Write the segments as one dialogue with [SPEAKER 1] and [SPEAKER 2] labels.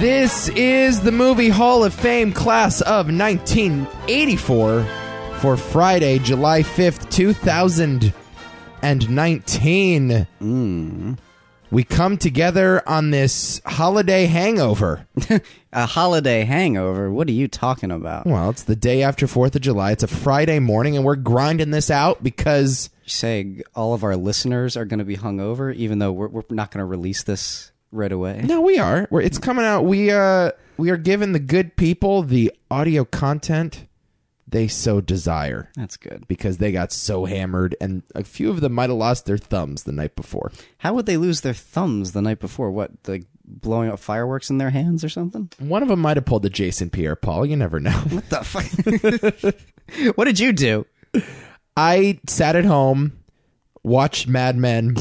[SPEAKER 1] This is the Movie Hall of Fame class of 1984 for Friday, July 5th, 2019. We come together on this holiday hangover.
[SPEAKER 2] A holiday hangover? What are you talking about? You
[SPEAKER 1] Well, it's the day after 4th of July. It's a Friday morning, and we're grinding this out because
[SPEAKER 2] saying all of our listeners are going to be hungover, even though we're, we're not going to release this right away?
[SPEAKER 1] No, we are. We're, it's coming out. We uh, we are giving the good people the audio content they so desire
[SPEAKER 2] That's good.
[SPEAKER 1] because they got so hammered, and a few of them might have lost their thumbs the night before.
[SPEAKER 2] How would they lose their thumbs the night before? What, like blowing up fireworks in their hands or something?
[SPEAKER 1] One of them might have pulled the Jason Pierre-Paul. You never know.
[SPEAKER 2] What the fuck? what did you do?
[SPEAKER 1] I sat at home, watched Mad Men.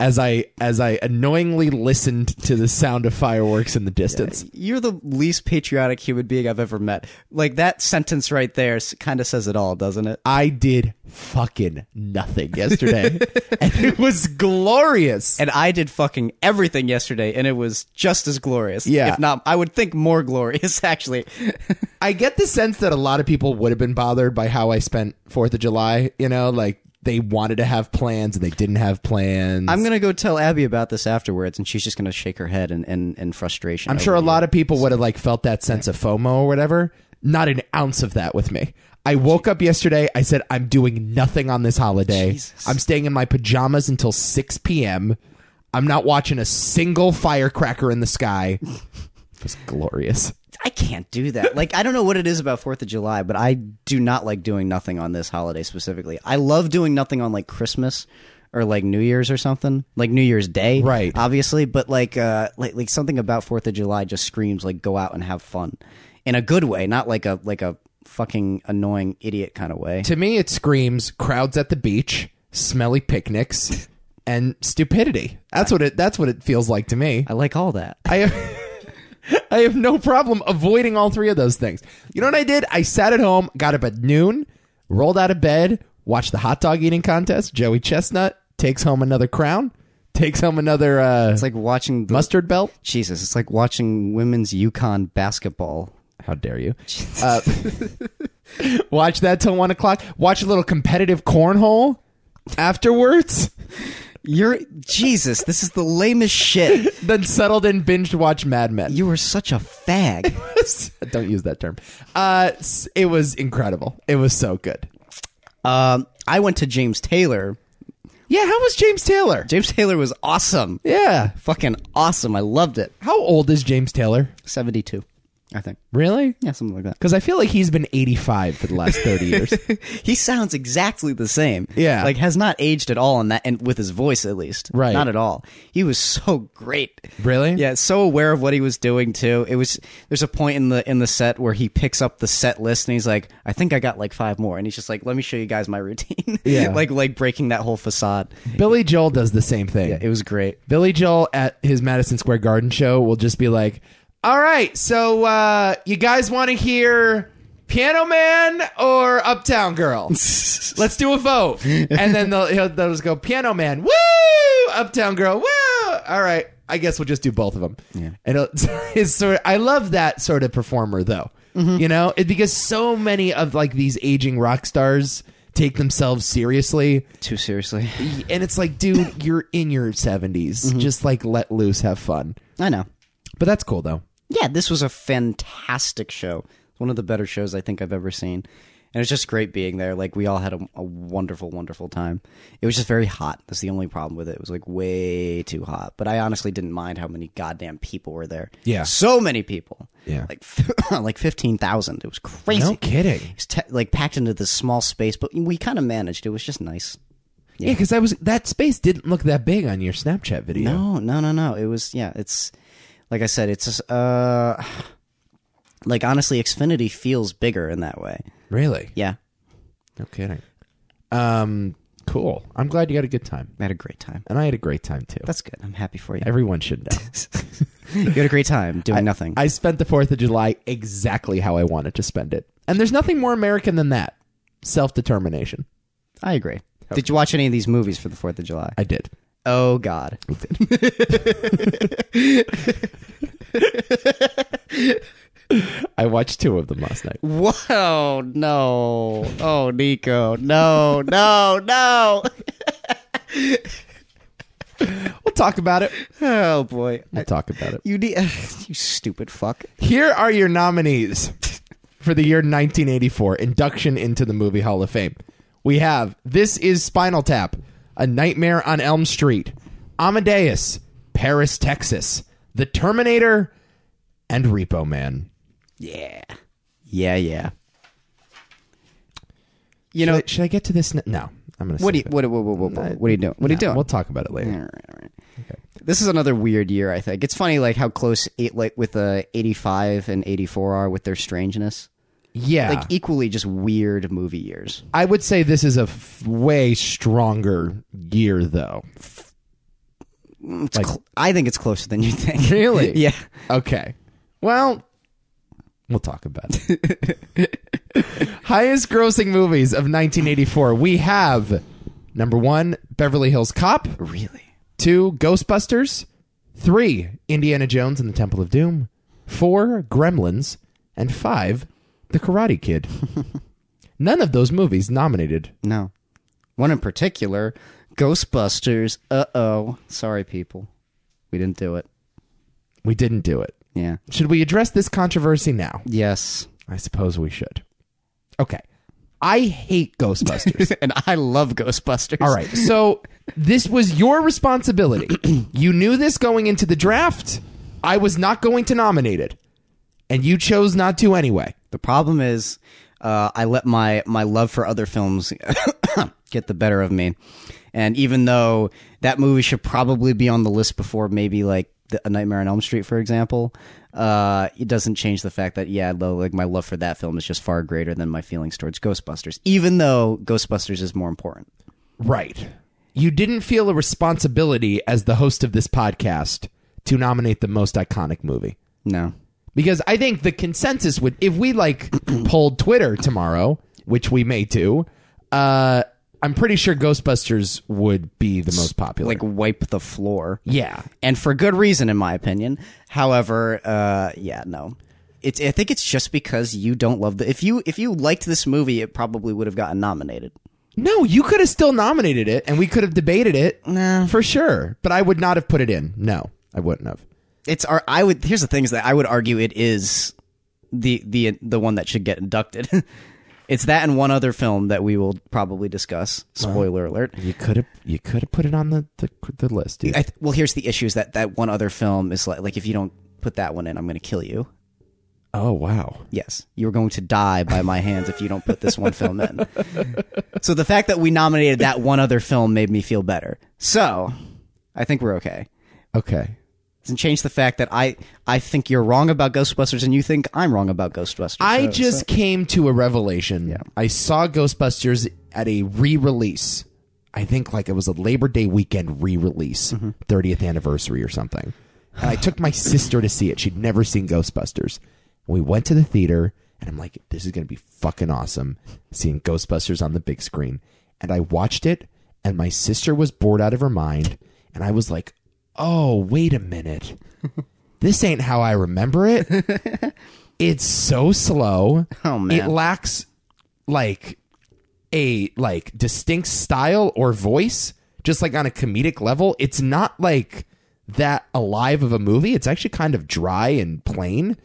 [SPEAKER 1] As I as I annoyingly listened to the sound of fireworks in the distance,
[SPEAKER 2] You're the least patriotic human being I've ever met. Like that sentence right there kind of says it all, doesn't it?
[SPEAKER 1] I did fucking nothing yesterday, and it was glorious.
[SPEAKER 2] And I did fucking everything yesterday, and it was just as glorious.
[SPEAKER 1] Yeah.
[SPEAKER 2] If not, I would think more glorious, actually.
[SPEAKER 1] I get the sense that a lot of people would have been bothered by how I spent Fourth of July. You know, like they wanted to have plans and they didn't have plans.
[SPEAKER 2] I'm going to go tell Abby about this afterwards, and she's just going to shake her head in, in, in frustration.
[SPEAKER 1] I'm sure a lot of people would have like felt that sense of FOMO or whatever. Not an ounce of that with me. I woke up yesterday. I said I'm doing nothing on this holiday.
[SPEAKER 2] Jesus.
[SPEAKER 1] I'm staying in my pajamas until 6 p.m. I'm not watching a single firecracker in the sky. It was glorious.
[SPEAKER 2] I can't do that. Like, I don't know what it is about Fourth of July, but I do not like doing nothing on this holiday specifically. I love doing nothing on like Christmas or like New Year's or something, like New Year's Day,
[SPEAKER 1] Right.
[SPEAKER 2] Obviously, but like, uh, like, like something about Fourth of July just screams like go out and have fun in a good way, not like a like a fucking annoying idiot kind of way.
[SPEAKER 1] To me, it screams crowds at the beach, smelly picnics, and stupidity. That's what it. That's what it feels like to me.
[SPEAKER 2] I like all that.
[SPEAKER 1] I have, I have no problem avoiding all three of those things. You know what I did? I sat at home, got up at noon, rolled out of bed, watched the hot dog eating contest. Joey Chestnut takes home another crown, takes home another uh,
[SPEAKER 2] It's like watching the,
[SPEAKER 1] mustard belt.
[SPEAKER 2] Jesus. It's like watching women's Yukon basketball.
[SPEAKER 1] How dare you? Uh, watch that till one o'clock. Watch a little competitive cornhole afterwards.
[SPEAKER 2] You're Jesus. This is the lamest shit.
[SPEAKER 1] then settled and binged watch Mad Men.
[SPEAKER 2] You were such a fag.
[SPEAKER 1] Don't use that term. Uh, s- it was incredible. It was so good.
[SPEAKER 2] Um, I went to James Taylor.
[SPEAKER 1] Yeah, how was James Taylor?
[SPEAKER 2] James Taylor was awesome.
[SPEAKER 1] Yeah.
[SPEAKER 2] Fucking awesome. I loved it.
[SPEAKER 1] How old is James Taylor?
[SPEAKER 2] 72, I think.
[SPEAKER 1] Really?
[SPEAKER 2] Yeah, something like that.
[SPEAKER 1] Because I feel like he's been 85 for the last 30 years.
[SPEAKER 2] He sounds exactly the same.
[SPEAKER 1] Yeah.
[SPEAKER 2] Like has not aged at all in that and with his voice at least.
[SPEAKER 1] Right.
[SPEAKER 2] Not at all. He was so great.
[SPEAKER 1] Really?
[SPEAKER 2] Yeah, so aware of what he was doing too. It was there's a point in the in the set where he picks up the set list and he's like, I think I got like five more and he's just like, Let me show you guys my routine.
[SPEAKER 1] Yeah.
[SPEAKER 2] like like breaking that whole facade.
[SPEAKER 1] Billy Joel does the same thing.
[SPEAKER 2] It was great.
[SPEAKER 1] Billy Joel at his Madison Square Garden show will just be like, all right, so uh, you guys want to hear Piano Man or Uptown Girl? Let's do a vote. And then they'll, he'll, they'll just go, Piano Man, woo! Uptown Girl, woo! All right, I guess we'll just do both of them. Yeah. And it'll- it's sort I love that sort of performer, though. You know, it, because so many of like these aging rock stars take themselves seriously
[SPEAKER 2] Too seriously.
[SPEAKER 1] and it's like, dude, you're in your 70s. Just like let loose, have fun.
[SPEAKER 2] I know.
[SPEAKER 1] Mm-hmm. But that's cool though.
[SPEAKER 2] yeah, this was a fantastic show. It's One of the better shows I think I've ever seen. And it was just great being there. Like, we all had a, a wonderful, wonderful time. It was just very hot. That's the only problem with it. It was like way too hot. But I honestly didn't mind how many goddamn people were there.
[SPEAKER 1] Yeah.
[SPEAKER 2] So many people.
[SPEAKER 1] Yeah.
[SPEAKER 2] Like, like 15,000. It was crazy.
[SPEAKER 1] No
[SPEAKER 2] It
[SPEAKER 1] kidding.
[SPEAKER 2] was te- like packed into this small space, but we kind of managed. It was just nice.
[SPEAKER 1] Yeah, because I was that space didn't look that big on your Snapchat video.
[SPEAKER 2] No, no, no, no. It was yeah. It's like I said. It's just, uh, like honestly, Xfinity feels bigger in that way.
[SPEAKER 1] Really?
[SPEAKER 2] Yeah,
[SPEAKER 1] No kidding. Um, cool. I'm glad you had a good time,
[SPEAKER 2] I had a great time.
[SPEAKER 1] and I had a great time too.
[SPEAKER 2] That's good. I'm happy for you.
[SPEAKER 1] Everyone should know.
[SPEAKER 2] You had a great time doing nothing.
[SPEAKER 1] I spent the Fourth of July exactly how I wanted to spend it, and there's nothing more American than that. Self determination.
[SPEAKER 2] I agree. Did you watch any of Oh, these movies for the Fourth of July?
[SPEAKER 1] I did.
[SPEAKER 2] oh God,
[SPEAKER 1] I watched two of them last night.
[SPEAKER 2] Whoa, no. Oh, Nico. No, no, no.
[SPEAKER 1] We'll talk about it.
[SPEAKER 2] Oh, boy.
[SPEAKER 1] We'll talk about it.
[SPEAKER 2] You need. you stupid fuck.
[SPEAKER 1] Here are your nominees for the year 1984 induction into the Movie Hall of Fame. We have This Is Spinal Tap, A Nightmare on Elm Street, Amadeus, Paris, Texas, The Terminator, and Repo Man.
[SPEAKER 2] Yeah. Yeah, yeah. You
[SPEAKER 1] Should
[SPEAKER 2] know,
[SPEAKER 1] I- should I get to this? n- No, I'm gonna.
[SPEAKER 2] what do you,
[SPEAKER 1] save it.
[SPEAKER 2] what, what, what, what, what, what are you doing? What are you
[SPEAKER 1] No,
[SPEAKER 2] doing?
[SPEAKER 1] Uh, We'll talk about it later.
[SPEAKER 2] All right, all right. This is another weird year, I think. It's funny, like how close eight, like with uh, eighty five and eighty four are with their strangeness.
[SPEAKER 1] Yeah,
[SPEAKER 2] Like e- equally, just weird movie years.
[SPEAKER 1] I would say this is a f- way stronger year, though.
[SPEAKER 2] It's
[SPEAKER 1] Like-
[SPEAKER 2] cl- I think it's closer than you think.
[SPEAKER 1] Really?
[SPEAKER 2] yeah.
[SPEAKER 1] Okay. Well, we'll talk about it. Highest grossing movies of 1984. We have number one, Beverly Hills Cop,
[SPEAKER 2] Really.
[SPEAKER 1] two, Ghostbusters, three, Indiana Jones and the Temple of Doom, four, Gremlins, and five, The Karate Kid. None of those movies nominated.
[SPEAKER 2] No. One in particular, Ghostbusters. Uh oh. Sorry, people. We didn't do it.
[SPEAKER 1] We didn't do it.
[SPEAKER 2] Yeah.
[SPEAKER 1] Should we address this controversy now?
[SPEAKER 2] Yes.
[SPEAKER 1] I suppose we should. Okay. I hate Ghostbusters.
[SPEAKER 2] and I love Ghostbusters.
[SPEAKER 1] All right. So this was your responsibility. you knew this going into the draft. I was not going to nominate it. And you chose not to anyway.
[SPEAKER 2] The problem is, uh, I let my my love for other films get the better of me, and even though that movie should probably be on the list before maybe like the, A Nightmare on Elm Street, for example, uh, it doesn't change the fact that yeah, though, like my love for that film is just far greater than my feelings towards Ghostbusters, even though Ghostbusters is more important.
[SPEAKER 1] Right. You didn't feel a responsibility as the host of this podcast to nominate the most iconic movie.
[SPEAKER 2] No,
[SPEAKER 1] Because I think the consensus would, if we like polled Twitter tomorrow, which we may do, uh, I'm pretty sure Ghostbusters would be the most popular.
[SPEAKER 2] like wipe the floor.
[SPEAKER 1] yeah.
[SPEAKER 2] and for good reason, in my opinion. However, uh, yeah, no, it's. I think it's just because you don't love the. If you if you liked this movie, it probably would have gotten nominated.
[SPEAKER 1] No, you could have still nominated it, and we could have debated it
[SPEAKER 2] No.
[SPEAKER 1] for sure. But I would not have put it in. No, I wouldn't have.
[SPEAKER 2] It's. Our, I would. Here's the thing: is that I would argue it is the the the one that should get inducted. it's that and one other film that we will probably discuss. Spoiler alert.
[SPEAKER 1] You could have. You could have put it on the the, the list. Dude.
[SPEAKER 2] I th- well, here's the issue: is that that one other film is like like if you don't put that one in, I'm going to kill you.
[SPEAKER 1] oh wow.
[SPEAKER 2] Yes, you are going to die by my hands if you don't put this one film in. so the fact that we nominated that one other film made me feel better. So I think we're okay.
[SPEAKER 1] Okay.
[SPEAKER 2] Doesn't change the fact that I I think you're wrong about Ghostbusters and you think I'm wrong about Ghostbusters.
[SPEAKER 1] I
[SPEAKER 2] So-
[SPEAKER 1] just came to a revelation. I saw Ghostbusters at a re-release. I think like it was a Labor Day weekend re-release, 30th anniversary or something. And I took my sister to see it. She'd never seen Ghostbusters. We went to the theater and I'm like this is going to be fucking awesome seeing Ghostbusters on the big screen. And I watched it and my sister was bored out of her mind and I was like, "Oh, wait a minute. This ain't how I remember it." it's so slow.
[SPEAKER 2] Oh, man.
[SPEAKER 1] It lacks like a like distinct style or voice, just like on a comedic level. It's not like that alive of a movie. It's actually kind of dry and plain.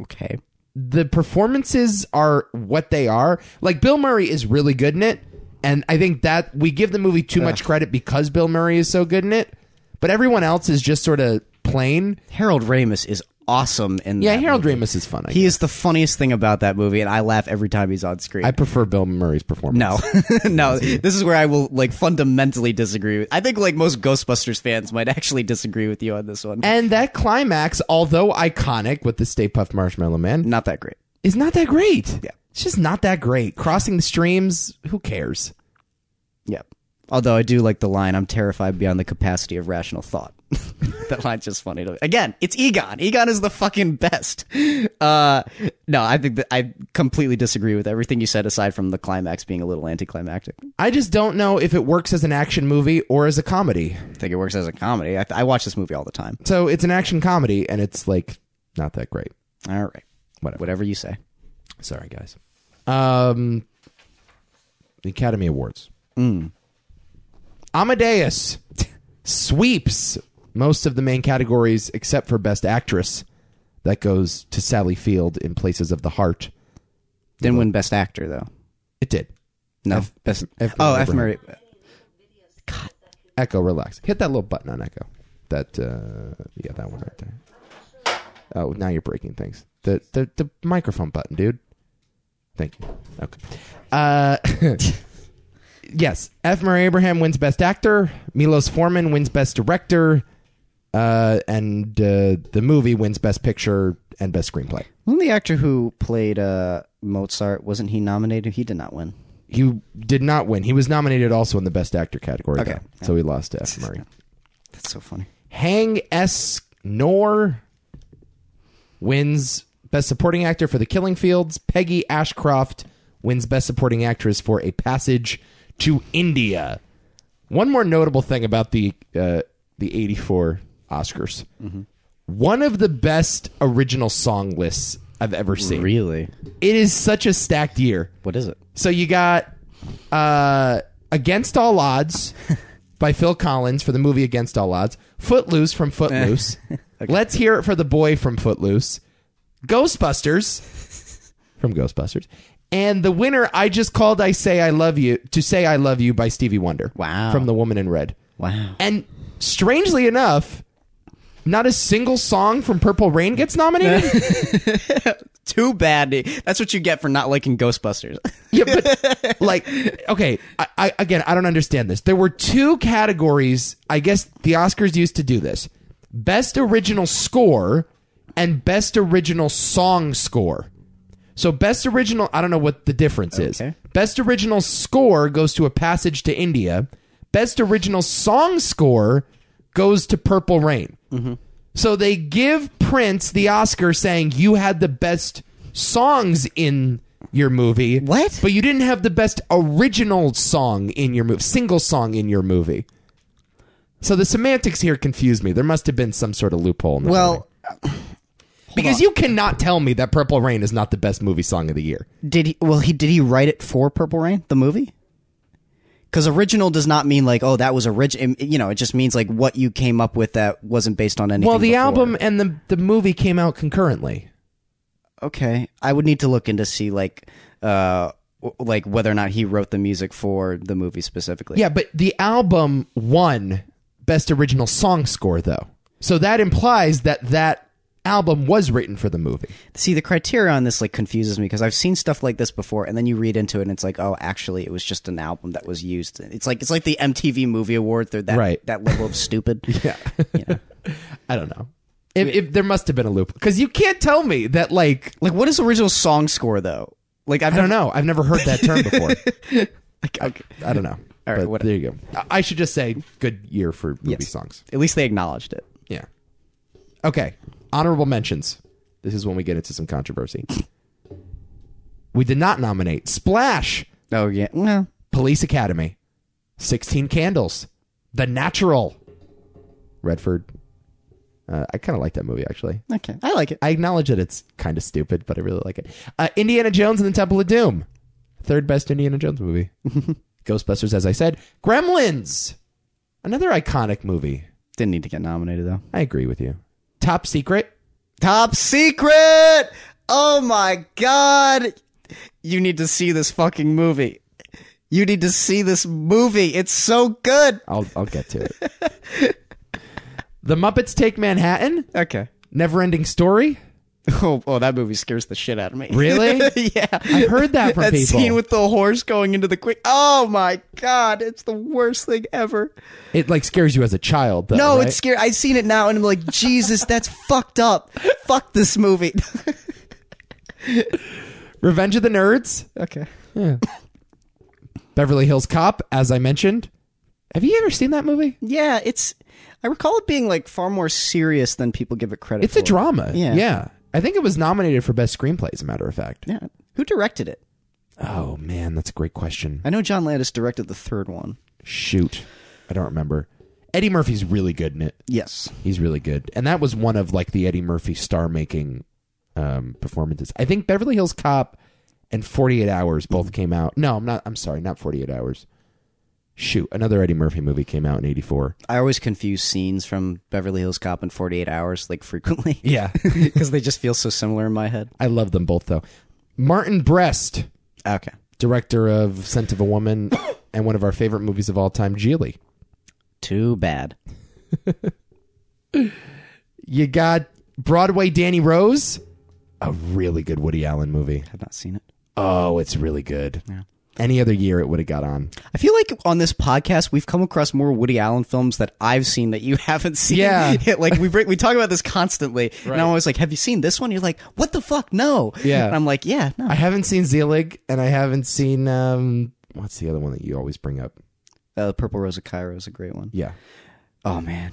[SPEAKER 2] okay.
[SPEAKER 1] The performances are what they are. Like Bill Murray is really good in it, and I think that we give the movie too much credit because Bill Murray is so good in it. But everyone else is just sort of plain.
[SPEAKER 2] Harold Ramis is awesome in
[SPEAKER 1] Yeah,
[SPEAKER 2] that
[SPEAKER 1] Harold
[SPEAKER 2] movie.
[SPEAKER 1] Ramis is fun. I,
[SPEAKER 2] He is the funniest thing about that movie, and I laugh every time he's on screen.
[SPEAKER 1] I prefer Bill Murray's performance.
[SPEAKER 2] No, no. This is where I will like fundamentally disagree. With, I think like most Ghostbusters fans might actually disagree with you on this one.
[SPEAKER 1] And that climax, although iconic with the Stay Puft Marshmallow Man,
[SPEAKER 2] Not that great.
[SPEAKER 1] is not that great.
[SPEAKER 2] Yeah.
[SPEAKER 1] It's just not that great. Crossing the streams, who cares?
[SPEAKER 2] Yep. Although I do like the line, I'm terrified beyond the capacity of rational thought. that line's just funny to me. Again, it's Egon. Egon is the fucking best. Uh, no, I think that I completely disagree with everything you said aside from the climax being a little anticlimactic.
[SPEAKER 1] I just don't know if it works as an action movie or as a comedy.
[SPEAKER 2] I think it works as a comedy. I, I watch this movie all the time.
[SPEAKER 1] So it's an action comedy, and it's like not that great.
[SPEAKER 2] All right.
[SPEAKER 1] Whatever.
[SPEAKER 2] Whatever you say.
[SPEAKER 1] Sorry, guys. Um, the Academy Awards.
[SPEAKER 2] Mm.
[SPEAKER 1] Amadeus sweeps most of the main categories except for Best Actress. That goes to Sally Field in Places of the Heart.
[SPEAKER 2] Didn't win Best Actor, though.
[SPEAKER 1] It did.
[SPEAKER 2] No. best.
[SPEAKER 1] F.
[SPEAKER 2] oh,
[SPEAKER 1] Murray
[SPEAKER 2] F. Murray.
[SPEAKER 1] Echo, relax. Hit that little button on Echo. That uh, yeah, that one right there. Oh, now you're breaking things. The the the microphone button, dude. Thank you. Okay. Uh, yes, F. Murray Abraham wins Best Actor. Milos Forman wins Best Director. Uh, and uh, the movie wins Best Picture and Best Screenplay.
[SPEAKER 2] Wasn't the actor who played uh, Mozart, wasn't he nominated? He did not win.
[SPEAKER 1] He did not win. He was nominated also in the Best Actor category,
[SPEAKER 2] Okay.
[SPEAKER 1] though, so he lost to F. Murray.
[SPEAKER 2] That's so funny.
[SPEAKER 1] Hang S. Nor wins Best Supporting Actor for The Killing Fields. Peggy Ashcroft wins Best Supporting Actress for A Passage to India. One more notable thing about the uh, the '84 Oscars: one of the best original song lists I've ever seen.
[SPEAKER 2] Really?
[SPEAKER 1] It is such a stacked year.
[SPEAKER 2] What is it?
[SPEAKER 1] So you got uh, Against All Odds by Phil Collins for the movie Against All Odds, Footloose from Footloose, Let's Hear It for the Boy from Footloose, Ghostbusters from Ghostbusters, and the winner I just called I Say I Love You to Say I Love You by Stevie Wonder.
[SPEAKER 2] Wow.
[SPEAKER 1] From The Woman in Red.
[SPEAKER 2] Wow.
[SPEAKER 1] And strangely enough, not a single song from Purple Rain gets nominated.
[SPEAKER 2] Too bad. That's what you get for not liking Ghostbusters.
[SPEAKER 1] Yeah, but like, okay, I, I again, I don't understand this. There were two categories. I guess the Oscars used to do this: best original score and best original song score. So, best original, I don't know what the difference is.
[SPEAKER 2] Okay.
[SPEAKER 1] Best original score goes to A Passage to India. Best original song score goes to Purple Rain. So they give Prince the Oscar saying you had the best songs in your movie.
[SPEAKER 2] What?
[SPEAKER 1] But you didn't have the best original song in your movie, single song in your movie. So the semantics here confuse me. There must have been some sort of loophole. In the ruling.
[SPEAKER 2] well,
[SPEAKER 1] because you cannot tell me that Purple Rain is not the best movie song of the year.
[SPEAKER 2] did he? Well, he did he write it for Purple Rain, the movie? Because original does not mean like, oh, that was original. You know, it just means like what you came up with that wasn't based on anything.
[SPEAKER 1] Well, the
[SPEAKER 2] before.
[SPEAKER 1] album and the the movie came out concurrently.
[SPEAKER 2] Okay, I would need to look into see like, uh, w- like whether or not he wrote the music for the movie specifically.
[SPEAKER 1] Yeah, but the album won best original song score though. So that implies that that album was written for the movie.
[SPEAKER 2] See, the criteria on this like confuses me because I've seen stuff like this before, and then you read into it, and it's like, oh, actually, it was just an album that was used. It's like it's like the MTV Movie Award. They're that
[SPEAKER 1] Right.
[SPEAKER 2] that level of stupid. yeah.
[SPEAKER 1] I don't know. If, if there must have been a loop because you can't tell me that like
[SPEAKER 2] Like, what is original song score though? Like, I've
[SPEAKER 1] I don't know. I've never heard that term before.
[SPEAKER 2] Like, okay.
[SPEAKER 1] I don't know.
[SPEAKER 2] All right,
[SPEAKER 1] But
[SPEAKER 2] what-
[SPEAKER 1] there you go. I I should just say good year for movie songs.
[SPEAKER 2] At least they acknowledged it.
[SPEAKER 1] Yeah. Okay. Honorable mentions. This is when we get into some controversy. we did not nominate Splash,
[SPEAKER 2] Oh yeah. Well,
[SPEAKER 1] Police Academy, 16 Candles, The Natural, Redford. Uh, I kind of like that movie, actually.
[SPEAKER 2] okay. I like it.
[SPEAKER 1] I acknowledge that it's kind of stupid, but I really like it. Uh, Indiana Jones and the Temple of Doom, third best Indiana Jones movie. Ghostbusters, as I said. Gremlins, another iconic movie.
[SPEAKER 2] Didn't need to get nominated though.
[SPEAKER 1] I agree with you. Top Secret,
[SPEAKER 2] Top Secret. Oh my god. You need to see this fucking movie. You need to see this movie. It's so good.
[SPEAKER 1] I'll I'll get to it. the Muppets Take Manhattan,
[SPEAKER 2] Okay.
[SPEAKER 1] Neverending Story.
[SPEAKER 2] Oh, oh, that movie scares the shit out of me.
[SPEAKER 1] Really?
[SPEAKER 2] yeah.
[SPEAKER 1] I heard that from
[SPEAKER 2] that
[SPEAKER 1] people.
[SPEAKER 2] scene with the horse going into the quick. Oh my god, it's the worst thing ever.
[SPEAKER 1] it like scares you as a child, though.
[SPEAKER 2] No,
[SPEAKER 1] right?
[SPEAKER 2] it's scary. I've seen it now, and I'm like, Jesus, that's fucked up. Fuck this movie.
[SPEAKER 1] Revenge of the Nerds,
[SPEAKER 2] okay.
[SPEAKER 1] Beverly Hills Cop, as I mentioned, Have you ever seen that movie?
[SPEAKER 2] Yeah, it's. I recall it being like far more serious than people give it credit.
[SPEAKER 1] It's a
[SPEAKER 2] for.
[SPEAKER 1] drama.
[SPEAKER 2] Yeah.
[SPEAKER 1] Yeah. I think it was nominated for best screenplay, as a matter of fact.
[SPEAKER 2] Yeah. Who directed it?
[SPEAKER 1] Oh man, that's a great question.
[SPEAKER 2] I know John Landis directed the third one.
[SPEAKER 1] Shoot, I don't remember. Eddie Murphy's really good in it.
[SPEAKER 2] Yes.
[SPEAKER 1] He's really good, and that was one of like the Eddie Murphy star-making um, performances. I think Beverly Hills Cop and Forty Eight Hours both came out. No, I'm not. I'm sorry, not Forty Eight Hours. Shoot, another Eddie Murphy movie came out in '84.
[SPEAKER 2] I always confuse scenes from Beverly Hills Cop and 48 Hours like frequently
[SPEAKER 1] Yeah,
[SPEAKER 2] because they just feel so similar in my head.
[SPEAKER 1] I love them both though. Martin Brest,
[SPEAKER 2] Okay.
[SPEAKER 1] director of *Scent of a Woman* and one of our favorite movies of all time, Geely.
[SPEAKER 2] Too bad.
[SPEAKER 1] You got Broadway Danny Rose, a really good Woody Allen movie.
[SPEAKER 2] I've not seen it.
[SPEAKER 1] Oh, it's really good. Any other year it would have got on.
[SPEAKER 2] I feel like on this podcast we've come across more Woody Allen films that I've seen that you haven't seen.
[SPEAKER 1] Yeah.
[SPEAKER 2] like we bring, we talk about this constantly, and I'm always like, "Have you seen this one?" You're like, "What the fuck? No."
[SPEAKER 1] Yeah.
[SPEAKER 2] And I'm like, "Yeah, no."
[SPEAKER 1] I haven't seen Zelig, and I haven't seen um, what's the other one that you always bring up?
[SPEAKER 2] Uh, Purple Rose of Cairo is a great one.
[SPEAKER 1] Yeah,
[SPEAKER 2] Oh man.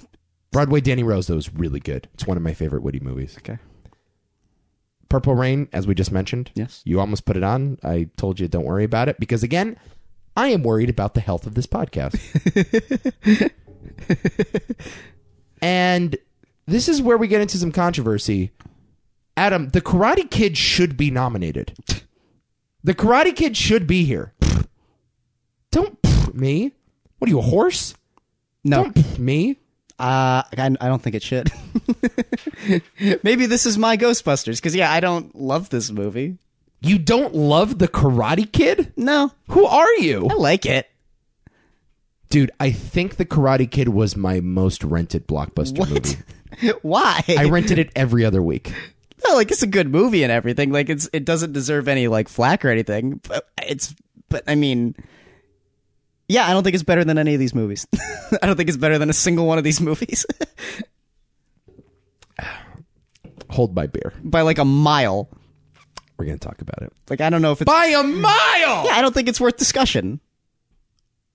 [SPEAKER 1] Broadway Danny Rose though is really good. It's one of my favorite Woody movies.
[SPEAKER 2] Okay.
[SPEAKER 1] Purple Rain, as we just mentioned.
[SPEAKER 2] Yes.
[SPEAKER 1] You almost put it on. I told you don't worry about it because again, I am worried about the health of this podcast. and this is where we get into some controversy. Adam, the Karate Kid should be nominated. The Karate Kid should be here. Don't me. What are you, a horse?
[SPEAKER 2] No.
[SPEAKER 1] Don't me.
[SPEAKER 2] Uh, I, I don't think it should. Maybe this is my Ghostbusters because yeah, I don't love this movie.
[SPEAKER 1] You don't love the Karate Kid?
[SPEAKER 2] No,
[SPEAKER 1] Who are you?
[SPEAKER 2] I like it.
[SPEAKER 1] Dude, I think The Karate Kid was my most rented blockbuster movie.
[SPEAKER 2] Why?
[SPEAKER 1] I rented it every other week.
[SPEAKER 2] No, like it's a good movie and everything. Like it's it doesn't deserve any like flack or anything. But it's but I mean, yeah, I don't think it's better than any of these movies. I don't think it's better than a single one of these movies
[SPEAKER 1] Hold my beer.
[SPEAKER 2] by like a mile.
[SPEAKER 1] We're going to talk about it.
[SPEAKER 2] Like I don't know if it's.
[SPEAKER 1] By a mile!
[SPEAKER 2] yeah, I don't think it's worth discussion.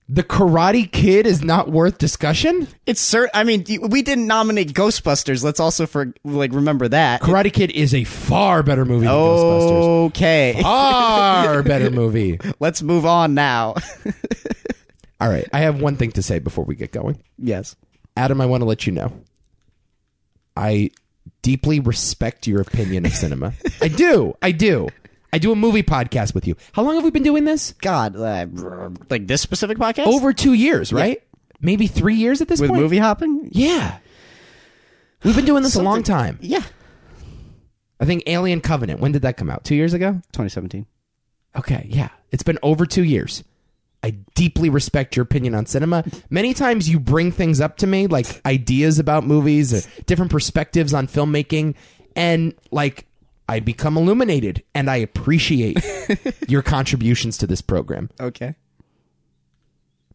[SPEAKER 1] The Karate Kid is not worth discussion?
[SPEAKER 2] It's cer I mean, you- we didn't nominate Ghostbusters. Let's also for like remember that.
[SPEAKER 1] Karate Kid is a far better movie than Ghostbusters.
[SPEAKER 2] Okay,
[SPEAKER 1] Far better movie.
[SPEAKER 2] let's move on now.
[SPEAKER 1] All right. I have one thing to say before we get going.
[SPEAKER 2] yes.
[SPEAKER 1] Adam, I want to let you know. I deeply respect your opinion of cinema. I do. I do. I do a movie podcast with you. How long have we been doing this?
[SPEAKER 2] God, uh, like this specific podcast
[SPEAKER 1] Over two years, right? Maybe three years at this
[SPEAKER 2] with
[SPEAKER 1] point.
[SPEAKER 2] movie hopping.
[SPEAKER 1] Yeah. We've been doing this a long time.
[SPEAKER 2] Yeah,
[SPEAKER 1] I think Alien Covenant. When did that come out? Two years ago?
[SPEAKER 2] 2017.
[SPEAKER 1] Okay, yeah. It's been over two years. I deeply respect your opinion on cinema. Many times you bring things up to me, like ideas about movies, or different perspectives on filmmaking, and like I become illuminated and I appreciate your contributions to this program.
[SPEAKER 2] Okay.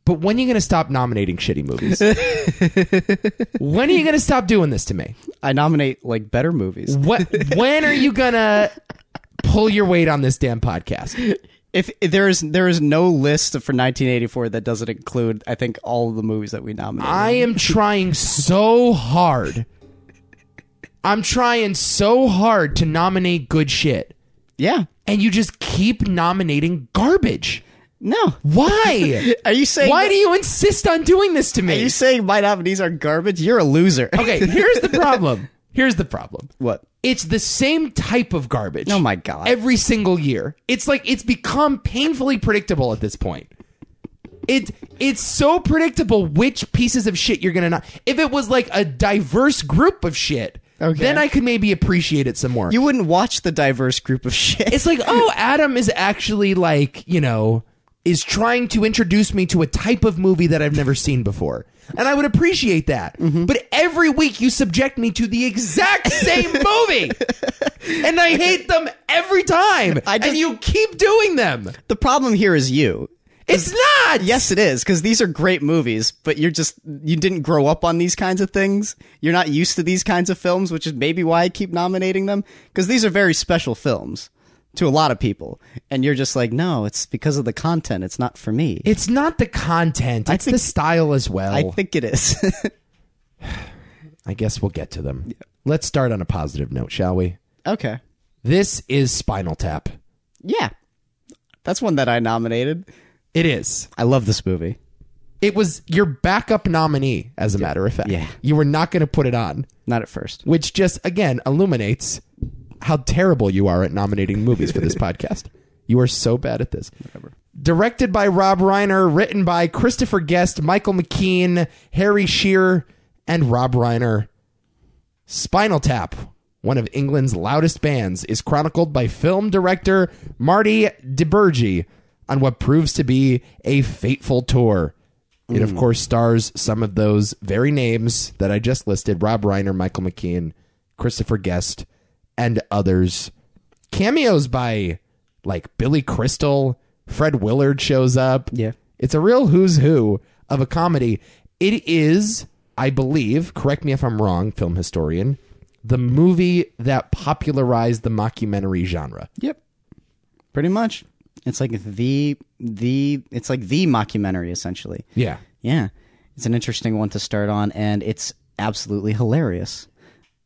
[SPEAKER 1] But when are you going to stop nominating shitty movies? when are you going to stop doing this to me?
[SPEAKER 2] I nominate like better movies.
[SPEAKER 1] What, when are you going to pull your weight on this damn podcast?
[SPEAKER 2] If there is there is no list for 1984 that doesn't include, I think all of the movies that we nominated.
[SPEAKER 1] I am trying so hard. I'm trying so hard to nominate good shit.
[SPEAKER 2] yeah.
[SPEAKER 1] And you just keep nominating garbage.
[SPEAKER 2] No.
[SPEAKER 1] Why?
[SPEAKER 2] Are you saying?
[SPEAKER 1] Why do you insist on doing this to
[SPEAKER 2] Are you
[SPEAKER 1] me?
[SPEAKER 2] saying my nominees are garbage? You're a loser.
[SPEAKER 1] Okay, here's the problem. Here's the problem.
[SPEAKER 2] What?
[SPEAKER 1] It's the same type of garbage.
[SPEAKER 2] Oh my god.
[SPEAKER 1] Every single year. It's like it's become painfully predictable at this point. It it's so predictable which pieces of shit you're gonna not. If it was like a diverse group of shit,
[SPEAKER 2] Okay.
[SPEAKER 1] then I could maybe appreciate it some more.
[SPEAKER 2] you wouldn't watch the diverse group of shit.
[SPEAKER 1] it's like, oh, Adam is actually like you know is trying to introduce me to a type of movie that I've never seen before. And I would appreciate that.
[SPEAKER 2] Mm-hmm.
[SPEAKER 1] But every week you subject me to the exact same movie. And I hate them every time.
[SPEAKER 2] I just-
[SPEAKER 1] and you keep doing them.
[SPEAKER 2] the problem here is you.
[SPEAKER 1] It's not.
[SPEAKER 2] Yes, it is because these are great movies, but you're just you didn't grow up on these kinds of things. You're not used to these kinds of films, which is maybe why I keep nominating them because these are very special films. to a lot of people, and you're just like, no, it's because of the content. It's not for me.
[SPEAKER 1] It's not the content; it's the style as well.
[SPEAKER 2] I think it is.
[SPEAKER 1] I guess we'll get to them. Let's start on a positive note, shall we?
[SPEAKER 2] okay.
[SPEAKER 1] This is Spinal Tap.
[SPEAKER 2] Yeah. That's one that I nominated.
[SPEAKER 1] It is.
[SPEAKER 2] I love this movie.
[SPEAKER 1] It was your backup nominee, as a matter of fact.
[SPEAKER 2] Yeah.
[SPEAKER 1] You were not going to put it on,
[SPEAKER 2] Not at first.
[SPEAKER 1] which just, again, illuminates how terrible you are at nominating movies for this podcast. You are so bad at this. Whatever. Directed by Rob Reiner, written by Christopher Guest, Michael McKean, Harry Shearer, and Rob Reiner. Spinal Tap, one of England's loudest bands, is chronicled by film director Marty DiBergi on what proves to be a fateful tour. It, of course, stars some of those very names that I just listed Rob Reiner, Michael McKean, Christopher Guest, and others. Cameos by like Billy Crystal, Fred Willard shows up.
[SPEAKER 2] Yeah.
[SPEAKER 1] It's a real who's who of a comedy. It is, I believe, correct me if I'm wrong, film historian, the movie that popularized the mockumentary genre.
[SPEAKER 2] Yep. Pretty much. It's like the the it's like the mockumentary essentially.
[SPEAKER 1] Yeah.
[SPEAKER 2] Yeah. It's an interesting one to start on and it's absolutely hilarious.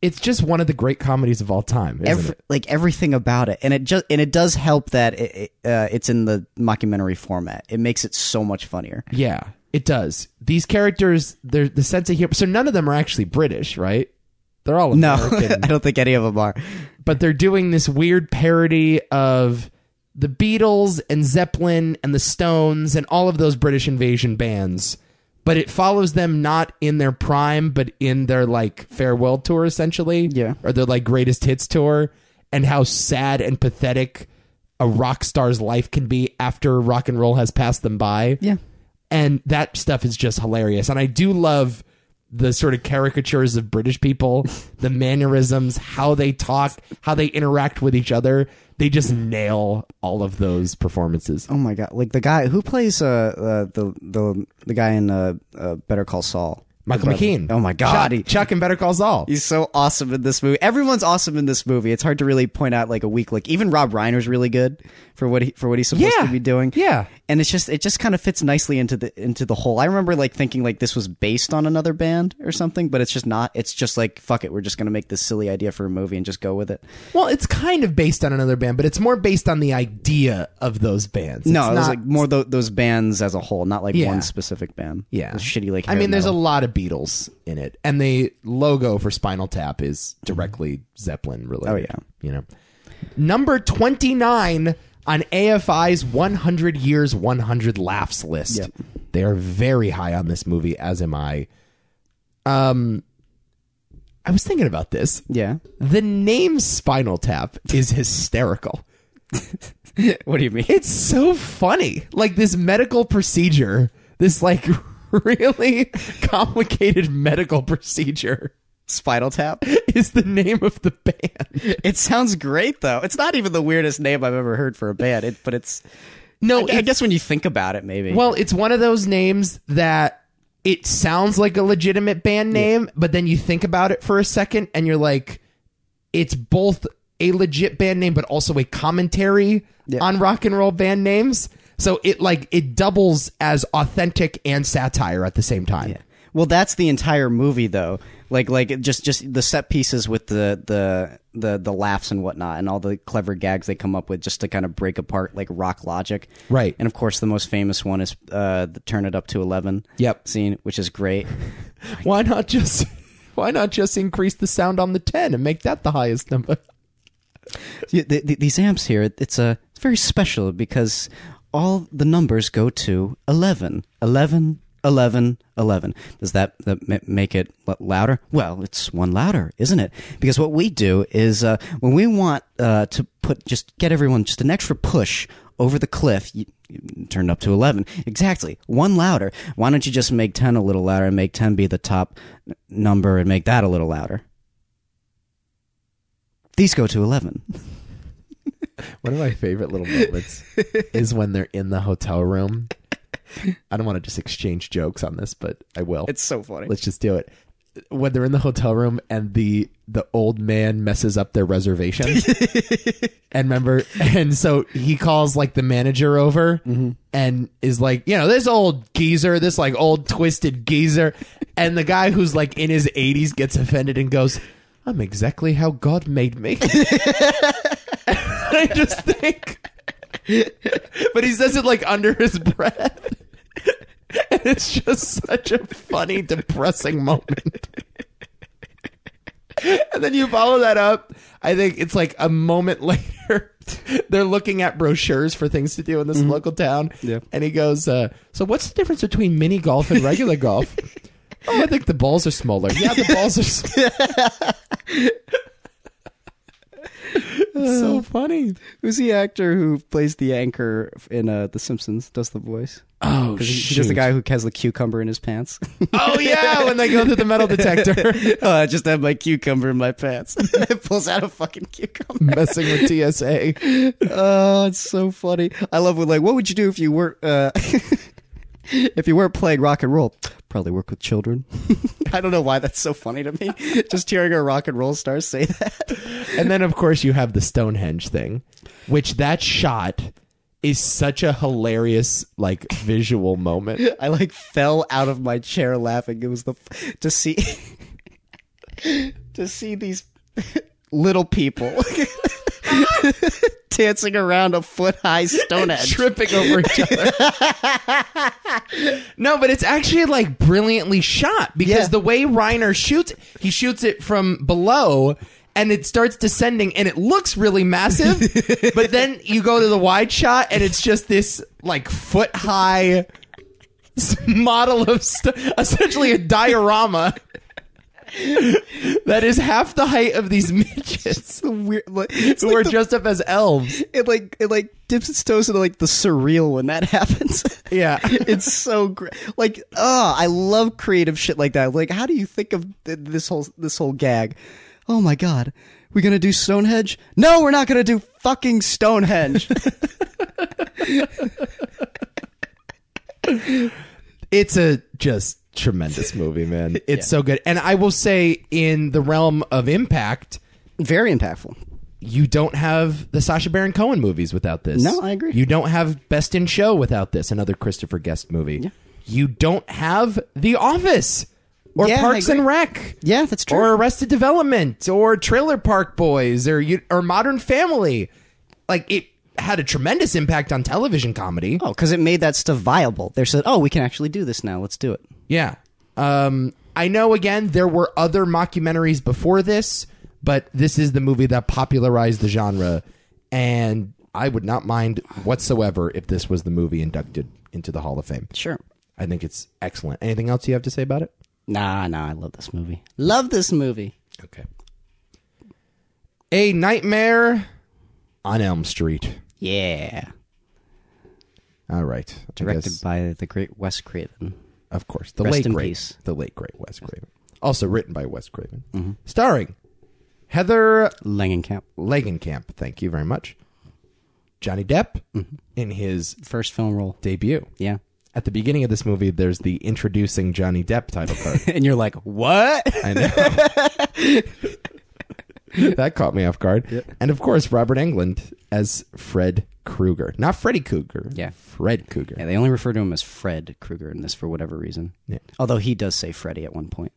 [SPEAKER 1] It's just one of the great comedies of all time, isn't
[SPEAKER 2] Every,
[SPEAKER 1] it?
[SPEAKER 2] like everything about it and it just and it does help that it, it, uh, it's in the mockumentary format. It makes it so much funnier.
[SPEAKER 1] Yeah, it does. These characters, they're the sense of humor. So none of them are actually British, right? They're all
[SPEAKER 2] No,
[SPEAKER 1] American.
[SPEAKER 2] I don't think any of them are.
[SPEAKER 1] but they're doing this weird parody of the Beatles and Zeppelin and the Stones and all of those British invasion bands. But it follows them not in their prime, but in their like farewell tour, essentially.
[SPEAKER 2] Yeah.
[SPEAKER 1] Or their like greatest hits tour, and how sad and pathetic a rock star's life can be after rock and roll has passed them by
[SPEAKER 2] Yeah.
[SPEAKER 1] and that stuff is just hilarious and i do love the sort of caricatures of british people the mannerisms how they talk how they interact with each other they just nail all of those performances
[SPEAKER 2] Oh my god! Like the guy who plays uh, uh the the the guy in uh, uh Better Call Saul,
[SPEAKER 1] michael
[SPEAKER 2] The brother.
[SPEAKER 1] mckean
[SPEAKER 2] Oh my god!
[SPEAKER 1] chuck,
[SPEAKER 2] He,
[SPEAKER 1] chuck and better call saul
[SPEAKER 2] he's so awesome in this movie. Everyone's awesome in this movie. It's hard to really point out like a weak like even Rob Reiner's really good for what he for what he's supposed
[SPEAKER 1] Yeah.
[SPEAKER 2] to be doing.
[SPEAKER 1] Yeah.
[SPEAKER 2] and it's just it just kind of fits nicely into the into the whole. I remember like thinking like this was based on another band or something, but it's just not. It's just like fuck it, we're just gonna make this silly idea for a movie and just go with it.
[SPEAKER 1] well it's kind of based on another band but it's more based on the idea of those bands
[SPEAKER 2] no,
[SPEAKER 1] It's
[SPEAKER 2] it
[SPEAKER 1] not-
[SPEAKER 2] was like more tho- those bands as a whole, not like
[SPEAKER 1] Yeah.
[SPEAKER 2] one specific band.
[SPEAKER 1] yeah
[SPEAKER 2] Those shitty like.
[SPEAKER 1] i mean
[SPEAKER 2] hair
[SPEAKER 1] there's a
[SPEAKER 2] metal.
[SPEAKER 1] lot of beatles in it and the logo for spinal tap is directly zeppelin related
[SPEAKER 2] Oh, yeah.
[SPEAKER 1] you know number 29 on afi's 100 years 100 laughs list
[SPEAKER 2] Yep.
[SPEAKER 1] they are very high on this movie as am i um i was thinking about this
[SPEAKER 2] yeah.
[SPEAKER 1] the name spinal tap is hysterical
[SPEAKER 2] What do you mean?
[SPEAKER 1] it's so funny. Like this medical procedure, this like really complicated medical procedure
[SPEAKER 2] Spinal Tap.
[SPEAKER 1] is the name of the band.
[SPEAKER 2] It sounds great though. It's not even the weirdest name I've ever heard for a band, it, but it's.
[SPEAKER 1] No,
[SPEAKER 2] I
[SPEAKER 1] it-
[SPEAKER 2] guess when you think about it, maybe.
[SPEAKER 1] well, it's one of those names that it sounds like a legitimate band name, but then you think about it for a second and you're like it's both a legit band name but also a commentary
[SPEAKER 2] Yeah.
[SPEAKER 1] on rock and roll band names. So it like it doubles as authentic and satire at the same time.
[SPEAKER 2] well, that's the entire movie though. Like, like it just just the set pieces with the the the the laughs and whatnot, and all the clever gags they come up with just to kind of break apart like rock logic.
[SPEAKER 1] Right.
[SPEAKER 2] And of course, the most famous one is uh, the "Turn It Up to 11
[SPEAKER 1] Yep.
[SPEAKER 2] scene, which is great.
[SPEAKER 1] why not just why not just increase the sound on the 10 and make that the highest number
[SPEAKER 2] Yeah, the, the, these amps here, it- it's uh, it's very special because all the numbers go to 11. 11, 11, 11. Does that, that ma- make it l- louder? Well, it's one louder, isn't it? Because what we do is uh, when we want uh, to put just get everyone just an extra push over the cliff, you, you turned up to 11. Exactly. One louder. Why don't you just make 10 a little louder and make 10 be the top n- number and make that a little louder? These go to 11.
[SPEAKER 1] one of my favorite little moments is when they're in the hotel room i don't want to just exchange jokes on this but i will
[SPEAKER 2] so funny.
[SPEAKER 1] let's just do it when they're in the hotel room and the the old man messes up their reservation and remember and so he calls like the manager over and is like you know this old geezer this like old twisted geezer and the guy who's like in his 80s gets offended and goes i'm exactly how god made me i just think but he says it like under his breath and it's just such a funny, depressing moment. and then you follow that up. I think it's like a moment later. They're looking at brochures for things to do in this local town.
[SPEAKER 2] Yeah.
[SPEAKER 1] And he goes, uh, So, what's the difference between mini golf and regular golf? oh, I think the balls are smaller. Yeah, the balls are smaller. it's so funny.
[SPEAKER 2] Who's the actor who plays the anchor in uh, The Simpsons? Does the voice?
[SPEAKER 1] Oh,
[SPEAKER 2] 'Cause he- He's just the guy who has the cucumber in his pants.
[SPEAKER 1] Oh, yeah, when they go through the metal detector.
[SPEAKER 2] oh, I just have my cucumber in my pants. it pulls out a fucking cucumber.
[SPEAKER 1] Messing with TSA.
[SPEAKER 2] Oh, it's so funny. I love when like, what would you do if you weren't uh, if you weren't playing rock and roll? Probably work with children. I don't know why that's so funny to me. just hearing a rock and roll star say that.
[SPEAKER 1] and then of course you have the Stonehenge thing, which that shot is such a hilarious like visual moment.
[SPEAKER 2] I like fell out of my chair laughing. It was the f- to see to see these little people dancing around a foot high stone edge.
[SPEAKER 1] Tripping over each other. no, but it's actually like brilliantly shot because
[SPEAKER 2] Yeah.
[SPEAKER 1] the way Reiner shoots, he shoots it from below and it starts descending and it looks really massive. but then you go to the wide shot and it's just this like foot high model of st- essentially a diorama that is half the height of these midgets
[SPEAKER 2] the weird, like, it's
[SPEAKER 1] who
[SPEAKER 2] like
[SPEAKER 1] are
[SPEAKER 2] the-
[SPEAKER 1] dressed up as elves.
[SPEAKER 2] it like it like dips its toes into like the surreal when that happens.
[SPEAKER 1] Yeah.
[SPEAKER 2] it's so great. Like, oh, I love creative shit like that. Like, how do you think of th- this whole this whole gag? Oh my god, we gonna do Stonehenge? No, we're not gonna do fucking Stonehenge.
[SPEAKER 1] it's a just tremendous movie, man. It's so good. And I will say, in the realm of impact,
[SPEAKER 2] Very impactful.
[SPEAKER 1] you don't have the Sasha Baron Cohen movies without this.
[SPEAKER 2] No, I agree.
[SPEAKER 1] You don't have Best in Show without this, another Christopher Guest movie. You don't have The Office or
[SPEAKER 2] Yeah, I
[SPEAKER 1] Parks and
[SPEAKER 2] agree.
[SPEAKER 1] Rec.
[SPEAKER 2] Yeah, that's true.
[SPEAKER 1] Or Arrested Development or Trailer Park Boys or you, or Modern Family. Like it had a tremendous impact on television comedy.
[SPEAKER 2] oh, because it made that stuff viable. They said, oh, we can actually do this now. Let's do it.
[SPEAKER 1] Yeah. Um, I know, again, there were other mockumentaries before this, but this is the movie that popularized the genre. And I would not mind whatsoever if this was the movie inducted into the Hall of Fame.
[SPEAKER 2] Sure.
[SPEAKER 1] I think it's excellent. Anything else you have to say about it?
[SPEAKER 2] Nah, nah, I love this movie. Love this movie.
[SPEAKER 1] Okay. A Nightmare on Elm Street.
[SPEAKER 2] Yeah.
[SPEAKER 1] All right. I
[SPEAKER 2] Directed
[SPEAKER 1] guess-
[SPEAKER 2] by the great Wes Craven.
[SPEAKER 1] Of course, the
[SPEAKER 2] Rest
[SPEAKER 1] late
[SPEAKER 2] in
[SPEAKER 1] great,
[SPEAKER 2] peace. Mm-hmm.
[SPEAKER 1] the late great Wes Craven. Also written by Wes Craven, starring Heather
[SPEAKER 2] Langenkamp.
[SPEAKER 1] Langenkamp. Thank you very much, Johnny Depp, in his
[SPEAKER 2] First film role.
[SPEAKER 1] debut.
[SPEAKER 2] Yeah.
[SPEAKER 1] At the beginning of this movie, there's the introducing Johnny Depp title card.
[SPEAKER 2] And you're like, what?
[SPEAKER 1] I know that caught me off guard. And of course, Robert Englund as Fred Krueger, not Freddy Krueger.
[SPEAKER 2] Yeah.
[SPEAKER 1] Fred Krueger.
[SPEAKER 2] Yeah, they only refer to him as Fred Krueger in this for whatever reason.
[SPEAKER 1] Yeah.
[SPEAKER 2] Although he does say Freddy at one point.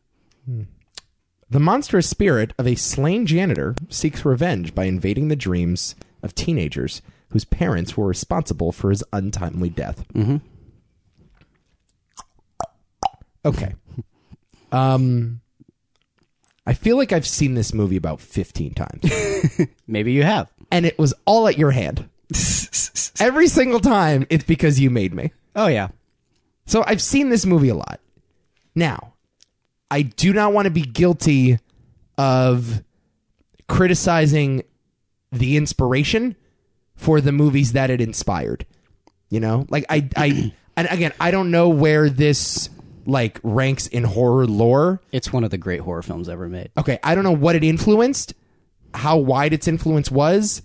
[SPEAKER 1] The monstrous spirit of a slain janitor seeks revenge by invading the dreams of teenagers whose parents were responsible for his untimely death. Mm-hmm. Okay. Um, I feel like I've seen this movie about 15 times,
[SPEAKER 2] Maybe you have.
[SPEAKER 1] and it was all at your hand. Every single time, it's because you made me.
[SPEAKER 2] oh yeah.
[SPEAKER 1] So I've seen this movie a lot. Now, I do not want to be guilty of criticizing the inspiration for the movies that it inspired. You know, like I, I, and again, I don't know where this like ranks in horror lore.
[SPEAKER 2] It's one of the great horror films ever made.
[SPEAKER 1] Okay, I don't know what it influenced, how wide its influence was.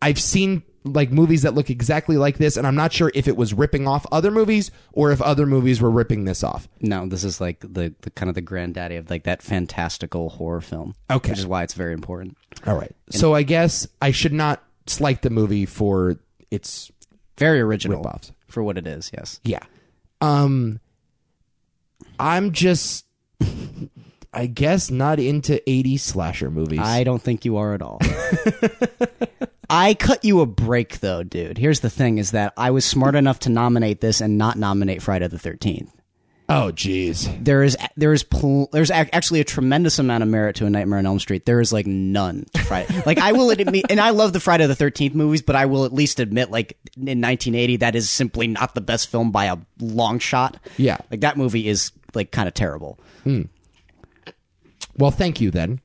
[SPEAKER 1] I've seen like movies that look exactly like this, and I'm not sure if it was ripping off other movies or if other movies were ripping this off.
[SPEAKER 2] No, this is like the, the kind of the granddaddy of like that fantastical horror film.
[SPEAKER 1] Okay.
[SPEAKER 2] Which is why it's very important.
[SPEAKER 1] All right. So I guess I should not slight the movie for its
[SPEAKER 2] Very original
[SPEAKER 1] Rip-offs.
[SPEAKER 2] for what it is, yes.
[SPEAKER 1] yeah. Um I'm just I guess not into 80s slasher movies.
[SPEAKER 2] I don't think you are at all. I cut you a break though, dude. Here's the thing is that I was smart enough to nominate this and not nominate Friday the 13th.
[SPEAKER 1] oh jeez.
[SPEAKER 2] There is there is pl- there's ac- actually a tremendous amount of merit to a Nightmare on Elm Street. There is like none to Friday. like I will admit, and I love the Friday the Thirteenth movies, but I will at least admit, like in 1980, that is simply not the best film by a long shot.
[SPEAKER 1] Yeah.
[SPEAKER 2] like that movie is like kind of terrible.
[SPEAKER 1] Well, thank you then.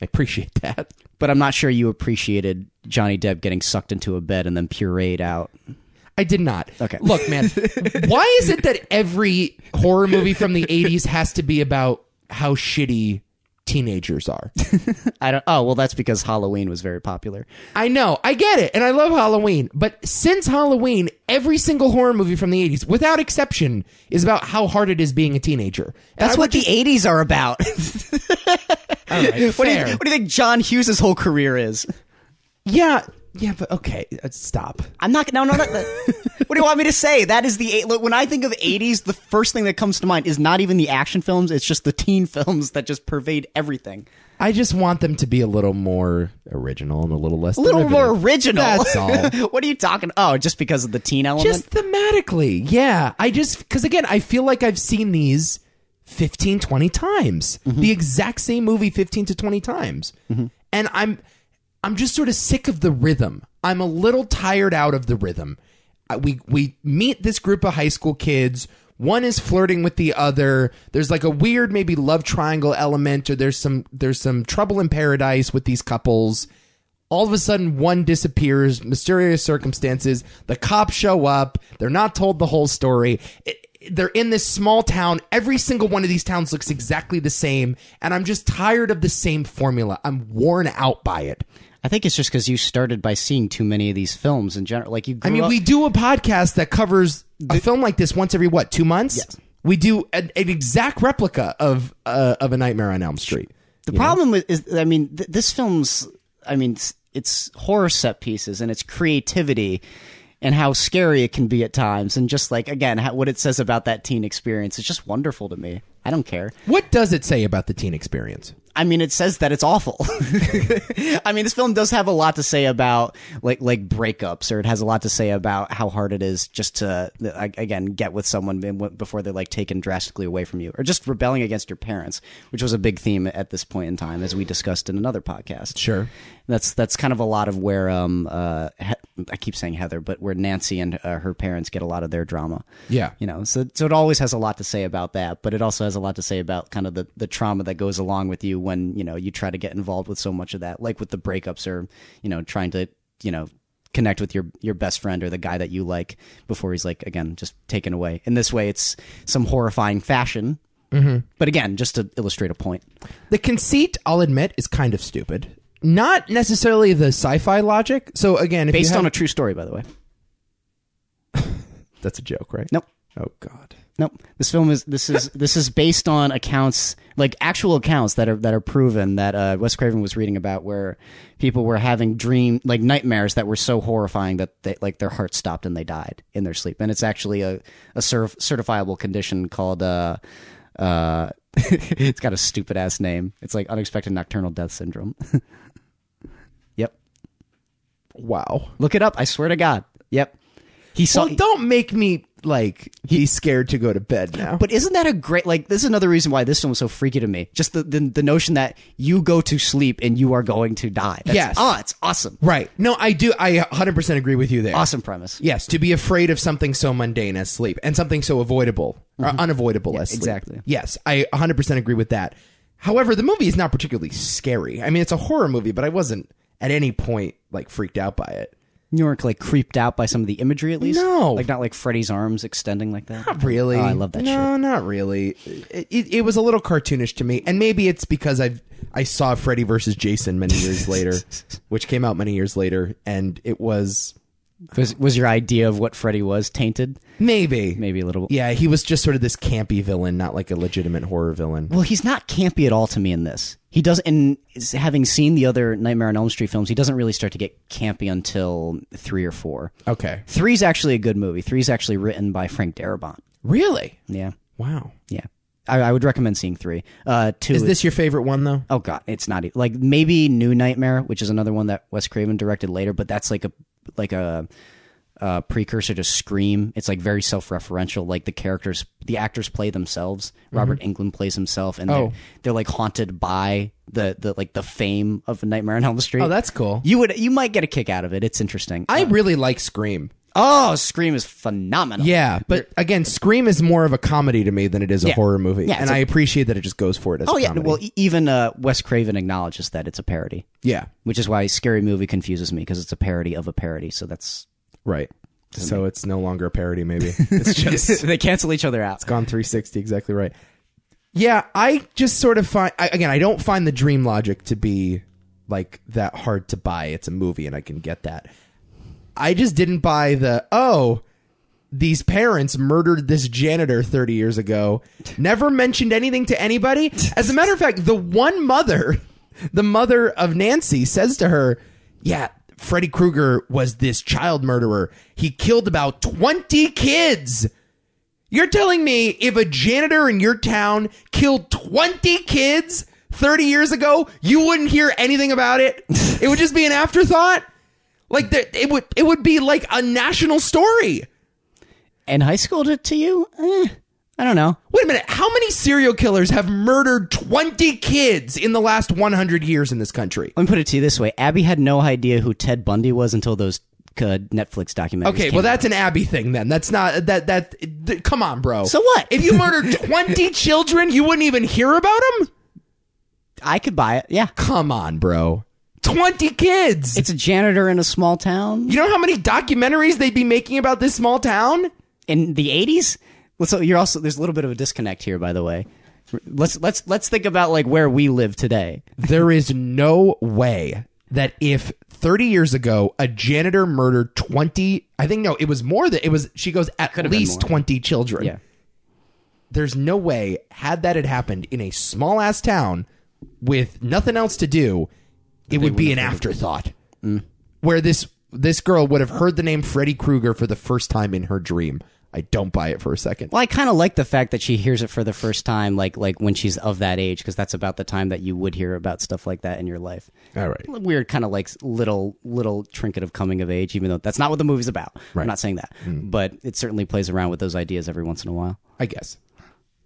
[SPEAKER 1] I appreciate that.
[SPEAKER 2] But I'm not sure you appreciated Johnny Depp getting sucked into a bed and then pureed out.
[SPEAKER 1] I did not.
[SPEAKER 2] Okay.
[SPEAKER 1] Look, man, why is it that every horror movie from the 80s has to be about how shitty teenagers are?
[SPEAKER 2] I don't. Oh well, that's because Halloween was very popular.
[SPEAKER 1] I know. I get it. And I love Halloween. But since Halloween, every single horror movie from the 80s, without exception, is about how hard it is being a teenager. And
[SPEAKER 2] That's
[SPEAKER 1] I
[SPEAKER 2] what the '80s are about.
[SPEAKER 1] would- all right,
[SPEAKER 2] what, do you,
[SPEAKER 1] fair.
[SPEAKER 2] what do you think John Hughes' whole career is?
[SPEAKER 1] Yeah. Yeah, but okay. uh, Stop.
[SPEAKER 2] I'm not. No, no, no. what do you want me to say? That is the eight. Look, when I think of '80s, the first thing that comes to mind is not even the action films. It's just the teen films that just pervade everything.
[SPEAKER 1] I just want them to be a little more original and a little less.
[SPEAKER 2] A little more original.
[SPEAKER 1] That's all.
[SPEAKER 2] what are you talking? Oh, just because of the teen element.
[SPEAKER 1] just thematically yeah i just because again i feel like i've seen these 15 20 times the exact same movie 15 to 20 times and i'm i'm just sort of sick of the rhythm i'm a little tired out of the rhythm Uh, we we meet this group of high school kids one is flirting with the other there's like a weird maybe love triangle element or there's some there's some trouble in paradise with these couples all of a sudden, one disappears, mysterious circumstances. The cops show up. They're not told the whole story. It- they're in this small town. Every single one of these towns looks exactly the same. And I'm just tired of the same formula. I'm worn out by it.
[SPEAKER 2] I think it's just because you started by seeing too many of these films in general. Like you. Grew
[SPEAKER 1] I mean,
[SPEAKER 2] up-
[SPEAKER 1] we do a podcast that covers a film like this once every, what, two months? Yes. We do an, an exact replica of, uh, of A Nightmare on Elm Street.
[SPEAKER 2] The problem with is, I mean, th- this film's, I mean, it's, it's horror set pieces and its creativity and how scary it can be at times. And just like, again, how, what it says about that teen experience is just wonderful to me. I don't care.
[SPEAKER 1] What does it say about the teen experience?
[SPEAKER 2] I mean, it says that it's awful. I mean, this film does have a lot to say about like like breakups, or it has a lot to say about how hard it is just to a- again get with someone be- before they're like taken drastically away from you, or just rebelling against your parents, which was a big theme at this point in time, as we discussed in another podcast.
[SPEAKER 1] Sure.
[SPEAKER 2] That's that's kind of a lot of where um uh he- I keep saying Heather, but where Nancy and uh, her parents get a lot of their drama.
[SPEAKER 1] Yeah.
[SPEAKER 2] You know, so so it always has a lot to say about that, but it also has a lot to say about kind of the the trauma that goes along with you when you know you try to get involved with so much of that, like with the breakups or you know trying to you know connect with your your best friend or the guy that you like before he's like again just taken away. In this way, it's some horrifying fashion. Mm-hmm. But again, just to illustrate a point,
[SPEAKER 1] The conceit, I'll admit, is kind of stupid. Not necessarily the sci-fi logic. So again, if
[SPEAKER 2] based
[SPEAKER 1] you have,
[SPEAKER 2] on a true story, by the way.
[SPEAKER 1] that's a joke, right?
[SPEAKER 2] Nope.
[SPEAKER 1] Oh God.
[SPEAKER 2] Nope. This film is this is this is based on accounts like actual accounts that are that are proven that uh, Wes Craven was reading about where people were having dream like nightmares that were so horrifying that they like their heart stopped and they died in their sleep. And it's actually a a certif- certifiable condition called uh uh it's got a stupid ass name. It's like unexpected nocturnal death syndrome. yep.
[SPEAKER 1] Wow.
[SPEAKER 2] Look it up. I swear to God. Yep. He saw
[SPEAKER 1] Well, don't make me like he's scared to go to bed now.
[SPEAKER 2] But isn't that a great like this is another reason why this film was so freaky to me. Just the the, the notion that you go to sleep and you are going to die. That's,
[SPEAKER 1] Yes.
[SPEAKER 2] Ah, it's awesome.
[SPEAKER 1] right. No, I do. I 100 percent agree with you there.
[SPEAKER 2] Awesome premise.
[SPEAKER 1] Yes, to be afraid of something so mundane as sleep and something so avoidable or unavoidable as sleep.
[SPEAKER 2] Mm-hmm. exactly.
[SPEAKER 1] Yes, I 100% agree with that. However, the movie is not particularly scary. I mean, it's a horror movie, but I wasn't at any point like freaked out by it.
[SPEAKER 2] You weren't like creeped out by some of the imagery at least.
[SPEAKER 1] No.
[SPEAKER 2] Like not like Freddy's arms extending like that.
[SPEAKER 1] Not really.
[SPEAKER 2] Oh, I love that
[SPEAKER 1] no,
[SPEAKER 2] shit.
[SPEAKER 1] not really. It, it, it was a little cartoonish to me, and maybe it's because I've I saw Freddy versus Jason many years later, which came out many years later, and it was
[SPEAKER 2] Was was your idea of what Freddy was tainted?
[SPEAKER 1] Maybe.
[SPEAKER 2] Maybe a little.
[SPEAKER 1] Yeah, he was just sort of this campy villain, not like a legitimate horror villain.
[SPEAKER 2] Well, he's not campy at all to me in this. He doesn't. And having seen the other Nightmare on Elm Street films, he doesn't really start to get campy until three or four.
[SPEAKER 1] Okay.
[SPEAKER 2] Three's actually a good movie. Three's actually written by Frank Darabont.
[SPEAKER 1] Really?
[SPEAKER 2] Yeah,
[SPEAKER 1] Wow.
[SPEAKER 2] yeah. I, I would recommend seeing three. Uh, two
[SPEAKER 1] Is this your favorite one though?
[SPEAKER 2] Oh god, it's not e- like maybe New Nightmare, which is another one that Wes Craven directed later, but that's like a like a, uh precursor to Scream. It's like very self-referential. Like the characters, the actors play themselves. Robert Englund plays himself, and
[SPEAKER 1] Mm-hmm. Oh.
[SPEAKER 2] they're, they're like haunted by the the like the fame of Nightmare on Elm Street.
[SPEAKER 1] Oh, that's cool.
[SPEAKER 2] you would you might get a kick out of it. It's interesting.
[SPEAKER 1] I really like Scream.
[SPEAKER 2] oh, Scream is phenomenal.
[SPEAKER 1] Yeah, but again, Scream is more of a comedy to me than it is a
[SPEAKER 2] Yeah.
[SPEAKER 1] horror movie,
[SPEAKER 2] Yeah, it's
[SPEAKER 1] and
[SPEAKER 2] a-
[SPEAKER 1] I appreciate that it just goes for it as
[SPEAKER 2] Oh
[SPEAKER 1] a
[SPEAKER 2] yeah.
[SPEAKER 1] comedy.
[SPEAKER 2] Well, e- even uh, Wes Craven acknowledges that it's a parody,
[SPEAKER 1] yeah,
[SPEAKER 2] which is why Scary Movie confuses me because it's a parody of a parody. So that's
[SPEAKER 1] right. So it's no longer a parody. Maybe it's just
[SPEAKER 2] they cancel each other out.
[SPEAKER 1] gone 360 exactly right yeah i just sort of find I, again i don't find the dream logic to be like that hard to buy it's a movie and i can get that i just didn't buy the oh these parents murdered this janitor 30 years ago never mentioned anything to anybody as a matter of fact the one mother the mother of nancy says to her yeah freddy krueger was this child murderer he killed about 20 kids you're telling me if a janitor in your town killed 20 kids 30 years ago, you wouldn't hear anything about it? it would just be an afterthought? Like there, it would it would be like a national story.
[SPEAKER 2] And high school to, to you? Eh, I don't know.
[SPEAKER 1] Wait a minute, how many serial killers have murdered 20 kids in the last 100 years in this country?
[SPEAKER 2] Let me put it to you this way: Abby had no idea who Ted Bundy was until those uh, Netflix documentaries.
[SPEAKER 1] Okay,
[SPEAKER 2] came
[SPEAKER 1] well
[SPEAKER 2] out.
[SPEAKER 1] that's an Abby thing then. That's not that that th- come on, bro.
[SPEAKER 2] So what?
[SPEAKER 1] If you murdered 20 children, you wouldn't even hear about them?
[SPEAKER 2] I could buy it. Yeah,
[SPEAKER 1] Come on, bro. 20 kids.
[SPEAKER 2] it's a janitor in a small town
[SPEAKER 1] You know how many documentaries they'd be making about this small town?
[SPEAKER 2] in the eighties. So you're also there's a little bit of a disconnect here, by the way. Let's let's let's think about like where we live today.
[SPEAKER 1] There is no way that if 30 years ago a janitor murdered 20, I think no, it was more than it was she goes at
[SPEAKER 2] been
[SPEAKER 1] least
[SPEAKER 2] more.
[SPEAKER 1] 20 children.
[SPEAKER 2] Yeah.
[SPEAKER 1] There's no way had that had happened in a small ass town with nothing else to do, it would be an afterthought.
[SPEAKER 2] Mm.
[SPEAKER 1] Where this this girl would have heard the name Freddy Krueger for the first time in her dream. I don't buy it for a second.
[SPEAKER 2] Well, I kind of like the fact that she hears it for the first time, like like when she's of that age, because that's about the time that you would hear about stuff like that in your life.
[SPEAKER 1] All right.
[SPEAKER 2] weird kind of like little little trinket of coming of age even though that's not what the movie's about i'm not saying that
[SPEAKER 1] Hmm.
[SPEAKER 2] but it certainly plays around with those ideas every once in a while
[SPEAKER 1] I guess.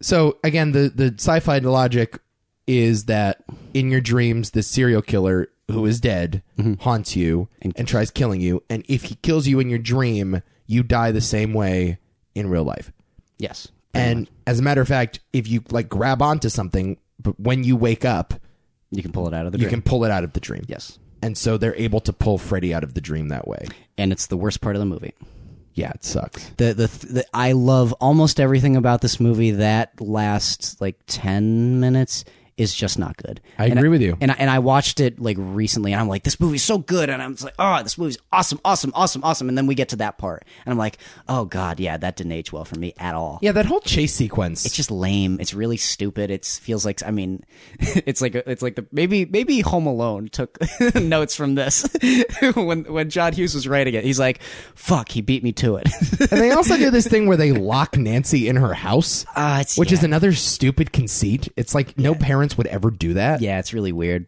[SPEAKER 1] So again, the the sci-fi logic is that in your dreams, the serial killer who is dead haunts you Mm-hmm. and, tries killing you, and if he kills you in your dream, you die the same way in real life.
[SPEAKER 2] yes
[SPEAKER 1] And as a matter of fact, if you like grab onto something, but when you wake up,
[SPEAKER 2] you can pull it out of the
[SPEAKER 1] you
[SPEAKER 2] dream
[SPEAKER 1] can pull it out of the dream.
[SPEAKER 2] yes
[SPEAKER 1] And so they're able to pull Freddy out of the dream that way.
[SPEAKER 2] and it's the worst part of the movie
[SPEAKER 1] Yeah, it sucks.
[SPEAKER 2] the the, th- the i love almost everything about this movie that lasts like 10 minutes is just not good
[SPEAKER 1] I agree with you.
[SPEAKER 2] and I, and I watched it like recently and I'm like this movie's so good and I'm just like oh this movie's awesome awesome awesome awesome and then we get to that part and I'm like oh god yeah that didn't age well for me at all
[SPEAKER 1] Yeah, that whole chase sequence.
[SPEAKER 2] it's just lame. It's really stupid. It feels like I mean, it's like it's like the maybe maybe Home Alone took notes from this when when John Hughes was writing it. He's like, "Fuck, he beat me to it."
[SPEAKER 1] and they also do this thing where they lock Nancy in her house,
[SPEAKER 2] Ah, it's-
[SPEAKER 1] which
[SPEAKER 2] yeah.
[SPEAKER 1] is another stupid conceit. It's like no parents would ever do that.
[SPEAKER 2] yeah, it's really weird.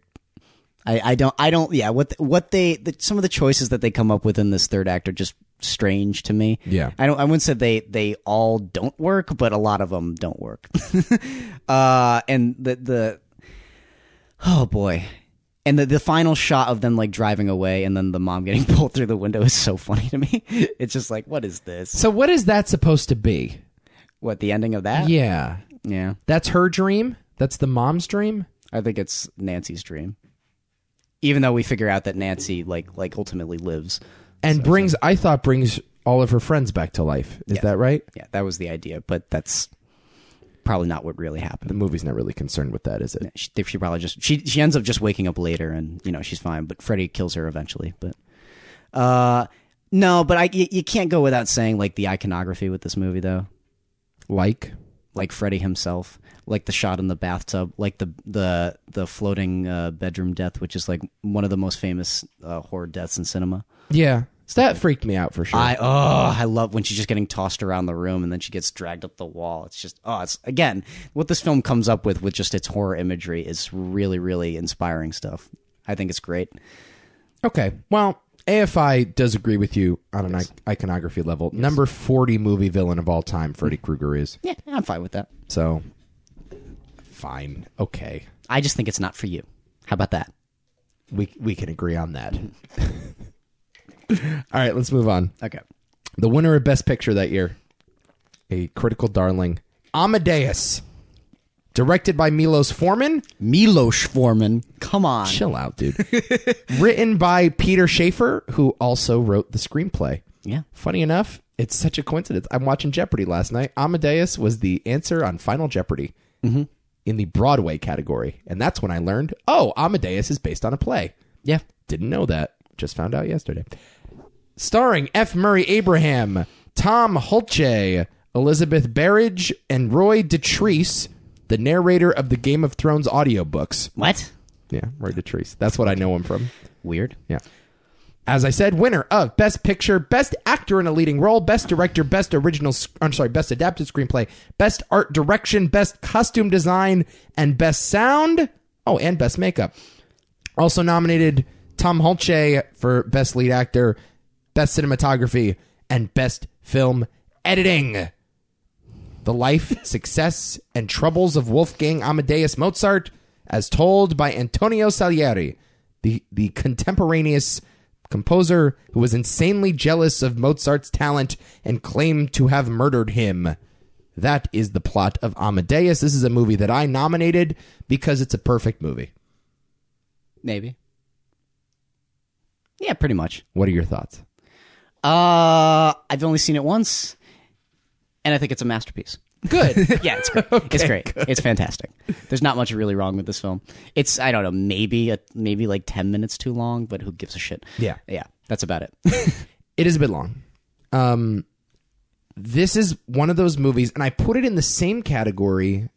[SPEAKER 2] I, I don't I don't yeah what what they the, some of the choices that they come up with in this third act are just strange to me.
[SPEAKER 1] Yeah.
[SPEAKER 2] I don't I wouldn't say they they all don't work, but a lot of them don't work. uh and the the oh boy. And the, the final shot of them like driving away and then the mom getting pulled through the window is so funny to me. It's just like what is this?
[SPEAKER 1] So what is that supposed to be?
[SPEAKER 2] What the ending of that?
[SPEAKER 1] Yeah,
[SPEAKER 2] yeah.
[SPEAKER 1] that's her dream. That's the mom's dream.
[SPEAKER 2] I think it's Nancy's dream. Even though we figure out that Nancy like like ultimately lives.
[SPEAKER 1] And brings, I thought, brings all of her friends back to life. Is that right?
[SPEAKER 2] Yeah, that was the idea, but that's probably not what really happened.
[SPEAKER 1] The movie's not really concerned with that, is it?
[SPEAKER 2] She, she probably just she she ends up just waking up later, and you know she's fine. But Freddy kills her eventually. But uh, No, but I y- you can't go without saying like the iconography with this movie though.
[SPEAKER 1] Like,
[SPEAKER 2] Like Freddy himself, like the shot in the bathtub, like the the the floating uh, bedroom death, which is like one of the most famous uh, horror deaths in cinema.
[SPEAKER 1] yeah, so that freaked me out for sure.
[SPEAKER 2] I oh, I love when she's just getting tossed around the room and then she gets dragged up the wall. It's just oh, it's again what this film comes up with with just its horror imagery is really really inspiring stuff. I think it's great.
[SPEAKER 1] okay, well, AFI does agree with you on an i- iconography level. Number forty movie villain of all time, Freddy Krueger is.
[SPEAKER 2] Yeah, I'm fine with that.
[SPEAKER 1] So, fine, okay,
[SPEAKER 2] I just think it's not for you. How about that?
[SPEAKER 1] we we can agree on that. all right, let's move on.
[SPEAKER 2] Okay.
[SPEAKER 1] The winner of Best Picture that year, a critical darling, Amadeus, directed by Milos Forman.
[SPEAKER 2] Milos Forman, come on.
[SPEAKER 1] Chill out, dude. Written by Peter Schaefer, who also wrote the screenplay.
[SPEAKER 2] Yeah.
[SPEAKER 1] Funny enough, it's such a coincidence. I'm watching Jeopardy last night. Amadeus was the answer on Final Jeopardy in the Broadway category, and that's when I learned, oh, Amadeus is based on a play.
[SPEAKER 2] Yeah.
[SPEAKER 1] Didn't know that. Just found out yesterday. Starring F. Murray Abraham, Tom Hulce, Elizabeth Berridge, and Roy Detrice, the narrator of the Game of Thrones audiobooks.
[SPEAKER 2] What?
[SPEAKER 1] Yeah, Roy Detrice. That's what I know him from.
[SPEAKER 2] Weird.
[SPEAKER 1] Yeah. As I said, winner of Best Picture, Best Actor in a Leading Role, Best Director, Best Original, Sc- I'm sorry, Best Adapted Screenplay, Best Art Direction, Best Costume Design, and Best Sound. Oh, and Best Makeup. Also nominated Tom Hulce for Best Lead Actor, Best Cinematography, and Best Film Editing. The life, success, and troubles of Wolfgang Amadeus Mozart, as told by Antonio Salieri, the, the contemporaneous composer who was insanely jealous of Mozart's talent and claimed to have murdered him. That is the plot of Amadeus. This is a movie that I nominated because it's a perfect movie.
[SPEAKER 2] Maybe. Yeah, pretty much.
[SPEAKER 1] What are your thoughts?
[SPEAKER 2] Uh, I've only seen it once, and I think it's a masterpiece.
[SPEAKER 1] Good.
[SPEAKER 2] Yeah, it's great. it's great. It's fantastic. There's not much really wrong with this film. It's I don't know, maybe a, maybe like ten minutes too long, but who gives a shit?
[SPEAKER 1] Yeah.
[SPEAKER 2] yeah, that's about it.
[SPEAKER 1] It is a bit long. Um, this is one of those movies, and I put it in the same category.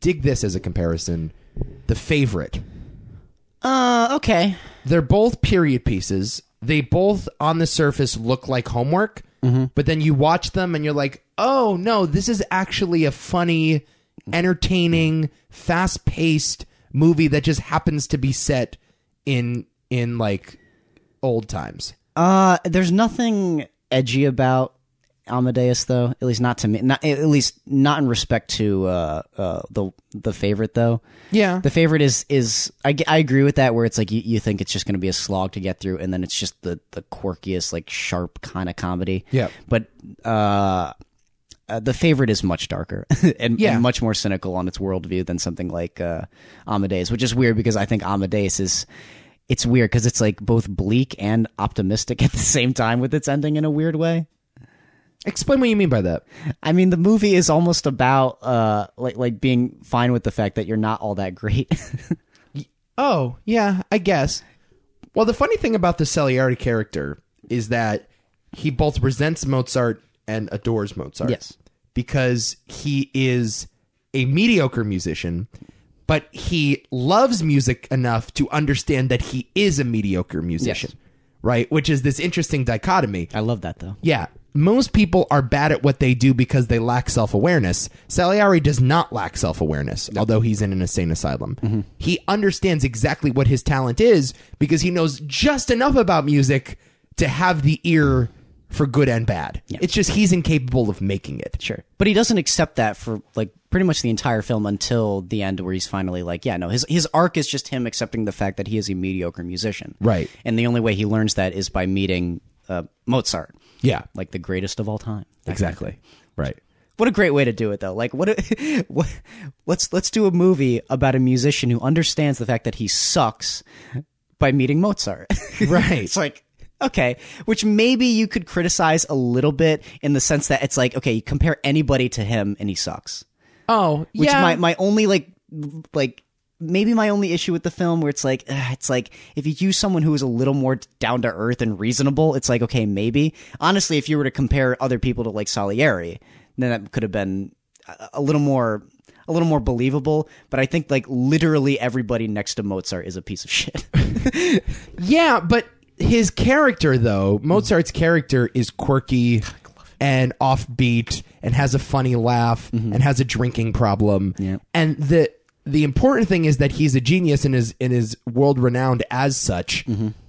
[SPEAKER 1] Dig this as a comparison. The favorite.
[SPEAKER 2] uh, okay.
[SPEAKER 1] They're both period pieces. They both, on the surface, look like homework, but then you watch them and you're like, oh no, this is actually a funny, entertaining, fast paced movie that just happens to be set in in like old times.
[SPEAKER 2] Uh, there's nothing edgy about Amadeus, though. At least not to me. Not at least not in respect to uh, uh, the the favorite, though.
[SPEAKER 1] Yeah.
[SPEAKER 2] The favorite is is I, g- I agree with that. Where it's like you, you think it's just going to be a slog to get through, and then it's just the the quirkiest, like sharp kind of comedy.
[SPEAKER 1] Yeah.
[SPEAKER 2] But uh, uh, the favorite is much darker and,
[SPEAKER 1] Yeah.
[SPEAKER 2] and much more cynical on its worldview than something like uh, Amadeus, which is weird because I think Amadeus is. It's weird because it's like both bleak and optimistic at the same time with its ending in a weird way.
[SPEAKER 1] Explain what you mean by that.
[SPEAKER 2] I mean, the movie is almost about uh, like like being fine with the fact that you're not all that great.
[SPEAKER 1] Oh, yeah, I guess. Well, the funny thing about the Salieri character is that he both resents Mozart and adores Mozart.
[SPEAKER 2] Yes.
[SPEAKER 1] Because he is a mediocre musician, but he loves music enough to understand that he is a mediocre musician, right? Which is this interesting dichotomy.
[SPEAKER 2] I love that though.
[SPEAKER 1] Yeah. Most people are bad at what they do because they lack self awareness. Salieri does not lack self awareness, although he's in an insane asylum.
[SPEAKER 2] Mm-hmm.
[SPEAKER 1] He understands exactly what his talent is because he knows just enough about music to have the ear for good and bad. It's just he's incapable of making it.
[SPEAKER 2] Sure. But he doesn't accept that for like pretty much the entire film until the end where he's finally like, yeah, no, his his arc is just him accepting the fact that he is a mediocre musician.
[SPEAKER 1] Right.
[SPEAKER 2] And the only way he learns that is by meeting uh, Mozart,
[SPEAKER 1] Yeah.
[SPEAKER 2] like the greatest of all time.
[SPEAKER 1] Exactly. Right.
[SPEAKER 2] What a great way to do it though. Like what, a, what let's let's do a movie about a musician who understands the fact that he sucks by meeting Mozart.
[SPEAKER 1] Right.
[SPEAKER 2] It's like, okay, which maybe you could criticize a little bit in the sense that it's like, okay, you compare anybody to him and he sucks.
[SPEAKER 1] oh,
[SPEAKER 2] Which
[SPEAKER 1] yeah.
[SPEAKER 2] my my only like like maybe my only issue with the film where it's like ugh, it's like if you use someone who is a little more down to earth and reasonable it's like okay maybe honestly if you were to compare other people to like Salieri then that could have been a- a little more a little more believable but I think like literally everybody next to Mozart is a piece of shit
[SPEAKER 1] Yeah, but his character, though, Mozart's character is quirky and offbeat and has a funny laugh and has a drinking problem. And the the important thing is that he's a genius and is and is world renowned as such,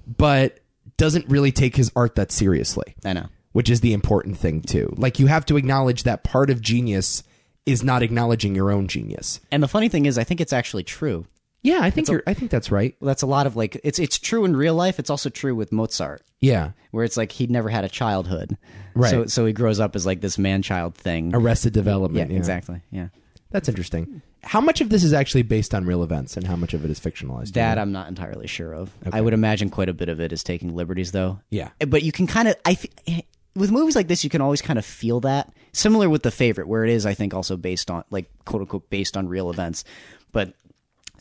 [SPEAKER 1] but doesn't really take his art that seriously.
[SPEAKER 2] I know
[SPEAKER 1] Which is the important thing too. Like you have to acknowledge that part of genius is not acknowledging your own genius.
[SPEAKER 2] and the funny thing is I think it's actually true
[SPEAKER 1] Yeah, I think you're, I think that's right.
[SPEAKER 2] that's a lot of like it's it's true in real life it's also true with Mozart
[SPEAKER 1] Yeah,
[SPEAKER 2] where it's like he never had a childhood.
[SPEAKER 1] Right.
[SPEAKER 2] So so he grows up as like this man child thing.
[SPEAKER 1] arrested
[SPEAKER 2] yeah,
[SPEAKER 1] development. yeah.
[SPEAKER 2] exactly. Yeah.
[SPEAKER 1] That's interesting. How much of this is actually based on real events and how much of it is fictionalized?
[SPEAKER 2] That I'm not entirely sure of. I would imagine quite a bit of it is taking liberties though. Eh,
[SPEAKER 1] Yeah.
[SPEAKER 2] But you can kind of I th- with movies like this you can always kind of feel that. Similar with The Favorite where it is I think also based on like quote unquote based on real events, but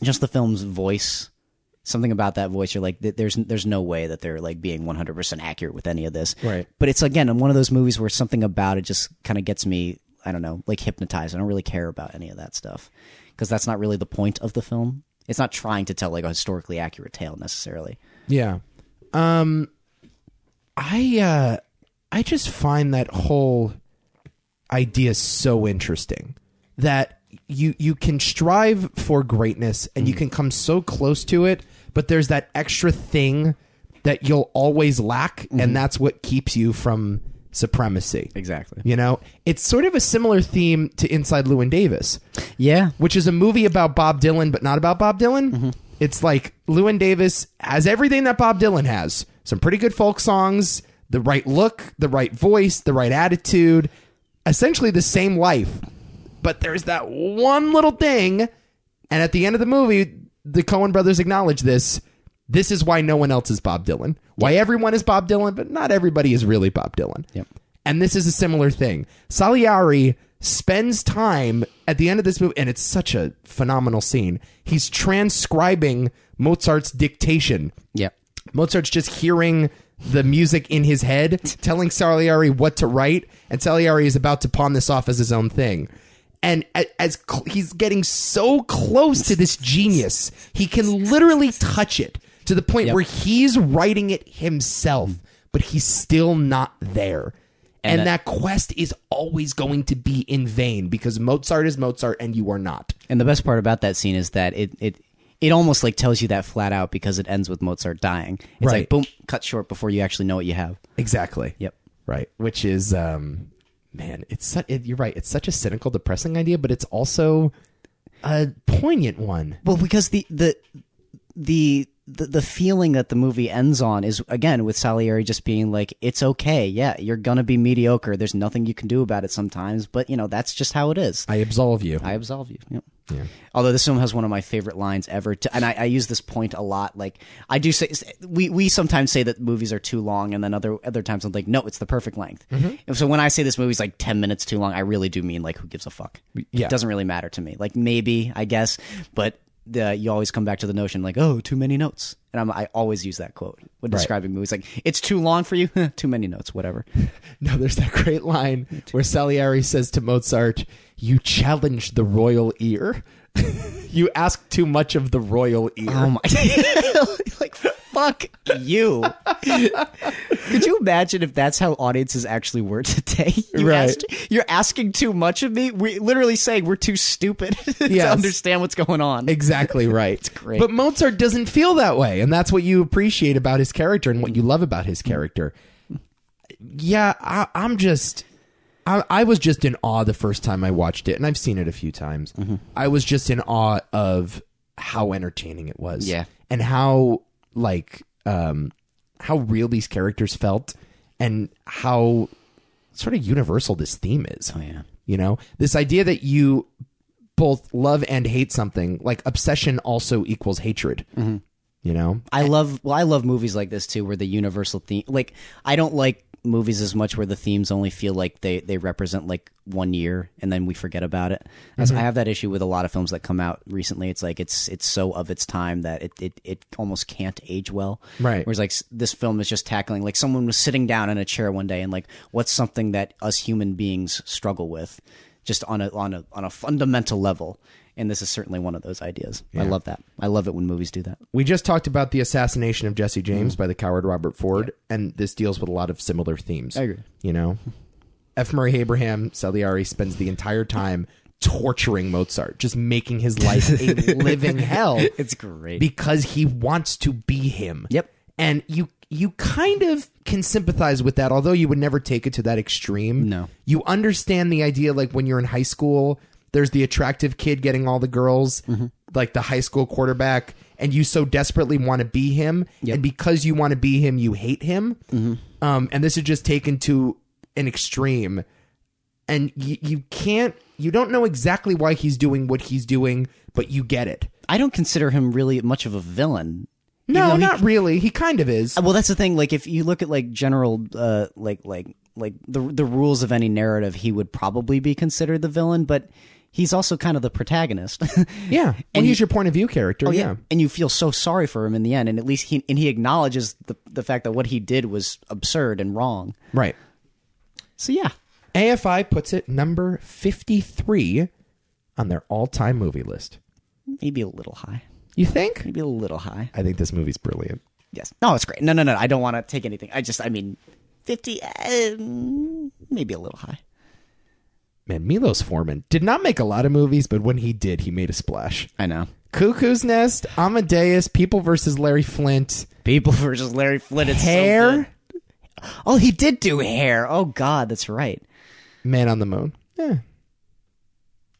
[SPEAKER 2] just the film's voice something about that voice you're like th- there's there's no way that they're like being 100% accurate with any of this
[SPEAKER 1] Right.
[SPEAKER 2] but it's again one of those movies where something about it just kind of gets me i don't know like hypnotized i don't really care about any of that stuff because that's not really the point of the film it's not trying to tell like a historically accurate tale necessarily
[SPEAKER 1] Yeah. Um I uh I just find that whole idea so interesting that you you can strive for greatness and you
[SPEAKER 2] Mm.
[SPEAKER 1] can come so close to it, but there's that extra thing that you'll always lack and that's what keeps you from supremacy.
[SPEAKER 2] Mm-hmm. exactly
[SPEAKER 1] You know, it's sort of a similar theme to Inside Lewin Davis.
[SPEAKER 2] yeah
[SPEAKER 1] which is a movie about Bob Dylan, but not about Bob Dylan. It's like Lewin Davis has everything that Bob Dylan has some pretty good folk songs, the right look, the right voice, the right attitude, essentially the same life. But there's that one little thing. And at the end of the movie, the Coen brothers acknowledge this. This is why no one else is Bob Dylan. Why everyone is Bob Dylan, but not everybody is really Bob Dylan.
[SPEAKER 2] Yep.
[SPEAKER 1] And this is a similar thing. Salieri spends time at the end of this movie, and it's such a phenomenal scene. He's transcribing Mozart's dictation.
[SPEAKER 2] yeah
[SPEAKER 1] Mozart's just hearing the music in his head, telling Salieri what to write, and Salieri is about to pawn this off as his own thing. And a- as cl- he's getting so close to this genius, he can literally touch it to the point where he's writing it himself, but he's still not there. Hmm. And, that quest is always going to be in vain because Mozart is Mozart and you are not.
[SPEAKER 2] and the best part about that scene is that it it it almost like tells you that flat out because it ends with mozart dying it's
[SPEAKER 1] Right.
[SPEAKER 2] like boom cut short before you actually know what you have
[SPEAKER 1] Exactly.
[SPEAKER 2] Yep.
[SPEAKER 1] Right. Which is, um, man, it's such. It, you're right. It's such a cynical, depressing idea, but it's also a poignant one.
[SPEAKER 2] Well, because the the the the, the feeling that the movie ends on is again with Salieri just being like, "It's okay, yeah, you're gonna be mediocre. There's nothing you can do about it sometimes, but you know that's just how it is.
[SPEAKER 1] I absolve you.
[SPEAKER 2] I absolve you." Yep. Although this film has one of my favorite lines ever, to, and I, I use this point a lot. Like I do say, we we sometimes say that movies are too long, and then other other times I'm like, no, it's the perfect length.
[SPEAKER 1] Mm-hmm.
[SPEAKER 2] And so when I say this movie's like ten minutes too long, I really do mean like, who gives a fuck?
[SPEAKER 1] yeah.
[SPEAKER 2] it doesn't really matter to me. Like maybe I guess, but the, you always come back to the notion like, oh, too many notes. And I'm, I always use that quote when describing movies. Like it's too long for you, too many notes, whatever.
[SPEAKER 1] no, there's that great line where Salieri says to Mozart, "You challenge the royal ear. you ask too much of the royal ear."
[SPEAKER 2] Oh my! like fuck you. Could you imagine if that's how audiences actually were today? You
[SPEAKER 1] Right.
[SPEAKER 2] asked- you're asking too much of me. We literally saying we're too stupid to
[SPEAKER 1] Yes.
[SPEAKER 2] understand what's going on.
[SPEAKER 1] Exactly right.
[SPEAKER 2] great.
[SPEAKER 1] But Mozart doesn't feel that way, and that's what you appreciate about his character and what you love about his character. Yeah, I, I'm just. I, I was just in awe the first time I watched it, and I've seen it a few times.
[SPEAKER 2] Mm-hmm.
[SPEAKER 1] I was just in awe of how entertaining it was,
[SPEAKER 2] Yeah.
[SPEAKER 1] and how like um, how real these characters felt, and how sort of universal this theme is.
[SPEAKER 2] Oh, yeah.
[SPEAKER 1] You know, this idea that you both love and hate something, like obsession also equals hatred.
[SPEAKER 2] Mm-hmm.
[SPEAKER 1] You know?
[SPEAKER 2] I love well, I love movies like this too, where the universal theme. Like I don't like movies as much where the themes only feel like they, they represent like one year and then we forget about it. As I have that issue with a lot of films that come out recently. It's like it's it's so of its time that it, it, it almost can't age well.
[SPEAKER 1] Right.
[SPEAKER 2] Whereas like s- this film is just tackling like someone was sitting down in a chair one day and like what's something that us human beings struggle with just on a on a on a fundamental level. And this is certainly one of those ideas. I love that. I love it when movies do that.
[SPEAKER 1] We just talked about the assassination of Jesse James
[SPEAKER 2] Mm-hmm.
[SPEAKER 1] by the coward Robert Ford, and this deals with a lot of similar themes. I
[SPEAKER 2] agree.
[SPEAKER 1] You know, F. Murray Abraham Salieri spends the entire time torturing Mozart, just making his life a living hell.
[SPEAKER 2] It's great.
[SPEAKER 1] because he wants to be him.
[SPEAKER 2] Yep.
[SPEAKER 1] And you you kind of can sympathize with that, although you would never take it to that extreme.
[SPEAKER 2] No.
[SPEAKER 1] You understand the idea like when you're in high school, there's the attractive kid getting all the girls, like the high school quarterback, and you so desperately want to be him, and because you want to be him, you hate him. Um, and this is just taken to an extreme and y- you can't you don't know exactly why he's doing what he's doing but you get it
[SPEAKER 2] I don't consider him really much of a villain.
[SPEAKER 1] no not really he kind of is
[SPEAKER 2] Uh, Well, that's the thing. Like, if you look at like general, uh, like like like the the rules of any narrative, he would probably be considered the villain, but he's also kind of the protagonist.
[SPEAKER 1] yeah well, he's your point of view character yeah.
[SPEAKER 2] and you feel so sorry for him in the end, and at least he and he acknowledges the the fact that what he did was absurd and wrong.
[SPEAKER 1] right
[SPEAKER 2] So yeah,
[SPEAKER 1] afi puts it number 53 on their all-time movie list
[SPEAKER 2] maybe a little high,
[SPEAKER 1] you think
[SPEAKER 2] maybe a little high.
[SPEAKER 1] i think this movie's brilliant
[SPEAKER 2] Yes, no, it's great. No, no, no. I don't want to take anything. I just, I mean, fifty, um, maybe a little high.
[SPEAKER 1] man milos forman did not make a lot of movies but when he did he made a splash
[SPEAKER 2] I know.
[SPEAKER 1] cuckoo's nest amadeus people versus larry flint
[SPEAKER 2] People versus Larry Flint. It's so
[SPEAKER 1] hair
[SPEAKER 2] good. oh, he did do hair. Oh God, that's right.
[SPEAKER 1] Man on the Moon. Yeah.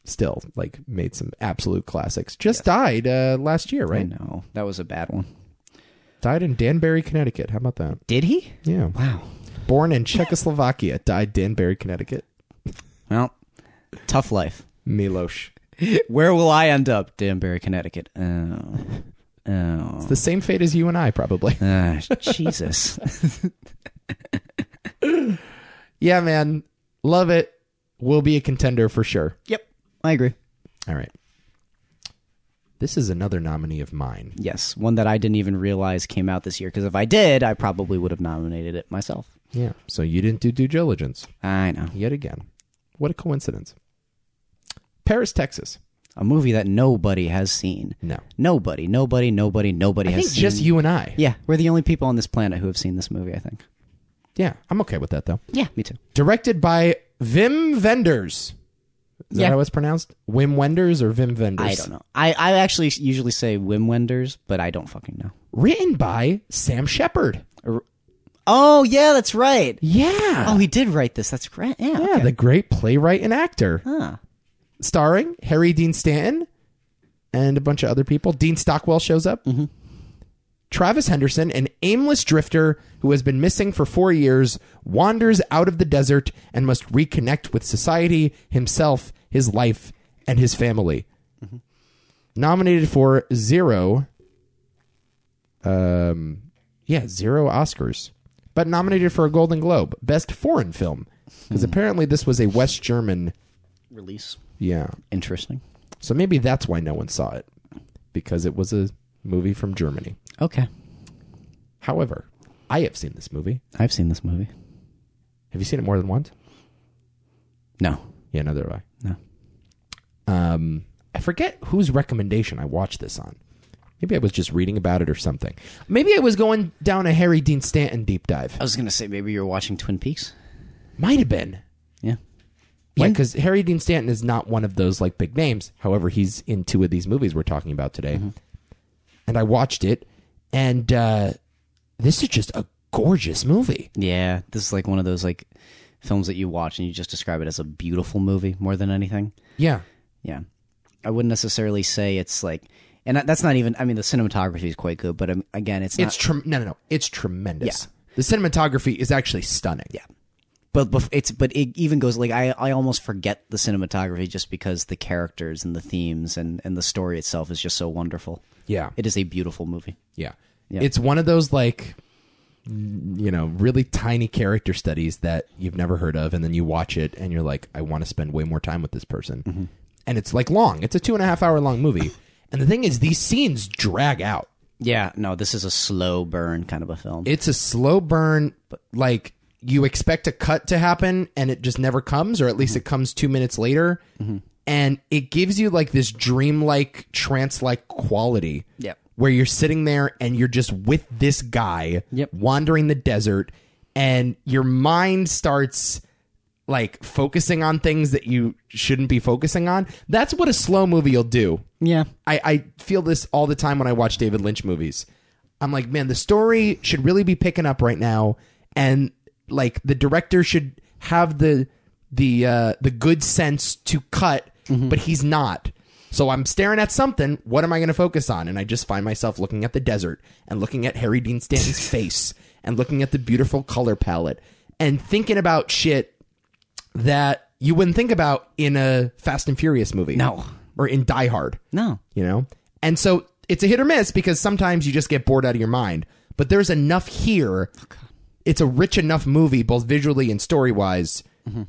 [SPEAKER 1] Still, like, made some absolute classics. Just died uh, last year,
[SPEAKER 2] I
[SPEAKER 1] right?
[SPEAKER 2] know that was a bad one.
[SPEAKER 1] Died in Danbury, Connecticut. How about that?
[SPEAKER 2] Did he?
[SPEAKER 1] Yeah.
[SPEAKER 2] Wow.
[SPEAKER 1] Born in Czechoslovakia, died Danbury, Connecticut.
[SPEAKER 2] Well, tough life.
[SPEAKER 1] Milosh.
[SPEAKER 2] Where will I end up? Danbury, Connecticut. Oh, oh,
[SPEAKER 1] The same fate as you and I, probably.
[SPEAKER 2] Ah, Jesus.
[SPEAKER 1] yeah, man. Love it. Will be a contender for sure.
[SPEAKER 2] yep, I agree.
[SPEAKER 1] All right. This is another nominee of mine.
[SPEAKER 2] Yes, one that I didn't even realize came out this year. Because if I did, I probably would have nominated it myself.
[SPEAKER 1] Yeah. So you didn't do due diligence
[SPEAKER 2] I know.
[SPEAKER 1] yet again. What a coincidence. Paris, Texas.
[SPEAKER 2] A movie that nobody has seen.
[SPEAKER 1] No.
[SPEAKER 2] Nobody, nobody, nobody, nobody
[SPEAKER 1] I
[SPEAKER 2] has
[SPEAKER 1] think
[SPEAKER 2] seen.
[SPEAKER 1] just you and I.
[SPEAKER 2] Yeah, we're the only people on this planet who have seen this movie, I think.
[SPEAKER 1] Yeah, I'm okay with that though.
[SPEAKER 2] Yeah, me too.
[SPEAKER 1] Directed by Vim Vendors. Is
[SPEAKER 2] Yeah.
[SPEAKER 1] that how it's pronounced? Wim Wenders or Vim Vendors?
[SPEAKER 2] I don't know. I, I actually usually say Wim Wenders, but I don't fucking know.
[SPEAKER 1] Written by Sam Shepard.
[SPEAKER 2] Oh, yeah, that's right.
[SPEAKER 1] Yeah. Oh,
[SPEAKER 2] Oh, he did write this. That's great. Yeah.
[SPEAKER 1] yeah, the great playwright and actor.
[SPEAKER 2] Huh.
[SPEAKER 1] Starring Harry Dean Stanton and a bunch of other people. Dean Stockwell shows up. Travis Henderson, an aimless drifter who has been missing for four years, wanders out of the desert and must reconnect with society, himself, his life, and his family. Nominated for zero, um, yeah, zero Oscars, but nominated for a Golden Globe, best foreign film, because apparently this was a West German,
[SPEAKER 2] Release.
[SPEAKER 1] yeah.
[SPEAKER 2] Interesting.
[SPEAKER 1] So maybe that's why no one saw it, because it was a movie from Germany.
[SPEAKER 2] Okay.
[SPEAKER 1] However, I have seen this movie.
[SPEAKER 2] I've seen this movie.
[SPEAKER 1] Have you seen it more than once?
[SPEAKER 2] No.
[SPEAKER 1] Yeah, neither have I.
[SPEAKER 2] No.
[SPEAKER 1] Um, I forget whose recommendation I watched this on. Maybe I was just reading about it or something. Maybe I was going down a Harry Dean Stanton deep dive.
[SPEAKER 2] I was going to say maybe you're watching Twin Peaks.
[SPEAKER 1] Might have been.
[SPEAKER 2] Yeah.
[SPEAKER 1] Yeah, because Harry Dean Stanton is not one of those like big names. However, he's in two of these movies we're talking about today. And I watched it, and uh, this is just a gorgeous movie.
[SPEAKER 2] Yeah. This is like one of those like films that you watch and you just describe it as a beautiful movie more than anything.
[SPEAKER 1] Yeah.
[SPEAKER 2] Yeah. I wouldn't necessarily say it's like, and that's not even, I mean, the cinematography is quite good, but um, again, it's not.
[SPEAKER 1] It's trem- no, no, no. It's tremendous. The cinematography is actually stunning. Yeah.
[SPEAKER 2] but, but it's but it even goes like I, I almost forget the cinematography just because the characters and the themes and, and the story itself is just so wonderful.
[SPEAKER 1] Yeah.
[SPEAKER 2] It is a beautiful movie.
[SPEAKER 1] Yeah. It's one of those like you know, really tiny character studies that you've never heard of, and then you watch it and you're like, I want to spend way more time with this person. And it's like long. It's a two and a half hour long movie. and the thing is, these scenes drag out.
[SPEAKER 2] Yeah, no, this is a slow burn kind of a film.
[SPEAKER 1] It's a slow burn, but like you expect a cut to happen and it just never comes, or at least it comes two minutes later. And it gives you like this dreamlike, trance like quality.
[SPEAKER 2] Yep.
[SPEAKER 1] Where you're sitting there and you're just with this guy
[SPEAKER 2] Yep.
[SPEAKER 1] wandering the desert, and your mind starts like focusing on things that you shouldn't be focusing on. That's what a slow movie will do.
[SPEAKER 2] yeah.
[SPEAKER 1] I, I feel this all the time when I watch David Lynch movies. I'm like, man, the story should really be picking up right now, and like the director should have the the uh, the good sense to cut, but he's not. So I'm staring at something. What am I going to focus on? And I just find myself looking at the desert and looking at Harry Dean Stanton's face and looking at the beautiful color palette and thinking about shit that you wouldn't think about in a Fast and Furious movie.
[SPEAKER 2] No.
[SPEAKER 1] Or in Die Hard
[SPEAKER 2] No.
[SPEAKER 1] you know and so it's a hit or miss because sometimes you just get bored out of your mind but there's enough here it's a rich enough movie both visually and story-wise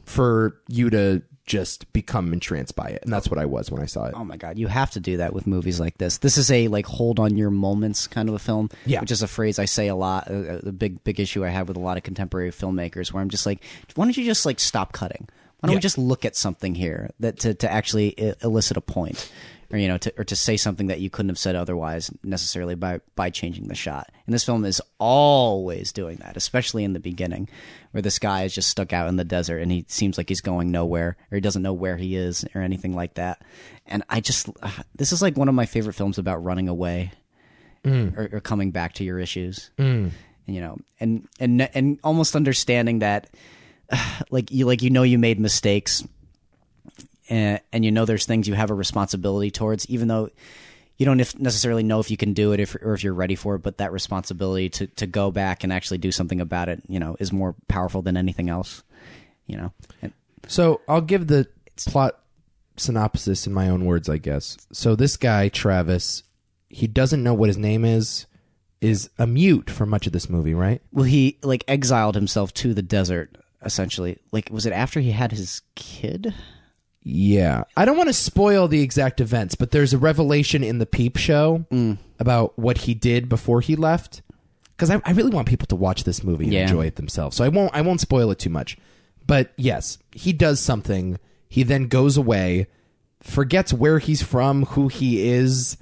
[SPEAKER 1] for you to just become entranced by it and that's what i was when i saw it
[SPEAKER 2] Oh my god, you have to do that with movies like this. This is a like hold on your moments kind of a film,
[SPEAKER 1] Yeah.
[SPEAKER 2] which is a phrase I say a lot. A, a big big issue I have with a lot of contemporary filmmakers, where I'm just like, why don't you just like stop cutting? Why don't we
[SPEAKER 1] Yeah.
[SPEAKER 2] just look at something here that to to actually i- elicit a point, or you know, to, or to say something that you couldn't have said otherwise necessarily by by changing the shot. And this film is always doing that, especially in the beginning, where this guy is just stuck out in the desert and he seems like he's going nowhere, or he doesn't know where he is, or anything like that. And I just ah, this is like one of my favorite films about running away or, or coming back to your issues. You know, and and and almost understanding that, like you like you know you made mistakes, and, and you know there's things you have a responsibility towards, even though you don't if necessarily know if you can do it if, or if you're ready for it. But that responsibility to to go back and actually do something about it, you know, is more powerful than anything else. You know, and,
[SPEAKER 1] So I'll give the plot synopsis in my own words, I guess. So this guy, Travis, he doesn't know what his name is, is a mute for much of this movie, right?
[SPEAKER 2] well, he like exiled himself to the desert essentially. Like, was it after he had his kid?
[SPEAKER 1] Yeah. I don't want to spoil the exact events, but there's a revelation in the peep show about what he did before he left. Because I, I really want people to watch this movie and
[SPEAKER 2] Yeah.
[SPEAKER 1] enjoy it themselves. So I won't I won't spoil it too much. But yes, he does something. He then goes away, forgets where he's from, who he is,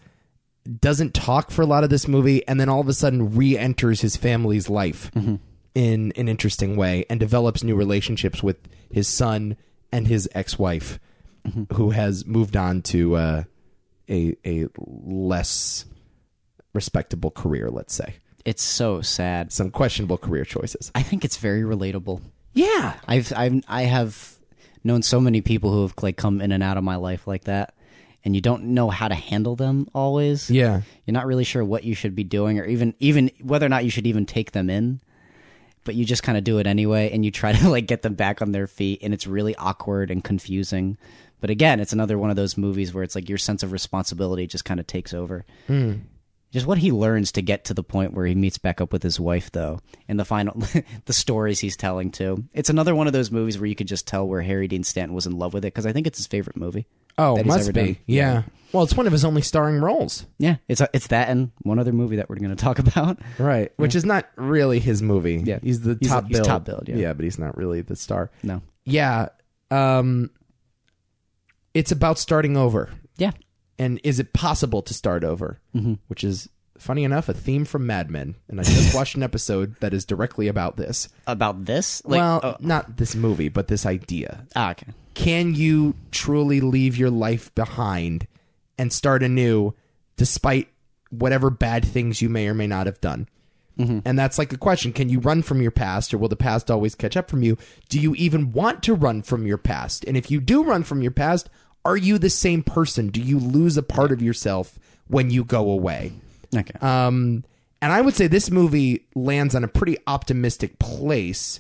[SPEAKER 1] doesn't talk for a lot of this movie, and then all of a sudden re enters his family's life
[SPEAKER 2] Mm-hmm.
[SPEAKER 1] in an interesting way and develops new relationships with his son and his ex wife,
[SPEAKER 2] Mm-hmm.
[SPEAKER 1] who has moved on to uh, a, a less respectable career, let's say.
[SPEAKER 2] It's so sad.
[SPEAKER 1] Some questionable career choices.
[SPEAKER 2] I think it's very relatable.
[SPEAKER 1] Yeah.
[SPEAKER 2] I've I've I have known so many people who have like come in and out of my life like that, and you don't know how to handle them always.
[SPEAKER 1] Yeah.
[SPEAKER 2] you're not really sure what you should be doing, or even even whether or not you should even take them in. But you just kind of do it anyway, and you try to like get them back on their feet, and it's really awkward and confusing. But again, it's another one of those movies where it's like your sense of responsibility just kind of takes over just what he learns to get to the point where he meets back up with his wife though and the final the stories he's telling too it's another one of those movies where you could just tell where harry dean stanton was in love with it because i think it's his favorite movie
[SPEAKER 1] Oh,
[SPEAKER 2] that he's
[SPEAKER 1] must
[SPEAKER 2] ever
[SPEAKER 1] be.
[SPEAKER 2] done.
[SPEAKER 1] Yeah. Well, it's one of his only starring roles.
[SPEAKER 2] yeah it's it's that and one other movie that we're going to talk about
[SPEAKER 1] Right. Which is not really his movie.
[SPEAKER 2] Yeah.
[SPEAKER 1] He's the
[SPEAKER 2] He's-
[SPEAKER 1] top
[SPEAKER 2] he's
[SPEAKER 1] build.
[SPEAKER 2] top billed, yeah.
[SPEAKER 1] Yeah, but he's not really the star.
[SPEAKER 2] no
[SPEAKER 1] Yeah. Um it's about starting over.
[SPEAKER 2] yeah
[SPEAKER 1] And is it possible to start over? Which is funny enough a theme from Mad Men, and I just watched an episode that is directly about this.
[SPEAKER 2] about this like
[SPEAKER 1] well, not this movie, but this idea.
[SPEAKER 2] ah, okay
[SPEAKER 1] Can you truly leave your life behind and start anew despite whatever bad things you may or may not have done?
[SPEAKER 2] Mm-hmm.
[SPEAKER 1] And that's like a question. Can you run from your past or will the past always catch up from you? Do you even want to run from your past? And if you do run from your past, are you the same person? Do you lose a part of yourself when you go away?
[SPEAKER 2] okay
[SPEAKER 1] Um, and I would say this movie lands on a pretty optimistic place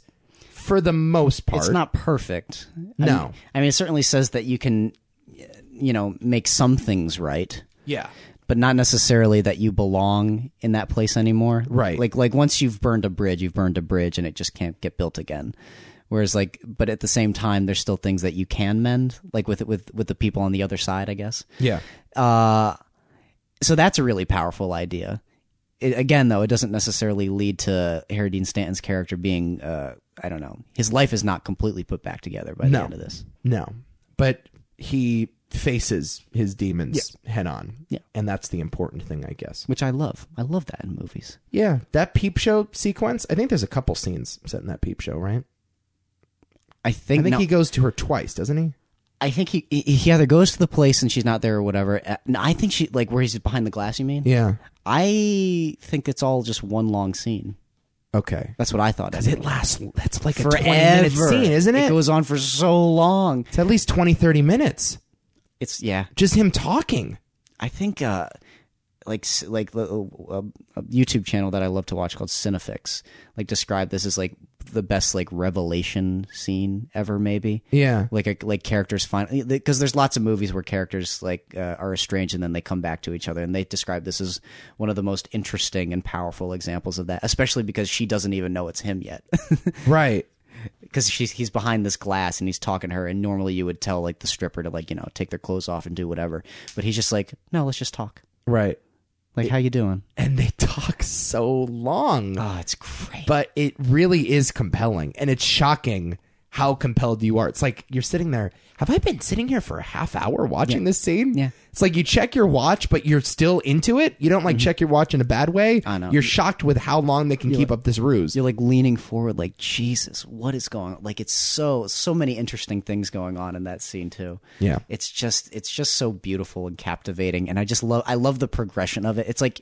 [SPEAKER 1] for the most part.
[SPEAKER 2] it's not perfect I
[SPEAKER 1] No.
[SPEAKER 2] mean, I mean it certainly says that you can you know make some things right
[SPEAKER 1] yeah.
[SPEAKER 2] but not necessarily that you belong in that place anymore.
[SPEAKER 1] Right.
[SPEAKER 2] Like like once you've burned a bridge, you've burned a bridge and it just can't get built again. Whereas like but at the same time there's still things that you can mend, like with with with the people on the other side, I guess.
[SPEAKER 1] Yeah.
[SPEAKER 2] So that's a really powerful idea. It, again though, it doesn't necessarily lead to Harry Dean Stanton's character being uh I don't know. His life is not completely put back together by the
[SPEAKER 1] No.
[SPEAKER 2] end of this.
[SPEAKER 1] No. But he faces his demons head on.
[SPEAKER 2] Yeah.
[SPEAKER 1] And that's the important thing, I guess.
[SPEAKER 2] Which I love. I love that in movies.
[SPEAKER 1] Yeah. That peep show sequence, I think there's a couple scenes set in that peep show, right?
[SPEAKER 2] I think,
[SPEAKER 1] I think
[SPEAKER 2] no-
[SPEAKER 1] he goes to her twice, doesn't he?
[SPEAKER 2] I think he he he either goes to the place and she's not there or whatever. Uh, no, I think she like where he's behind the glass. You mean?
[SPEAKER 1] Yeah.
[SPEAKER 2] I think it's all just one long scene.
[SPEAKER 1] Okay.
[SPEAKER 2] That's what I thought.
[SPEAKER 1] It lasts, that's like a 20 minute
[SPEAKER 2] Forever,
[SPEAKER 1] scene, isn't it?
[SPEAKER 2] It goes on for so long.
[SPEAKER 1] it's at least 20, 30 minutes.
[SPEAKER 2] It's yeah.
[SPEAKER 1] Just him talking.
[SPEAKER 2] I think uh, like s- like the uh, a YouTube channel that I love to watch called Cinefix like described this as like the best like revelation scene ever maybe.
[SPEAKER 1] Yeah.
[SPEAKER 2] like a, like characters finally because there's lots of movies where characters like uh, are estranged and then they come back to each other and they describe this as one of the most interesting and powerful examples of that especially because she doesn't even know it's him yet
[SPEAKER 1] Right.
[SPEAKER 2] because she's he's behind this glass and he's talking to her and normally you would tell like the stripper to like you know take their clothes off and do whatever but he's just like no let's just talk
[SPEAKER 1] Right.
[SPEAKER 2] like how you doing
[SPEAKER 1] And they talk so long.
[SPEAKER 2] oh it's great
[SPEAKER 1] but it really is compelling and it's shocking how compelled you are. It's like you're sitting there. Have I been sitting here for a half hour watching this scene?
[SPEAKER 2] Yeah.
[SPEAKER 1] It's like you check your watch, but you're still into it. You don't like check your watch in a bad way.
[SPEAKER 2] Mm-hmm. I know.
[SPEAKER 1] You're shocked with how long they can keep up this ruse.
[SPEAKER 2] you're like leaning forward like jesus what is going on like it's so so many interesting things going on in that scene too
[SPEAKER 1] Yeah.
[SPEAKER 2] it's just it's just so beautiful and captivating and i just love i love the progression of it it's like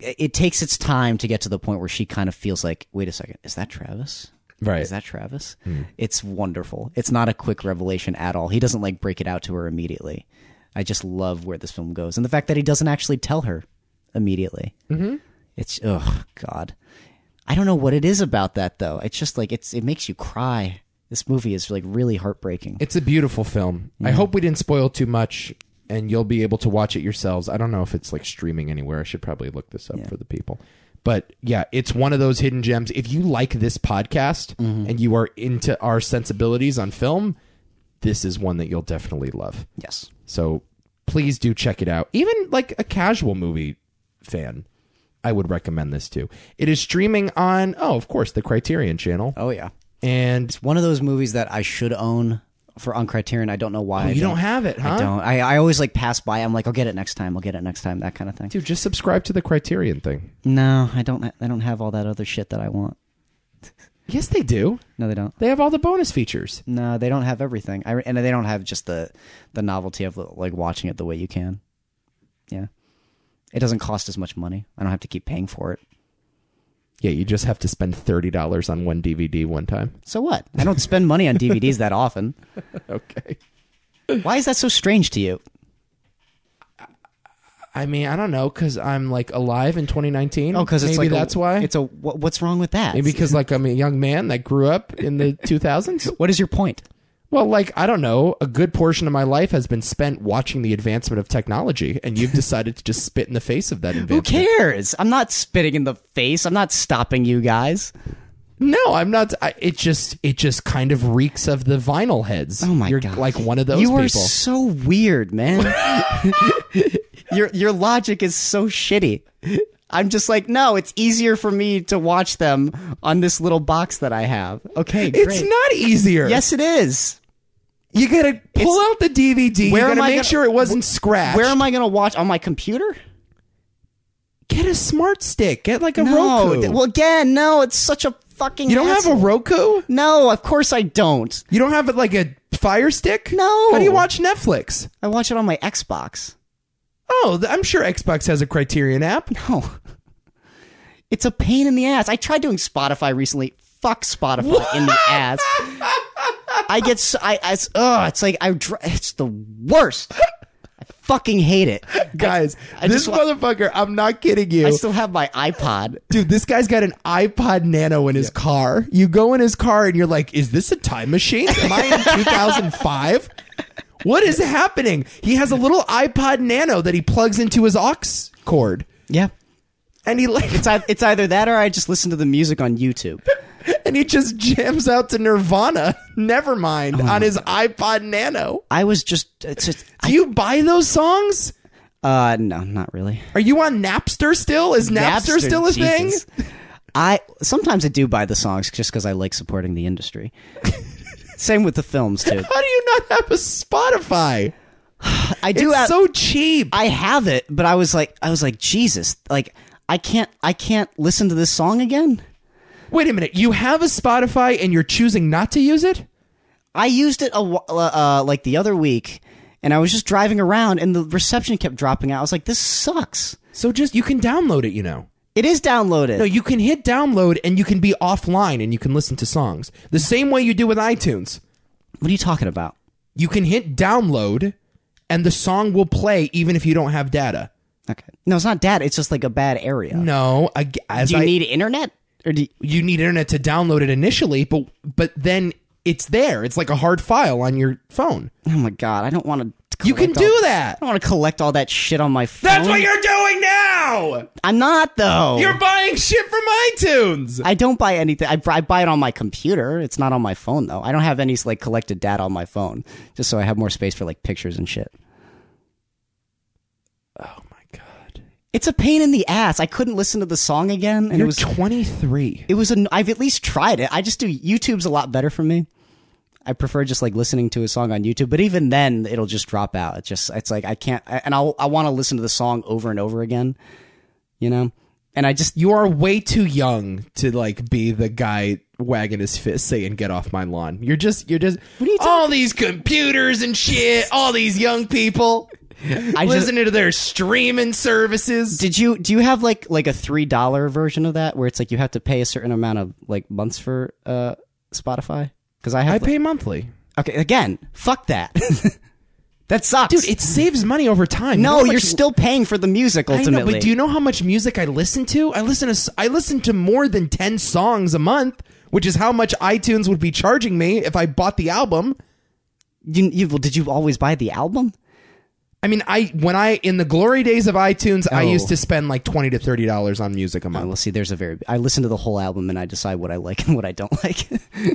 [SPEAKER 2] it it takes its time to get to the point where she kind of feels like wait a second is that travis
[SPEAKER 1] Right. Hmm.
[SPEAKER 2] is that travis it's wonderful it's not a quick revelation at all he doesn't like break it out to her immediately i just love where this film goes and the fact that he doesn't actually tell her immediately mm-hmm. it's oh god i don't know what it is about that though it's just like it's it makes you cry this movie is like really heartbreaking
[SPEAKER 1] It's a beautiful film. I hope we didn't spoil too much and you'll be able to watch it yourselves. I don't know if it's like streaming anywhere. I should probably look this up for the people. But yeah, it's one of those hidden gems. If you like this podcast
[SPEAKER 2] Mm-hmm.
[SPEAKER 1] and you are into our sensibilities on film, this is one that you'll definitely love.
[SPEAKER 2] yes
[SPEAKER 1] So please do check it out. Even like a casual movie fan, I would recommend this too. It is streaming on, oh, of course, the Criterion channel.
[SPEAKER 2] oh yeah
[SPEAKER 1] And
[SPEAKER 2] one of those movies that I should own for on Criterion. I don't know why. I
[SPEAKER 1] Oh, you don't have it, huh?
[SPEAKER 2] I don't. I, I always like pass by. I'm like, I'll get it next time. I'll get it next time. That kind of thing.
[SPEAKER 1] Dude, just subscribe to the Criterion thing.
[SPEAKER 2] No, I don't. I don't have all that other shit that I want.
[SPEAKER 1] Yes, they do.
[SPEAKER 2] No, they don't.
[SPEAKER 1] They have all the bonus features.
[SPEAKER 2] No, they don't have everything. I, and they don't have just the the novelty of like watching it the way you can. Yeah, it doesn't cost as much money. I don't have to keep paying for it.
[SPEAKER 1] Yeah, you just have to spend thirty dollars on one DVD one time.
[SPEAKER 2] So what? I don't spend money on DVDs that often.
[SPEAKER 1] Okay.
[SPEAKER 2] Why is that so strange to you?
[SPEAKER 1] I mean, I don't know, because I'm like alive in 2019.
[SPEAKER 2] Oh, because it's
[SPEAKER 1] maybe
[SPEAKER 2] like a-
[SPEAKER 1] that's why.
[SPEAKER 2] It's a what, what's wrong with that?
[SPEAKER 1] maybe because like I'm a young man that grew up in the 2000s.
[SPEAKER 2] what is your point?
[SPEAKER 1] Well, like I don't know, a good portion of my life has been spent watching the advancement of technology, and you've decided to just spit in the face of that
[SPEAKER 2] Who
[SPEAKER 1] advancement.
[SPEAKER 2] cares? I'm not spitting in the face. I'm not stopping you guys.
[SPEAKER 1] No, I'm not. I, it just it just kind of reeks of the vinyl heads.
[SPEAKER 2] Oh my
[SPEAKER 1] You're
[SPEAKER 2] God.
[SPEAKER 1] like one of those
[SPEAKER 2] you
[SPEAKER 1] people.
[SPEAKER 2] are so weird, man. your your logic is so shitty. I'm just like, no, it's easier for me to watch them on this little box that I have. Okay, great.
[SPEAKER 1] it's not easier.
[SPEAKER 2] yes, it is.
[SPEAKER 1] You gotta pull out the DVD.
[SPEAKER 2] Where
[SPEAKER 1] you
[SPEAKER 2] am
[SPEAKER 1] gotta
[SPEAKER 2] I
[SPEAKER 1] make
[SPEAKER 2] gonna-
[SPEAKER 1] sure it wasn't scratched.
[SPEAKER 2] Where am I going to watch on my computer?
[SPEAKER 1] Get a smart stick. Get like a
[SPEAKER 2] No.
[SPEAKER 1] Roku.
[SPEAKER 2] th- Well, again, no. It's such a fucking.
[SPEAKER 1] you don't have a Roku.
[SPEAKER 2] No, of course I don't.
[SPEAKER 1] You don't have like a Fire Stick.
[SPEAKER 2] No.
[SPEAKER 1] How do you watch Netflix?
[SPEAKER 2] I watch it on my Xbox.
[SPEAKER 1] Oh, th- I'm sure Xbox has a Criterion app.
[SPEAKER 2] No. Oh. It's a pain in the ass. I tried doing Spotify recently. Fuck Spotify in the ass. I get so, I, I oh, it's like I dr- it's the worst. I fucking hate it.
[SPEAKER 1] Guys,
[SPEAKER 2] I
[SPEAKER 1] this
[SPEAKER 2] just wa-
[SPEAKER 1] motherfucker. I'm not kidding you.
[SPEAKER 2] I still have my iPod.
[SPEAKER 1] Dude, this guy's got an iPod Nano in his car. You go in his car and you're like, is this a time machine? Am I in 2005? What is happening? He has a little iPod Nano that he plugs into his aux cord,
[SPEAKER 2] Yeah.
[SPEAKER 1] and he like
[SPEAKER 2] It's, ei- it's either that or I just listen to the music on YouTube.
[SPEAKER 1] and he just jams out to Nirvana. Never
[SPEAKER 2] Oh
[SPEAKER 1] mind on his iPod Nano.
[SPEAKER 2] I was just, it's just
[SPEAKER 1] Do you buy those songs?
[SPEAKER 2] uh, no, not really.
[SPEAKER 1] Are you on Napster still? Is Napster, still a thing?
[SPEAKER 2] Jesus. I sometimes I do buy the songs just because I like supporting the industry. Same with the films too.
[SPEAKER 1] How do you not have a Spotify?
[SPEAKER 2] I do.
[SPEAKER 1] It's
[SPEAKER 2] have,
[SPEAKER 1] so cheap.
[SPEAKER 2] I have it, but I was like, I was like, Jesus, like I can't, I can't listen to this song again.
[SPEAKER 1] Wait a minute. You have a Spotify and you're choosing not to use it?
[SPEAKER 2] I used it a wh- uh, uh, like the other week, and I was just driving around, and the reception kept dropping out. I was like, this sucks.
[SPEAKER 1] So just you can download it, you know.
[SPEAKER 2] It is downloaded.
[SPEAKER 1] No, you can hit download and you can be offline and you can listen to songs. The same way you do with iTunes.
[SPEAKER 2] what are you talking about?
[SPEAKER 1] You can hit download and the song will play even if you don't have data.
[SPEAKER 2] Okay, no, it's not dad. It's just like a bad area.
[SPEAKER 1] No, I, as
[SPEAKER 2] do you
[SPEAKER 1] I,
[SPEAKER 2] need internet or do you,
[SPEAKER 1] you need internet to download it initially, but but then it's there. It's like a hard file on your phone.
[SPEAKER 2] Oh my god, I don't want to.
[SPEAKER 1] You can do that.
[SPEAKER 2] I don't want to collect all that shit on my phone.
[SPEAKER 1] That's what you're doing now.
[SPEAKER 2] I'm not though.
[SPEAKER 1] You're buying shit from iTunes.
[SPEAKER 2] I don't buy anything. I, I buy it on my computer. It's not on my phone though. I don't have any like collected data on my phone, just so I have more space for like pictures and shit.
[SPEAKER 1] Oh my god.
[SPEAKER 2] It's a pain in the ass. I couldn't listen to the song again, and it
[SPEAKER 1] You're
[SPEAKER 2] was
[SPEAKER 1] 23.
[SPEAKER 2] it was an. I've at least tried it. I just do YouTube's a lot better for me. I prefer just like listening to a song on YouTube, but even then, it'll just drop out. It just it's like I can't, I- and I'll, I want to listen to the song over and over again, you know. And I just
[SPEAKER 1] You are way too young to like be the guy wagging his fist saying "Get off my lawn." You're just you're just all these computers and shit. All these young people
[SPEAKER 2] I just
[SPEAKER 1] listening to their streaming services.
[SPEAKER 2] Did you do you have like like a three dollar version of that where it's like you have to pay a certain amount of like months for uh Spotify? Because I
[SPEAKER 1] I
[SPEAKER 2] have
[SPEAKER 1] pay monthly,
[SPEAKER 2] like- okay again. Fuck that. that sucks.
[SPEAKER 1] dude. It saves money over time. You know
[SPEAKER 2] no,
[SPEAKER 1] how much-
[SPEAKER 2] you're still paying for the music
[SPEAKER 1] I
[SPEAKER 2] ultimately.
[SPEAKER 1] know, but do you know how much music I listen to? I listen to s- I listen to more than ten songs a month, which is how much iTunes would be charging me if I bought the album.
[SPEAKER 2] you, you- well, did you always buy the album?
[SPEAKER 1] I mean, I when I in the glory days of iTunes, I
[SPEAKER 2] Oh.
[SPEAKER 1] used to spend like twenty to thirty dollars on music a month.
[SPEAKER 2] Well, see, there's a very. I listen to the whole album and I decide what I like and what I don't like.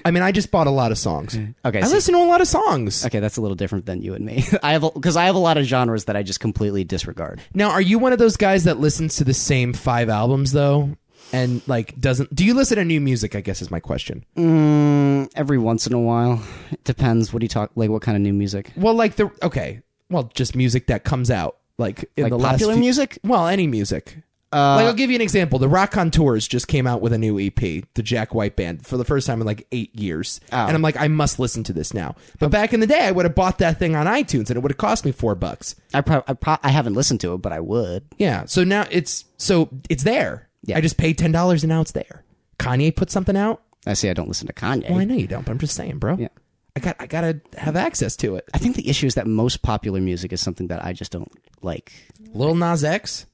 [SPEAKER 1] I mean, I just bought a lot of songs.
[SPEAKER 2] okay,
[SPEAKER 1] I
[SPEAKER 2] so-
[SPEAKER 1] listen to a lot of songs.
[SPEAKER 2] okay, that's a little different than you and me. I have because I have a lot of genres that I just completely disregard.
[SPEAKER 1] Now, are you one of those guys that listens to the same five albums though? And like doesn't do you listen to new music, I guess is my question.
[SPEAKER 2] Mm, every once in a while, it depends. What do you talk like? What kind of new music?
[SPEAKER 1] Well, like the okay. Well, just music that comes out like in
[SPEAKER 2] Like
[SPEAKER 1] the last
[SPEAKER 2] popular
[SPEAKER 1] few-
[SPEAKER 2] music?
[SPEAKER 1] Well, any music. like I'll give you an example. The Rock Contours just came out with a new EP, the Jack White Band, for the first time in like eight years, and I'm like, I must listen to this now. But back in the day, I would have bought that thing on iTunes, and it would have cost me four bucks.
[SPEAKER 2] I pro- I, pro- I haven't listened to it, but I would.
[SPEAKER 1] Yeah. So now it's so it's there. I just paid ten dollars, and now it's there. Kanye put something out.
[SPEAKER 2] I see. I don't listen to Kanye.
[SPEAKER 1] Well, I know you don't, but I'm just saying, bro. Yeah. I got I gotta have access to it.
[SPEAKER 2] I think the issue is that most popular music is something that I just don't like.
[SPEAKER 1] Lil Nas X,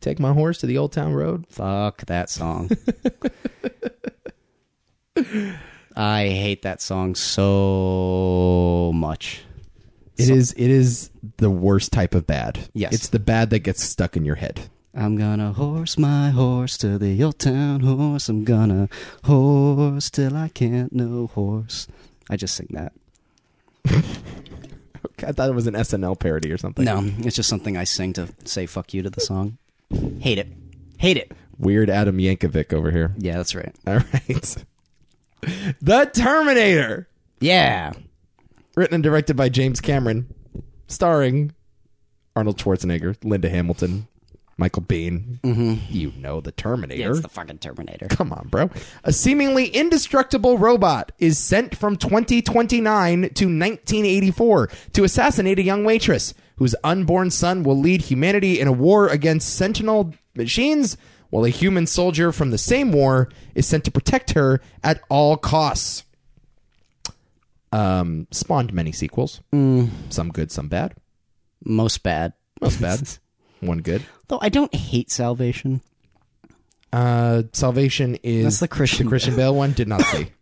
[SPEAKER 1] take my horse to the old town road.
[SPEAKER 2] Fuck that song. I hate that song so much.
[SPEAKER 1] It is it is the worst type of bad.
[SPEAKER 2] Yes.
[SPEAKER 1] It's the bad that gets stuck in your head.
[SPEAKER 2] I'm gonna horse my horse to the old town horse. I'm gonna horse till I can't no horse. I just sing that.
[SPEAKER 1] Okay, I thought it was an SNL parody or something.
[SPEAKER 2] No, it's just something I sing to say fuck you to the song. Hate it. Hate it.
[SPEAKER 1] Weird Adam Yankovic over here.
[SPEAKER 2] Yeah, that's right.
[SPEAKER 1] All right. The Terminator,
[SPEAKER 2] Yeah.
[SPEAKER 1] written and directed by James Cameron, starring Arnold Schwarzenegger, Linda Hamilton, Michael Bean. You know Mm-hmm. the Terminator.
[SPEAKER 2] It's the fucking Terminator.
[SPEAKER 1] Come on, bro. A seemingly indestructible robot is sent from 2029 to 1984 to assassinate a young waitress whose unborn son will lead humanity in a war against sentinel machines, while a human soldier from the same war is sent to protect her at all costs. Um, spawned many sequels,
[SPEAKER 2] Mm.
[SPEAKER 1] some good, some bad.
[SPEAKER 2] Most bad.
[SPEAKER 1] Most bad, one good.
[SPEAKER 2] Though I don't hate Salvation.
[SPEAKER 1] Uh, Salvation is
[SPEAKER 2] That's the Christian-
[SPEAKER 1] Christian Bale one. Did not see.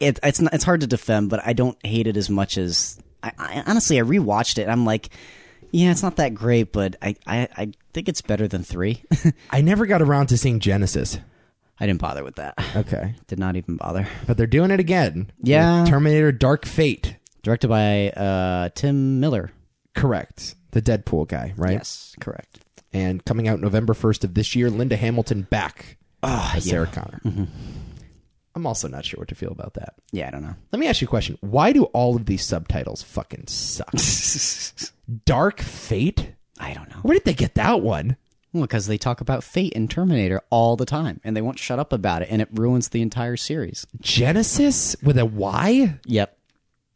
[SPEAKER 2] It, it's not, it's hard to defend, but I don't hate it as much as I, I honestly I rewatched it and I'm like, yeah, it's not that great, but I I, I think it's better than three.
[SPEAKER 1] I never got around to seeing Genesis.
[SPEAKER 2] I didn't bother with that.
[SPEAKER 1] Okay.
[SPEAKER 2] Did not even bother.
[SPEAKER 1] But they're doing it again.
[SPEAKER 2] Yeah.
[SPEAKER 1] With Terminator Dark Fate.
[SPEAKER 2] Directed by uh, Tim Miller.
[SPEAKER 1] Correct. The Deadpool guy, right?
[SPEAKER 2] Yes, correct.
[SPEAKER 1] And coming out November 1st of this year, Linda Hamilton back as Sarah Connor. I'm also not sure what to feel about that.
[SPEAKER 2] Yeah, I don't know.
[SPEAKER 1] Let me ask you a question. Why do all of these subtitles fucking suck? Dark Fate?
[SPEAKER 2] I don't know.
[SPEAKER 1] Where did they get that one?
[SPEAKER 2] Because they talk about fate in Terminator all the time, and they won't shut up about it, and it ruins the entire series.
[SPEAKER 1] Genesis with a Y?
[SPEAKER 2] Yep.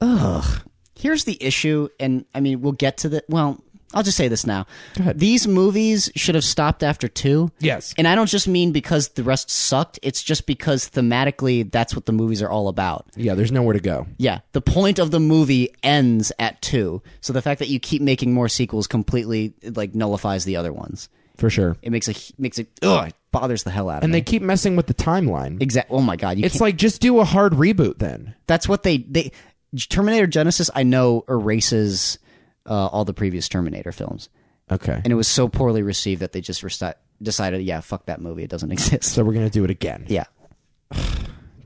[SPEAKER 2] Ugh. Here's the issue, and I mean, we'll get to the. Well, I'll just say this now.
[SPEAKER 1] ahead.
[SPEAKER 2] These movies should have stopped after two.
[SPEAKER 1] Yes.
[SPEAKER 2] And I don't just mean because the rest sucked, it's just because thematically that's what the movies are all about.
[SPEAKER 1] Yeah, there's nowhere to go.
[SPEAKER 2] Yeah, the point of the movie ends at two. So the fact that you keep making more sequels completely like nullifies the other ones.
[SPEAKER 1] For sure.
[SPEAKER 2] It makes a makes it ugh, it bothers the hell out of
[SPEAKER 1] And
[SPEAKER 2] me.
[SPEAKER 1] they keep messing with the timeline.
[SPEAKER 2] Exactly. Oh my god, you
[SPEAKER 1] It's
[SPEAKER 2] can't-
[SPEAKER 1] like just do a hard reboot then.
[SPEAKER 2] that's what they they Terminator Genesis. I know erases uh, all the previous Terminator films,
[SPEAKER 1] Okay.
[SPEAKER 2] and it was so poorly received that they just resti- decided, yeah, fuck that movie, it doesn't exist.
[SPEAKER 1] So we're going to do it again.
[SPEAKER 2] yeah,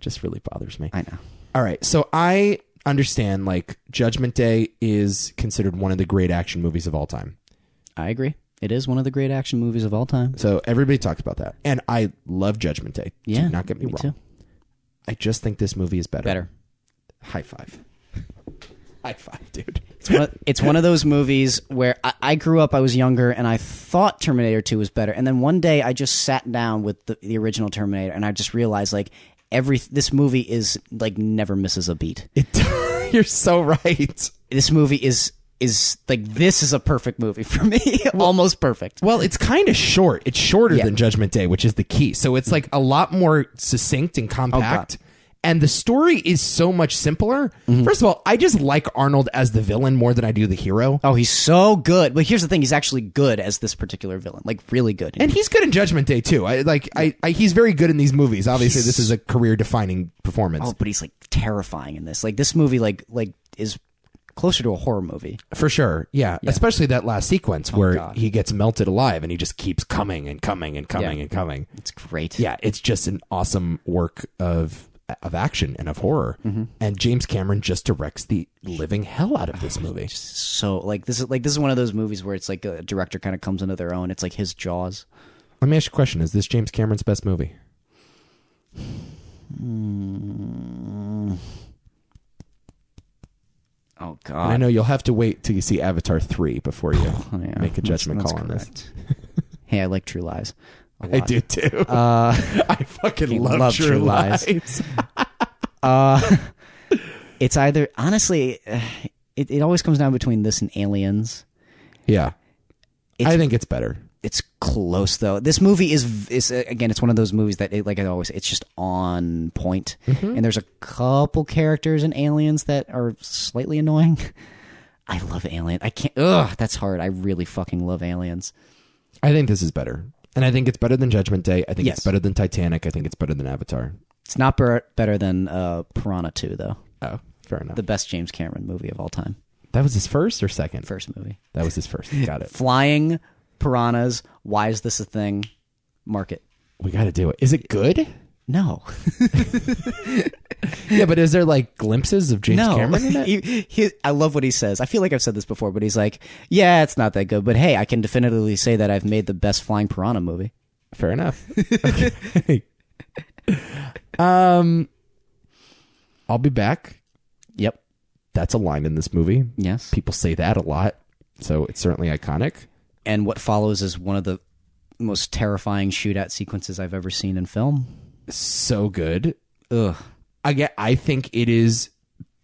[SPEAKER 1] Just really bothers me.
[SPEAKER 2] I know.
[SPEAKER 1] All right. So I understand like Judgment Day is considered one of the great action movies of all time.
[SPEAKER 2] I agree. It is one of the great action movies of all time.
[SPEAKER 1] So everybody talks about that. And I love Judgment Day. Do
[SPEAKER 2] Yeah,
[SPEAKER 1] not get me,
[SPEAKER 2] me
[SPEAKER 1] wrong.
[SPEAKER 2] too.
[SPEAKER 1] I just think this movie is better.
[SPEAKER 2] Better.
[SPEAKER 1] High five. High five, dude.
[SPEAKER 2] It's one, of, it's one of those movies where I, I grew up, I was younger, and I thought Terminator 2 was better. And then one day I just sat down with the, the original Terminator and I just realized, like, every this movie is, like, never misses a beat.
[SPEAKER 1] It, you're so right.
[SPEAKER 2] This movie is, is like, this is a perfect movie for me. Almost perfect.
[SPEAKER 1] Well, it's kind of short. It's shorter
[SPEAKER 2] Yeah.
[SPEAKER 1] than Judgment Day, which is the key. So it's like a lot more succinct
[SPEAKER 2] Oh,
[SPEAKER 1] and compact. and the story is so much simpler.
[SPEAKER 2] Mm-hmm.
[SPEAKER 1] First of all, I just like Arnold as the villain more than I do the hero.
[SPEAKER 2] Oh, he's so good. But here's the thing he's actually good as this particular villain, like, really good.
[SPEAKER 1] And he's good in Judgment Day too. I like I, I he's very good in these movies. Obviously, this is a career defining performance.
[SPEAKER 2] oh, but he's, like, terrifying in this. Like, this movie, like, like is closer to a horror movie.
[SPEAKER 1] For sure. Yeah. Especially that last sequence
[SPEAKER 2] Oh,
[SPEAKER 1] where he gets melted alive and he just keeps coming and coming and coming
[SPEAKER 2] Yeah.
[SPEAKER 1] and coming.
[SPEAKER 2] It's great.
[SPEAKER 1] Yeah, it's just an awesome work of of action and of horror.
[SPEAKER 2] Mm-hmm.
[SPEAKER 1] And James Cameron just directs the living hell out of
[SPEAKER 2] Ah,
[SPEAKER 1] this movie.
[SPEAKER 2] so like this is like this is one of those movies where it's like a director kind of comes into their own. It's like his Jaws.
[SPEAKER 1] Let me ask you a question: Is this James Cameron's best movie?
[SPEAKER 2] Oh
[SPEAKER 1] And I
[SPEAKER 2] God,
[SPEAKER 1] know you'll have to wait till you see Avatar three before you
[SPEAKER 2] Oh, yeah.
[SPEAKER 1] make a judgment
[SPEAKER 2] That's
[SPEAKER 1] call on this.
[SPEAKER 2] correct. hey, I like True Lies. a
[SPEAKER 1] I
[SPEAKER 2] lot.
[SPEAKER 1] do too. I fucking love,
[SPEAKER 2] love
[SPEAKER 1] True,
[SPEAKER 2] True
[SPEAKER 1] Lies.
[SPEAKER 2] Lies. It's either honestly, uh, it, it always comes down between this and Aliens.
[SPEAKER 1] yeah,
[SPEAKER 2] It's-
[SPEAKER 1] I think it's better.
[SPEAKER 2] It's close though. This movie is v- is uh, again. It's one of those movies that it, like I always. It's just on point. And there's a couple characters in Aliens that are slightly annoying. I love Alien. I can't. Ugh, that's hard. I really fucking love Aliens.
[SPEAKER 1] I think this is better, and I think it's better than Judgment Day. I think
[SPEAKER 2] Yes.
[SPEAKER 1] it's better than Titanic. I think it's better than Avatar.
[SPEAKER 2] It's not ber- better than uh, Piranha 2, though.
[SPEAKER 1] Oh, fair enough.
[SPEAKER 2] The best James Cameron movie of all time.
[SPEAKER 1] that was his first or second.
[SPEAKER 2] First movie.
[SPEAKER 1] That was his first. Got it.
[SPEAKER 2] Flying piranhas. Why is this a thing? Market.
[SPEAKER 1] We got to do it. Is it good?
[SPEAKER 2] No.
[SPEAKER 1] Yeah, but is there like glimpses of James
[SPEAKER 2] no.
[SPEAKER 1] Cameron in it?
[SPEAKER 2] He- he- I love what he says. I feel like I've said this before, but he's like, yeah, it's not that good. But hey, I can definitively say that I've made the best flying piranha movie.
[SPEAKER 1] Fair enough. Okay. um, I'll be back.
[SPEAKER 2] Yep.
[SPEAKER 1] That's a line in this movie.
[SPEAKER 2] Yes.
[SPEAKER 1] People say that a lot, so it's certainly iconic.
[SPEAKER 2] And what follows is one of the most terrifying shootout sequences I've ever seen in film.
[SPEAKER 1] So good.
[SPEAKER 2] Ugh.
[SPEAKER 1] I get. I think it is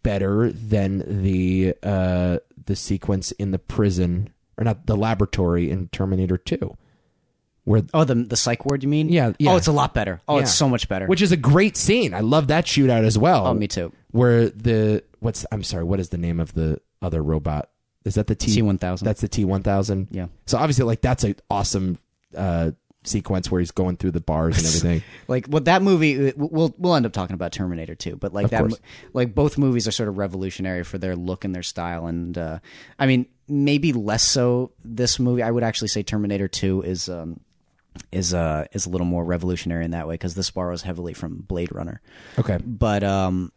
[SPEAKER 1] better than the uh the sequence in the prison or not the laboratory in Terminator Two, where
[SPEAKER 2] Oh, the the psych ward, you mean?
[SPEAKER 1] Yeah, yeah.
[SPEAKER 2] Oh, it's a lot better. Oh, it's
[SPEAKER 1] Yeah.
[SPEAKER 2] so much better.
[SPEAKER 1] which is a great scene. I love that shootout as well.
[SPEAKER 2] Oh, me too.
[SPEAKER 1] where the what's I'm sorry, what is the name of the other robot? Is that the T
[SPEAKER 2] T one thousand.
[SPEAKER 1] That's the T one thousand.
[SPEAKER 2] Yeah.
[SPEAKER 1] So obviously, like that's an awesome uh, sequence where he's going through the bars and everything.
[SPEAKER 2] Like what that movie uh, we'll we'll end up talking about Terminator 2, but like that mo-
[SPEAKER 1] course.
[SPEAKER 2] like both movies are sort of revolutionary for their look and their style and uh I mean maybe less so this movie. I would actually say Terminator 2 is um is uh is a little more revolutionary in that way cuz this borrows heavily from Blade Runner.
[SPEAKER 1] okay.
[SPEAKER 2] But um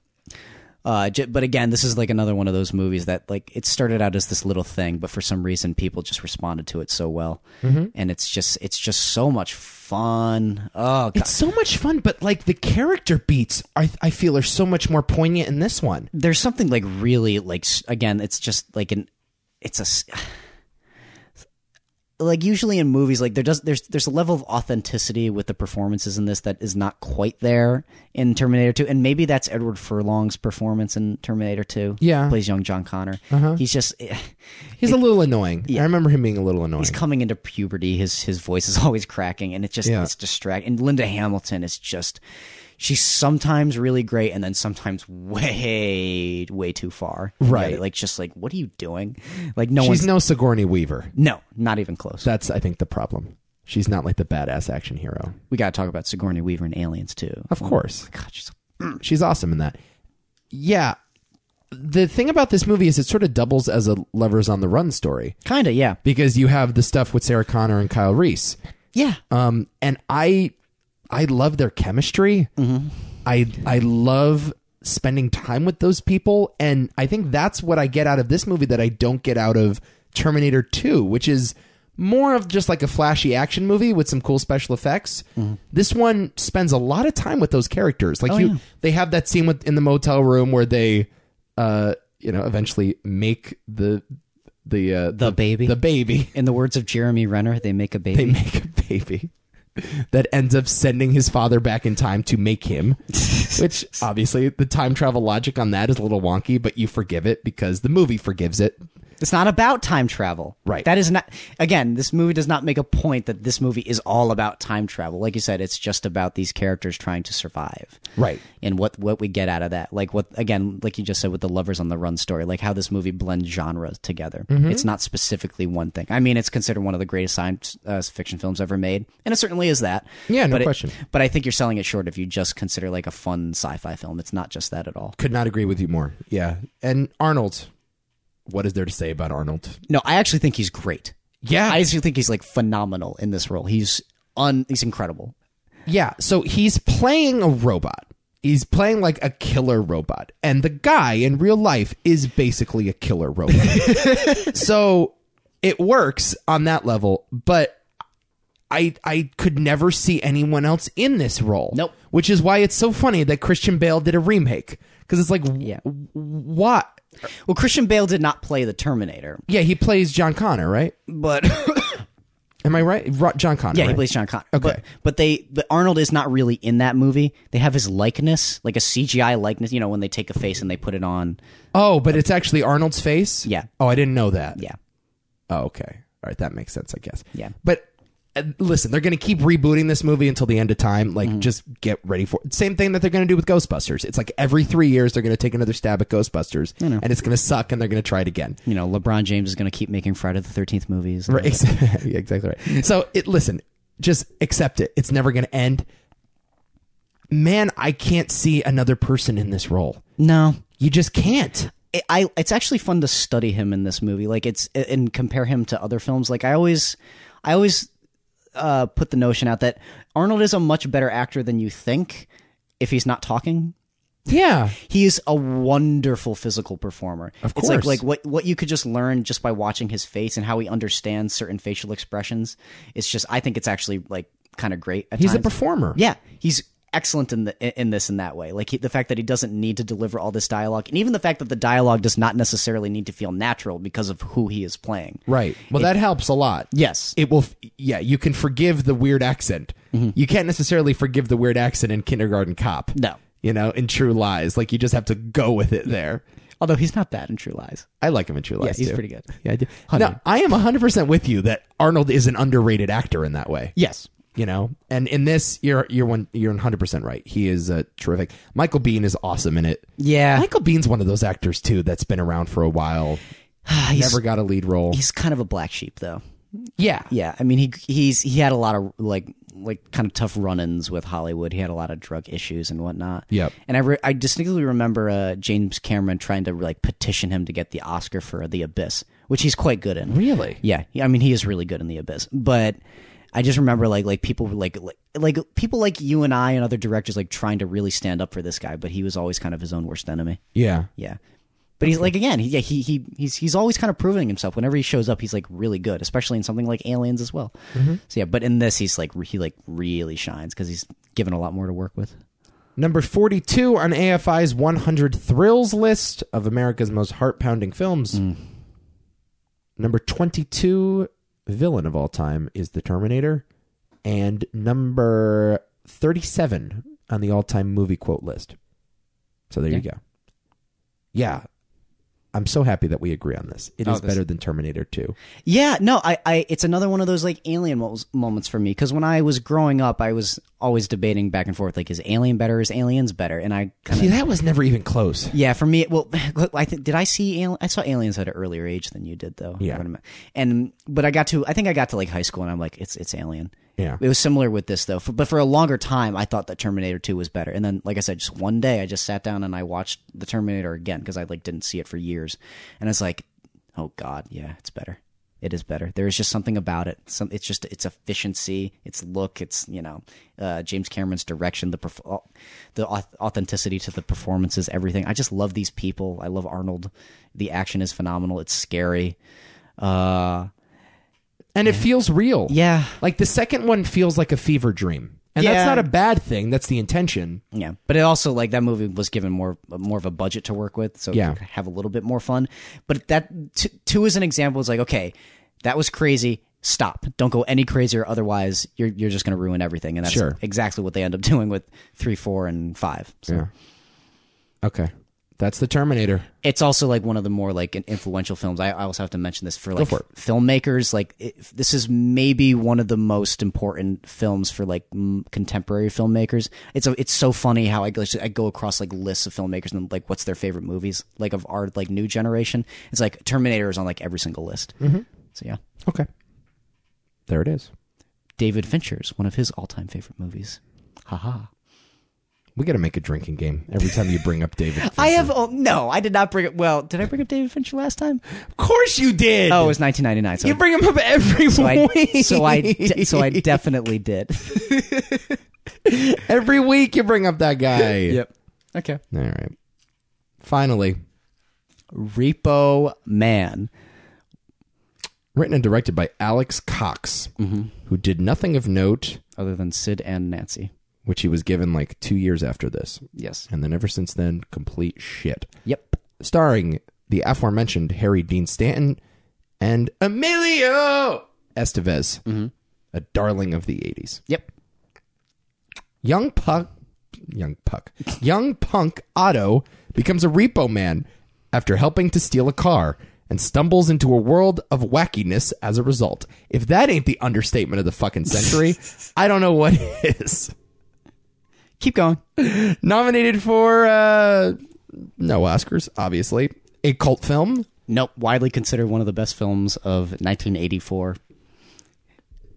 [SPEAKER 2] uh, j- but again, this is like another one of those movies that like it started out as this little thing, but for some reason people just responded to it so well, and it's just it's just so much fun. Oh, God.
[SPEAKER 1] It's so much fun, but like the character beats, I, I feel, are so much more poignant in this one.
[SPEAKER 2] there's something like really like s- again it's just like an it's a s- like usually in movies like there does there's there's a level of authenticity with the performances in this that is not quite there in Terminator 2 and maybe that's Edward Furlong's performance in Terminator 2
[SPEAKER 1] Yeah.
[SPEAKER 2] plays young John Connor he's just eh,
[SPEAKER 1] He's a little annoying. I remember him being a little annoying.
[SPEAKER 2] he's coming into puberty his his voice is always cracking and it's just
[SPEAKER 1] Yeah.
[SPEAKER 2] it's distracting and Linda Hamilton is just she's sometimes really great and then sometimes way way too far
[SPEAKER 1] Right.
[SPEAKER 2] like just like what are you doing like no
[SPEAKER 1] She's
[SPEAKER 2] one's
[SPEAKER 1] no Sigourney Weaver.
[SPEAKER 2] no not even close
[SPEAKER 1] That's, I think, the problem. She's not like the badass action hero.
[SPEAKER 2] we gotta talk about Sigourney Weaver and Aliens too
[SPEAKER 1] Of course.
[SPEAKER 2] God, she's-
[SPEAKER 1] She's awesome in that. Yeah. The thing about this movie is it sort of doubles as a Lovers on the Run story
[SPEAKER 2] kinda yeah
[SPEAKER 1] because you have the stuff with Sarah Connor and Kyle Reese.
[SPEAKER 2] yeah
[SPEAKER 1] um, and I I love their chemistry. I I love spending time with those people, and I think that's what I get out of this movie that I don't get out of Terminator Two, which is more of just like a flashy action movie with some cool special effects. This one spends a lot of time with those characters. Like you, they have that scene with in the motel room where they, uh, you know, eventually make the the uh,
[SPEAKER 2] the baby
[SPEAKER 1] the baby
[SPEAKER 2] in the words of Jeremy Renner they make a
[SPEAKER 1] they
[SPEAKER 2] baby
[SPEAKER 1] make a baby that ends up sending his father back in time to make him which obviously the time travel logic on that is a little wonky but you forgive it because the movie forgives it
[SPEAKER 2] It's not about time travel.
[SPEAKER 1] Right.
[SPEAKER 2] That is not again, this movie does not make a point that this movie is all about time travel. Like you said, it's just about these characters trying to survive.
[SPEAKER 1] right
[SPEAKER 2] And what what we get out of that. Like what again, like you just said with the lovers on the run story, like how this movie blends genres together.
[SPEAKER 1] Mm-hmm.
[SPEAKER 2] It's not specifically one thing. I mean, it's considered one of the greatest science uh, fiction films ever made, and it certainly is that.
[SPEAKER 1] Yeah, no
[SPEAKER 2] But it-
[SPEAKER 1] question.
[SPEAKER 2] but I think you're selling it short if you just consider like a fun sci-fi film. It's not just that at all.
[SPEAKER 1] could not agree with you more yeah and arnold what is there to say about arnold
[SPEAKER 2] No, I actually think he's great.
[SPEAKER 1] yeah
[SPEAKER 2] I actually think he's like phenomenal in this role. He's un he's incredible.
[SPEAKER 1] Yeah, so he's playing a robot. He's playing like a killer robot. And the guy in real life is basically a killer robot. so it works on that level, but I I could never see anyone else in this role.
[SPEAKER 2] Nope.
[SPEAKER 1] Which is why it's so funny that Christian Bale did a remake cuz it's like yeah.
[SPEAKER 2] Yeah.
[SPEAKER 1] what?
[SPEAKER 2] Well, Christian Bale did not play the Terminator,
[SPEAKER 1] Yeah, he plays John Connor, right?
[SPEAKER 2] but
[SPEAKER 1] Am I right? Ro- John Connor.
[SPEAKER 2] yeah, he
[SPEAKER 1] right?
[SPEAKER 2] plays John Connor. But, but they but Arnold is not really in that movie. They have his likeness, like a CGI likeness. You know, when they take a face and they put it on.
[SPEAKER 1] Oh, but it's actually Arnold's face?
[SPEAKER 2] Yeah.
[SPEAKER 1] Oh, I didn't know that.
[SPEAKER 2] Yeah,
[SPEAKER 1] Oh, okay. All right, that makes sense, I guess.
[SPEAKER 2] Yeah.
[SPEAKER 1] But uh, listen, they're going to keep rebooting this movie until the end of time.
[SPEAKER 2] Mm.
[SPEAKER 1] Like, just get ready for it. Same thing that they're going to do with Ghostbusters. It's like every three years they're going to take another stab at Ghostbusters, and it's going to suck, and they're going to try it again.
[SPEAKER 2] you know, LeBron James is going to keep making Friday the Thirteenth movies.
[SPEAKER 1] Right, ex- yeah, exactly right. So, it listen, just accept it. It's never going to end. Man, I can't see another person in this role.
[SPEAKER 2] No,
[SPEAKER 1] You just can't.
[SPEAKER 2] it- I it's actually fun to study him in this movie. Like it's and compare him to other films. Like I always, I always uh, put the notion out that Arnold is a much better actor than you think. If he's not talking,
[SPEAKER 1] Yeah.
[SPEAKER 2] he is a wonderful physical performer. Of it's
[SPEAKER 1] course.
[SPEAKER 2] like, like what what you could just learn just by watching his face and how he understands certain facial expressions. It's just I think it's actually like kind of great. At
[SPEAKER 1] He's a
[SPEAKER 2] times.
[SPEAKER 1] performer.
[SPEAKER 2] Yeah, he's excellent in the in this in that way. Like he, the fact that he doesn't need to deliver all this dialogue, and even the fact that the dialogue does not necessarily need to feel natural because of who he is playing.
[SPEAKER 1] Right. Well, that helps a lot.
[SPEAKER 2] Yes.
[SPEAKER 1] it will f- yeah you can forgive the weird accent
[SPEAKER 2] Mm-hmm.
[SPEAKER 1] you can't necessarily forgive the weird accent in kindergarten cop
[SPEAKER 2] No.
[SPEAKER 1] you know in true lies like you just have to go with it there
[SPEAKER 2] Although he's not bad in True Lies.
[SPEAKER 1] i like him in true lies
[SPEAKER 2] he's
[SPEAKER 1] too.
[SPEAKER 2] pretty good.
[SPEAKER 1] yeah i do no i am 100% with you that arnold is an underrated actor in that way
[SPEAKER 2] Yes.
[SPEAKER 1] you know and in this you're you're one you're 100% right he is uh, terrific michael bean is awesome in it
[SPEAKER 2] Yeah.
[SPEAKER 1] michael bean's one of those actors too that's been around for a while
[SPEAKER 2] he's,
[SPEAKER 1] never got a lead role
[SPEAKER 2] he's kind of a black sheep though.
[SPEAKER 1] Yeah.
[SPEAKER 2] Yeah, I mean he he's he had a lot of like like kind of tough run-ins with Hollywood. He had a lot of drug issues and whatnot.
[SPEAKER 1] Yep.
[SPEAKER 2] And I re- I distinctly remember uh, James Cameron trying to like petition him to get the Oscar for The Abyss, which he's quite good in.
[SPEAKER 1] Really?
[SPEAKER 2] Yeah, he- I mean he is really good in The Abyss, but I just remember like like people were like like, like people like you and I and other directors like trying to really stand up for this guy, but he was always kind of his own worst enemy.
[SPEAKER 1] Yeah.
[SPEAKER 2] Yeah. But he's like again, he, yeah, he he he's he's always kind of proving himself. Whenever he shows up, he's like really good, especially in something like Aliens as well. So yeah, but in this, he's like re- he like really shines because he's given a lot more to work with.
[SPEAKER 1] Number 42 on AFI's 100 Thrills list of America's most heart pounding films.
[SPEAKER 2] Hmm.
[SPEAKER 1] Number 22 villain of all time is The Terminator. And number 37 on the all time movie quote list. So there you go. Yeah. I'm so happy that we agree on this.
[SPEAKER 2] Oh,
[SPEAKER 1] It is better than Terminator 2.
[SPEAKER 2] Yeah, no, I, I it's another one of those like Alien mo- moments for me because when I was growing up, I was always debating back and forth like is Alien better, is Aliens better, and I kind of
[SPEAKER 1] See, that was never even close.
[SPEAKER 2] Yeah, for me, well, I think did I see Alien? I saw Aliens at an earlier age than you did, though.
[SPEAKER 1] Yeah.
[SPEAKER 2] and but I got to, I think I got to like high school, and I'm like, it's it's Alien.
[SPEAKER 1] Yeah.
[SPEAKER 2] It was similar with this though, for, but for a longer time, I thought that Terminator Two was better. And then, like I said, just one day, I just sat down and I watched the Terminator again because I like didn't see it for years, and it's like, oh god, yeah, it's better. It is better. There is just something about it. Some, it's just its efficiency, its look, its you know, uh, James Cameron's direction, the perf- au- the auth- authenticity to the performances, everything. I just love these people. I love Arnold. The action is phenomenal. It's scary. Uh,
[SPEAKER 1] And it feels real.
[SPEAKER 2] yeah,
[SPEAKER 1] Like the second one feels like a fever dream. And
[SPEAKER 2] Yeah.
[SPEAKER 1] that's not a bad thing. That's the intention.
[SPEAKER 2] Yeah, but it also like that movie was given more more of a budget to work with, so
[SPEAKER 1] Yeah.
[SPEAKER 2] you could have a little bit more fun. But that t- two is an example. It's like okay, that was crazy. Stop! Don't go any crazier, otherwise you're you're just going to ruin everything. And that's
[SPEAKER 1] Sure.
[SPEAKER 2] exactly what they end up doing with three, four, and five. So
[SPEAKER 1] Okay. That's the Terminator.
[SPEAKER 2] it's also like one of the more like in- influential films. I, I also have to mention this for like
[SPEAKER 1] for it.
[SPEAKER 2] filmmakers. Like it, this is maybe one of the most important films for like m- contemporary filmmakers. It's a, it's so funny how I go, I go across like lists of filmmakers and like what's their favorite movies like of our like new generation. It's like Terminator is on like every single list. Mm-hmm. So yeah,
[SPEAKER 1] Okay. There it is.
[SPEAKER 2] David Fincher's one of his all time favorite movies. Haha.
[SPEAKER 1] We got to make a drinking game every time you bring up David.
[SPEAKER 2] I have oh, no, I did not bring up. Well, did I bring up David Fincher last time?
[SPEAKER 1] of course you did.
[SPEAKER 2] Oh, it was 1999. So
[SPEAKER 1] you bring him up every
[SPEAKER 2] So I,
[SPEAKER 1] week.
[SPEAKER 2] so I, de- so I definitely did.
[SPEAKER 1] every week you bring up that guy.
[SPEAKER 2] Okay.
[SPEAKER 1] All right. Finally,
[SPEAKER 2] Repo Man.
[SPEAKER 1] written and directed by Alex Cox,
[SPEAKER 2] Mm-hmm.
[SPEAKER 1] who did nothing of note,
[SPEAKER 2] Other than Sid and Nancy.
[SPEAKER 1] which he was given like two years after this,
[SPEAKER 2] Yes.
[SPEAKER 1] and then ever since then, complete shit.
[SPEAKER 2] Yep.
[SPEAKER 1] starring the aforementioned Harry Dean Stanton and Emilio Estevez, a darling of the 80s.
[SPEAKER 2] Yep.
[SPEAKER 1] Young Puck, young Puck, young punk Otto becomes a repo man after helping to steal a car and stumbles into a world of wackiness as a result. If that ain't the understatement of the fucking century, I don't know what is.
[SPEAKER 2] Keep going.
[SPEAKER 1] Nominated for uh, no Oscars, obviously. A cult film,
[SPEAKER 2] Nope. Widely considered one of the best films of 1984.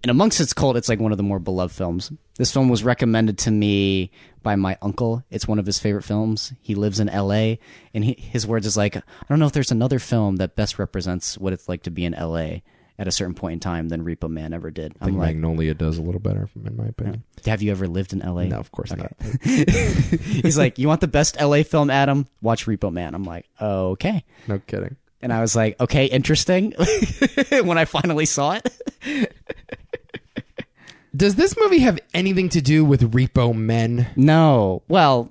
[SPEAKER 2] And amongst its cult, it's like one of the more beloved films. This film was recommended to me by my uncle. It's one of his favorite films. He lives in L.A. and he, his words is like, I don't know if there's another film that best represents what it's like to be in L.A. at a certain point in time than Repo Man ever did. I'm like,
[SPEAKER 1] Magnolia does a little better, in my opinion.
[SPEAKER 2] Have you ever lived in LA?
[SPEAKER 1] No, of course not.
[SPEAKER 2] He's like, You want the best LA film, Adam? Watch Repo Man. I'm like, Okay.
[SPEAKER 1] No kidding.
[SPEAKER 2] And I was like, Okay, interesting. when I finally saw it,
[SPEAKER 1] Does this movie have anything to do with Repo Men?
[SPEAKER 2] no. Well,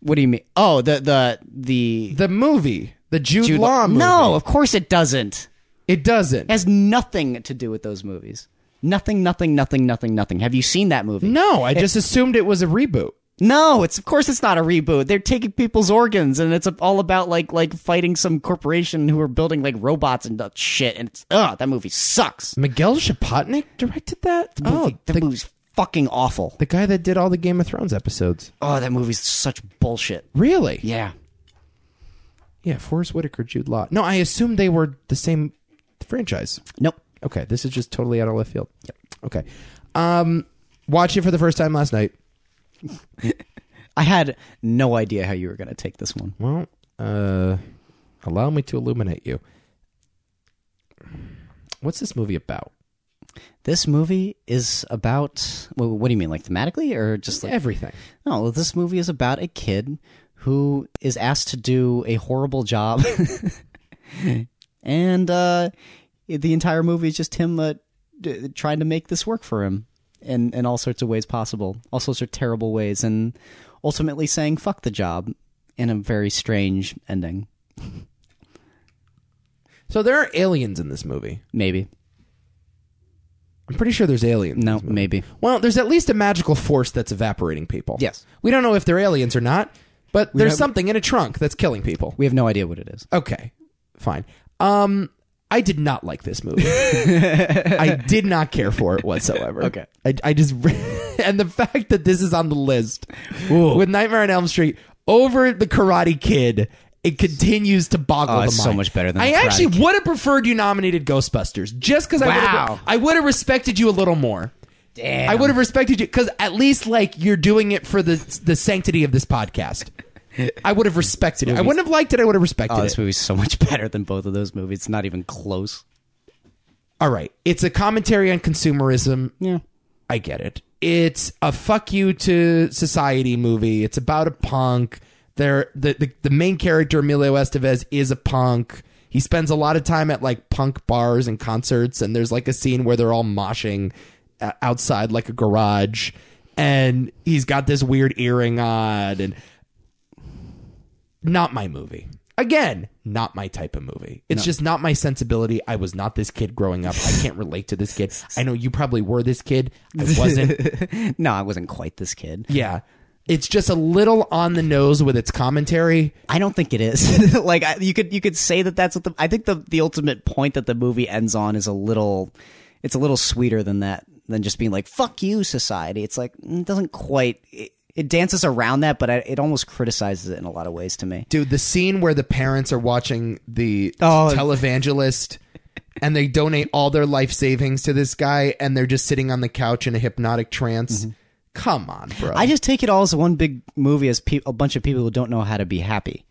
[SPEAKER 2] what do you mean? Oh, the, the, the.
[SPEAKER 1] The movie, the Jude, Law movie.
[SPEAKER 2] No, of course it doesn't.
[SPEAKER 1] it doesn't.
[SPEAKER 2] It has nothing to do with those movies. Nothing, nothing, nothing, nothing, nothing. Have you seen that movie?
[SPEAKER 1] no, I just assumed it was a reboot.
[SPEAKER 2] No, it's of course it's not a reboot. They're taking people's organs, and it's all about like like fighting some corporation who are building like robots and that shit. And it's ugh, that movie sucks.
[SPEAKER 1] Miguel Chapotnik directed that. oh,
[SPEAKER 2] that movie's fucking awful.
[SPEAKER 1] the guy that did all the Game of Thrones episodes.
[SPEAKER 2] Oh, that movie's such bullshit.
[SPEAKER 1] Really?
[SPEAKER 2] Yeah,
[SPEAKER 1] Yeah, Forrest Whitaker, Jude Law. No, I assumed they were the same franchise.
[SPEAKER 2] nope.
[SPEAKER 1] Okay, this is just totally out of left field. Yep. Okay. Um, watched it for the first time last night.
[SPEAKER 2] I had no idea how you were going to take this one.
[SPEAKER 1] Well, uh, allow me to illuminate you. What's this movie about?
[SPEAKER 2] This movie is about. Well, what do you mean, like thematically, or just like?
[SPEAKER 1] Everything.
[SPEAKER 2] No, well, this movie is about a kid who is asked to do a horrible job, and uh, the entire movie is just him uh, d- trying to make this work for him in in all sorts of ways possible, all sorts of terrible ways, and ultimately saying "fuck the job" in a very strange ending.
[SPEAKER 1] So there are aliens in this movie.
[SPEAKER 2] Maybe
[SPEAKER 1] I'm pretty sure there's aliens.
[SPEAKER 2] no, maybe
[SPEAKER 1] Well, there's at least a magical force that's evaporating people.
[SPEAKER 2] Yes.
[SPEAKER 1] We don't know if they're aliens or not, but there's
[SPEAKER 2] have-
[SPEAKER 1] something in a trunk that's killing people.
[SPEAKER 2] we have no idea what it is.
[SPEAKER 1] Okay, fine. Um, I did not like this movie. I did not care for it whatsoever.
[SPEAKER 2] Okay.
[SPEAKER 1] I, I just and the fact that this is on the list with Nightmare on Elm Street over the Karate Kid. It continues to boggle
[SPEAKER 2] Oh,
[SPEAKER 1] the
[SPEAKER 2] it's so
[SPEAKER 1] mind.
[SPEAKER 2] much better than
[SPEAKER 1] I
[SPEAKER 2] The Karate
[SPEAKER 1] actually
[SPEAKER 2] Kid.
[SPEAKER 1] would have preferred you nominated Ghostbusters just because I would
[SPEAKER 2] Wow.
[SPEAKER 1] have I would have respected you a little more.
[SPEAKER 2] Damn.
[SPEAKER 1] I would have respected you because at least like you're doing it for the the sanctity of this podcast. I would have respected it. I wouldn't have liked it. I would have respected
[SPEAKER 2] Oh,
[SPEAKER 1] it.
[SPEAKER 2] this movie's so much better than both of those movies. It's not even close.
[SPEAKER 1] All right, it's a commentary on consumerism.
[SPEAKER 2] Yeah.
[SPEAKER 1] I get it. It's a fuck you to society movie. It's about a punk. There, the, the the main character Emilio Estevez is a punk. He spends a lot of time at like punk bars and concerts, and there's like a scene where they're all moshing uh, outside like a garage, and he's got this weird earring on, and not my movie. Again, not my type of movie. It's just not my sensibility. I was not this kid growing up. I can't relate to this kid. I know you probably were this kid. I wasn't.
[SPEAKER 2] No, I wasn't quite this kid.
[SPEAKER 1] yeah. It's just a little on the nose with its commentary.
[SPEAKER 2] I don't think it is. like I, you could you could say that that's what the I think the the ultimate point that the movie ends on is a little it's a little sweeter than that than just being like fuck you society. It's like mm, it doesn't quite it, it dances around that, but I, it almost criticizes it in a lot of ways to me.
[SPEAKER 1] Dude, the scene where the parents are watching the
[SPEAKER 2] Oh.
[SPEAKER 1] televangelist and they donate all their life savings to this guy and they're just sitting on the couch in a hypnotic trance. Come on, bro.
[SPEAKER 2] Mm-hmm. I just take it all as one big movie as pe- a bunch of people who don't know how to be happy,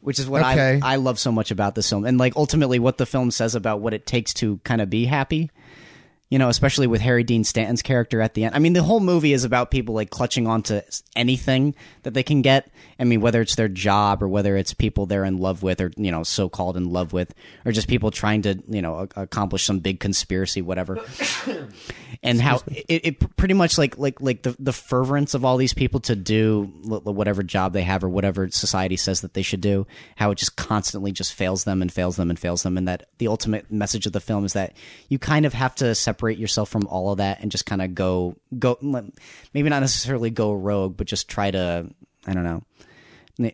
[SPEAKER 2] which is what
[SPEAKER 1] Okay.
[SPEAKER 2] I I love so much about this film, and like ultimately what the film says about what it takes to kind of be happy. You know, especially with Harry Dean Stanton's character at the end. I mean, the whole movie is about people like clutching onto s- anything that they can get. I mean, whether it's their job or whether it's people they're in love with or, you know, so called in love with, or just people trying to, you know, a- accomplish some big conspiracy, whatever and how it, it pr- pretty much like like like the the fervorance of all these people to do l- l- whatever job they have or whatever society says that they should do how it just constantly just fails them and fails them and fails them and that the ultimate message of the film is that you kind of have to separate yourself from all of that and just kind of go go m- maybe not necessarily go rogue but just try to i don't know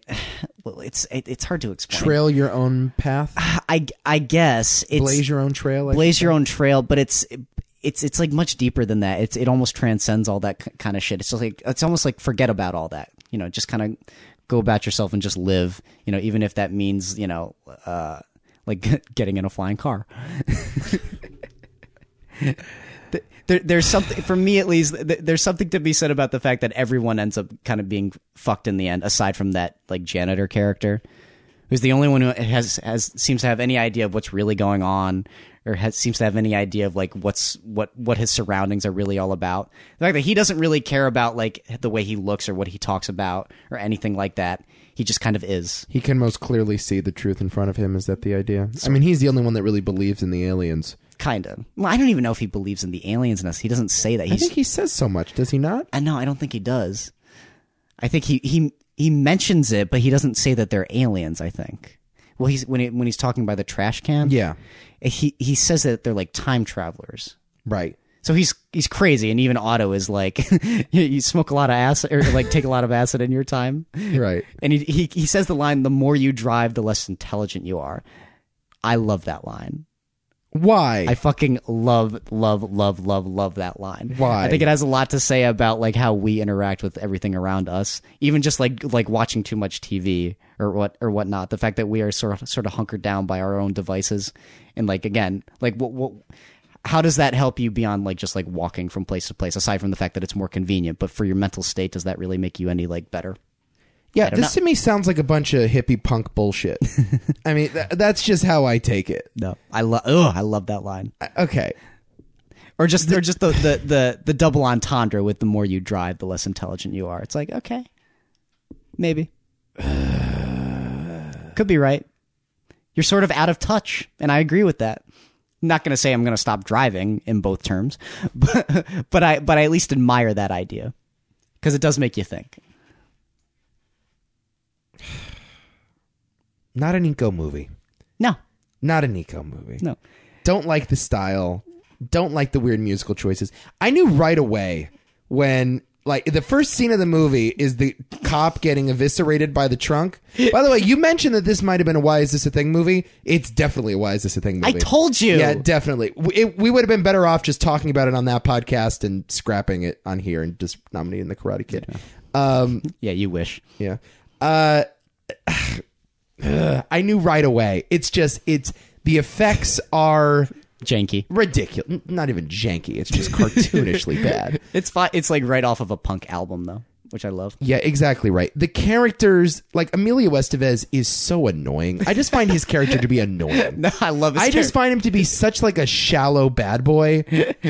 [SPEAKER 2] well it's it, it's hard to explain
[SPEAKER 1] trail your own path,
[SPEAKER 2] i i guess it's
[SPEAKER 1] blaze your own trail. I
[SPEAKER 2] blaze your own trail but it's it's it's like much deeper than that it's it almost transcends all that k- kind of shit it's just like it's almost like forget about all that you know just kind of go about yourself and just live you know even if that means you know uh like getting in a flying car Th- there, there's something for me at least th- there's something to be said about the fact that everyone ends up kind of being fucked in the end aside from that like janitor character who's the only one who has has seems to have any idea of what's really going on or has seems to have any idea of like what's what what his surroundings are really all about the fact that he doesn't really care about like the way he looks or what he talks about or anything like that he just kind of is
[SPEAKER 1] He can most clearly see the truth in front of him. Is that the idea? I mean, he's the only one that really believes in the aliens.
[SPEAKER 2] kind of well i don't even know if he believes in the aliens in us he doesn't say that
[SPEAKER 1] I
[SPEAKER 2] he's
[SPEAKER 1] think he says so much, does he not?
[SPEAKER 2] I no, I don't think he does. I think he he he mentions it, but he doesn't say that they're aliens. I think. Well, he's when he, when he's talking by the trash can.
[SPEAKER 1] Yeah.
[SPEAKER 2] he he says that they're like time travelers.
[SPEAKER 1] Right.
[SPEAKER 2] So he's he's crazy, and even Otto is like, you, you smoke a lot of acid or like take a lot of acid in your time.
[SPEAKER 1] Right.
[SPEAKER 2] And he, he he says the line, "The more you drive, the less intelligent you are." I love that line.
[SPEAKER 1] Why?
[SPEAKER 2] I fucking love, love, love, love, love that line.
[SPEAKER 1] Why?
[SPEAKER 2] I think it has a lot to say about like how we interact with everything around us, even just like like watching too much TV or what or whatnot. The fact that we are sort of sort of hunkered down by our own devices, and like again, like what what. How does that help you beyond like just like walking from place to place? Aside from the fact that it's more convenient, but for your mental state, does that really make you any like better?
[SPEAKER 1] yeah, this to me sounds like a bunch of hippie punk bullshit. I mean, th- that's just how I take it.
[SPEAKER 2] No, I love. Oh, I love that line.
[SPEAKER 1] Okay.
[SPEAKER 2] or just or just the, the the the double entendre with the more you drive, the less intelligent you are. It's like okay, maybe could be right. You're sort of out of touch, and I agree with that. I'm not going to say I'm going to stop driving in both terms, but but I but I at least admire that idea because it does make you think.
[SPEAKER 1] Not an eco movie.
[SPEAKER 2] No,
[SPEAKER 1] Not an eco movie.
[SPEAKER 2] no,
[SPEAKER 1] Don't like the style. Don't like the weird musical choices. I knew right away when like the first scene of the movie is the cop getting eviscerated by the trunk. By the way, you mentioned that this might have been a why is this a thing movie? It's definitely a why is this a thing
[SPEAKER 2] I
[SPEAKER 1] movie.
[SPEAKER 2] told you.
[SPEAKER 1] Yeah, definitely. We, it, we would have been better off just talking about it on that podcast and scrapping it on here and just nominating the Karate Kid. Um,
[SPEAKER 2] yeah, you wish.
[SPEAKER 1] yeah. Uh, ugh, I knew right away. It's just it's the effects are
[SPEAKER 2] Janky.
[SPEAKER 1] ridiculous. N- Not even janky. It's just cartoonishly bad.
[SPEAKER 2] It's fi- It's like right off of a punk album though, which I love.
[SPEAKER 1] Yeah, exactly right. The characters, like Emilio Estevez, is so annoying. I just find his character to be annoying.
[SPEAKER 2] No, I love. His
[SPEAKER 1] I just
[SPEAKER 2] character.
[SPEAKER 1] find him to be such like a shallow bad boy.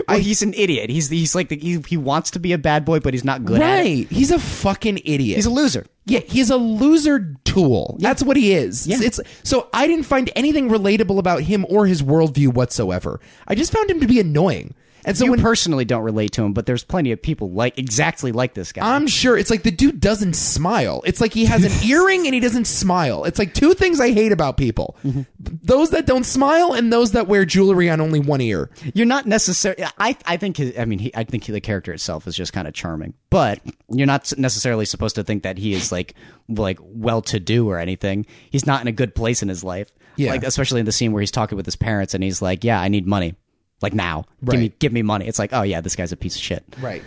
[SPEAKER 2] Well, he's an idiot. He's he's like the, he he wants to be a bad boy, but he's not good at it.
[SPEAKER 1] Right. He's a fucking idiot.
[SPEAKER 2] He's a loser.
[SPEAKER 1] yeah, he's a loser tool. That's what he is. It's so I didn't find anything relatable about him or his worldview whatsoever. I just found him to be annoying. And so
[SPEAKER 2] You
[SPEAKER 1] when
[SPEAKER 2] personally don't relate to him, but there's plenty of people like exactly like this guy.
[SPEAKER 1] I'm sure it's like the dude doesn't smile. It's like he has an earring and he doesn't smile. It's like two things I hate about people. Those that don't smile and those that wear jewelry on only one ear.
[SPEAKER 2] You're not necessarily. I I think his, I mean he, I think the character itself is just kind of charming, but you're not s- necessarily supposed to think that he is like like well to do or anything. He's not in a good place in his life.
[SPEAKER 1] Yeah.
[SPEAKER 2] Like especially in the scene where he's talking with his parents and he's like, "Yeah, I need money, like now. Give me
[SPEAKER 1] Right.
[SPEAKER 2] give me money." It's like, oh yeah, this guy's a piece of shit.
[SPEAKER 1] Right.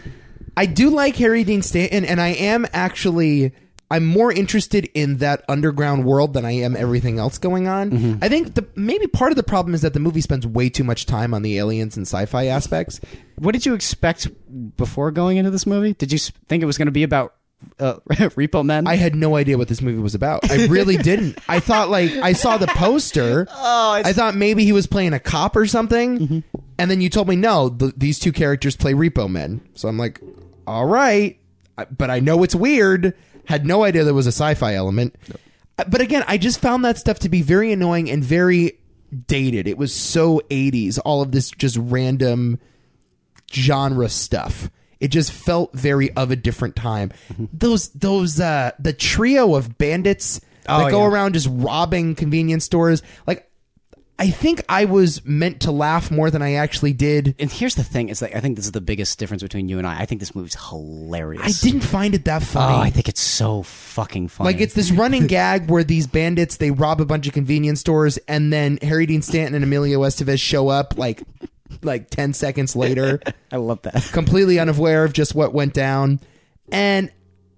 [SPEAKER 1] I do like Harry Dean Stanton, and I am actually I'm more interested in that underground world than I am everything else going on. I think the maybe part of the problem is that the movie spends way too much time on the aliens and sci-fi aspects.
[SPEAKER 2] What did you expect before going into this movie? Did you s- think it was going to be about uh, Repo Men?
[SPEAKER 1] I had no idea what this movie was about. I really didn't. I thought like I saw the poster. Oh, I thought maybe he was playing a cop or something. And then you told me no, th- these two characters play repo men. So I'm like, all right, I- but I know it's weird. Had no idea there was a sci-fi element. Uh, But again, I just found that stuff to be very annoying and very dated. It was so 80s. All of this just random genre stuff. It just felt very of a different time.
[SPEAKER 2] Mm-hmm.
[SPEAKER 1] Those those uh the trio of bandits that
[SPEAKER 2] Oh,
[SPEAKER 1] go
[SPEAKER 2] yeah.
[SPEAKER 1] around just robbing convenience stores. Like I think I was meant to laugh more than I actually did.
[SPEAKER 2] and here's the thing: is like I think this is the biggest difference between you and I. I think this movie's
[SPEAKER 1] I
[SPEAKER 2] hilarious.
[SPEAKER 1] didn't find it that funny.
[SPEAKER 2] Oh, I think it's so fucking funny.
[SPEAKER 1] Like it's this running gag where these bandits they rob a bunch of convenience stores and then Harry Dean Stanton and Emilio Estevez show up like like 10 seconds later.
[SPEAKER 2] I love that.
[SPEAKER 1] completely unaware of just what went down. And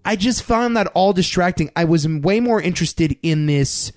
[SPEAKER 1] I just found that all distracting. I was way more interested in this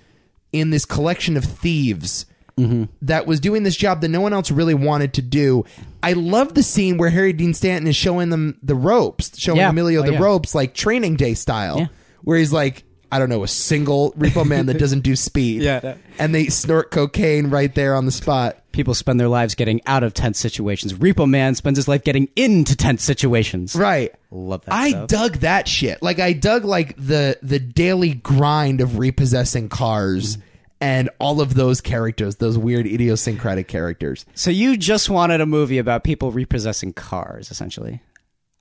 [SPEAKER 1] in this collection of thieves
[SPEAKER 2] Mm-hmm.
[SPEAKER 1] that was doing this job that no one else really wanted to do. I love the scene where Harry Dean Stanton is showing them the ropes, showing
[SPEAKER 2] Yeah.
[SPEAKER 1] Emilio
[SPEAKER 2] Oh,
[SPEAKER 1] the
[SPEAKER 2] yeah.
[SPEAKER 1] ropes like training day style.
[SPEAKER 2] Yeah.
[SPEAKER 1] Where he's like, I don't know, a single repo man that doesn't do speed.
[SPEAKER 2] Yeah, that-
[SPEAKER 1] And they snort cocaine right there on the spot.
[SPEAKER 2] People spend their lives getting out of tense situations. Repo Man spends his life getting into tense situations.
[SPEAKER 1] Right.
[SPEAKER 2] Love that
[SPEAKER 1] I
[SPEAKER 2] stuff.
[SPEAKER 1] dug that shit. Like I dug like the the daily grind of repossessing cars and all of those characters, those weird idiosyncratic characters.
[SPEAKER 2] So you just wanted a movie about people repossessing cars, essentially.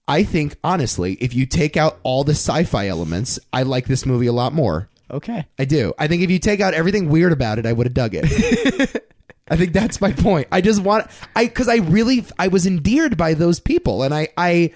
[SPEAKER 1] I think honestly, if you take out all the sci-fi elements, I like this movie a lot more.
[SPEAKER 2] Okay.
[SPEAKER 1] I do. I think if you take out everything weird about it, I would have dug it. I think that's my point. I just want I because I really I was endeared by those people, and I I.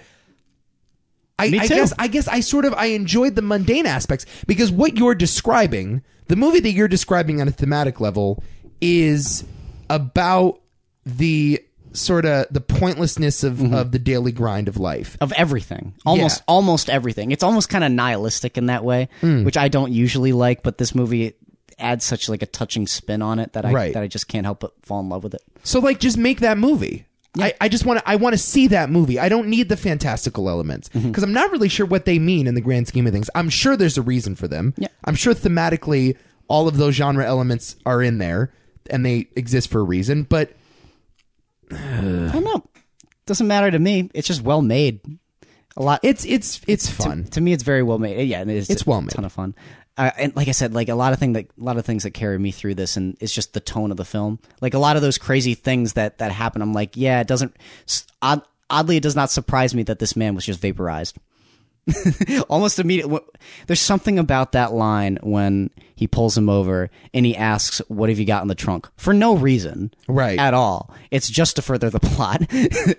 [SPEAKER 1] I,
[SPEAKER 2] Me
[SPEAKER 1] I
[SPEAKER 2] too.
[SPEAKER 1] guess I guess I sort of I enjoyed the mundane aspects because what you're describing, the movie that you're describing on a thematic level, is about the sort of the pointlessness of,
[SPEAKER 2] Mm-hmm.
[SPEAKER 1] of the daily grind of life.
[SPEAKER 2] of everything almost almost everything it's almost kind of nihilistic in that way
[SPEAKER 1] Hmm.
[SPEAKER 2] which i don't usually like but this movie adds such like a touching spin on it that i
[SPEAKER 1] Right.
[SPEAKER 2] that i just can't help but fall in love with it
[SPEAKER 1] So like just make that movie. I, I just want to I want to see that movie. I don't need the fantastical elements because
[SPEAKER 2] Mm-hmm.
[SPEAKER 1] I'm not really sure what they mean in the grand scheme of things. I'm sure there's a reason for them.
[SPEAKER 2] Yeah.
[SPEAKER 1] I'm sure thematically all of those genre elements are in there and they exist for a reason, but
[SPEAKER 2] i don't know doesn't matter to me it's just well made a lot
[SPEAKER 1] it's it's it's fun.
[SPEAKER 2] to me it's very well made yeah and it is
[SPEAKER 1] It's
[SPEAKER 2] a
[SPEAKER 1] well made.
[SPEAKER 2] ton of fun uh, and like i said like a lot of thing that a lot of things that carry me through this and it's just the tone of the film like a lot of those crazy things that that happen i'm like yeah it doesn't s- odd, oddly it does not surprise me that this man was just vaporized almost immediately there's something about that line when he pulls him over and he asks what have you got in the trunk for no reason
[SPEAKER 1] Right.
[SPEAKER 2] at all it's just to further the plot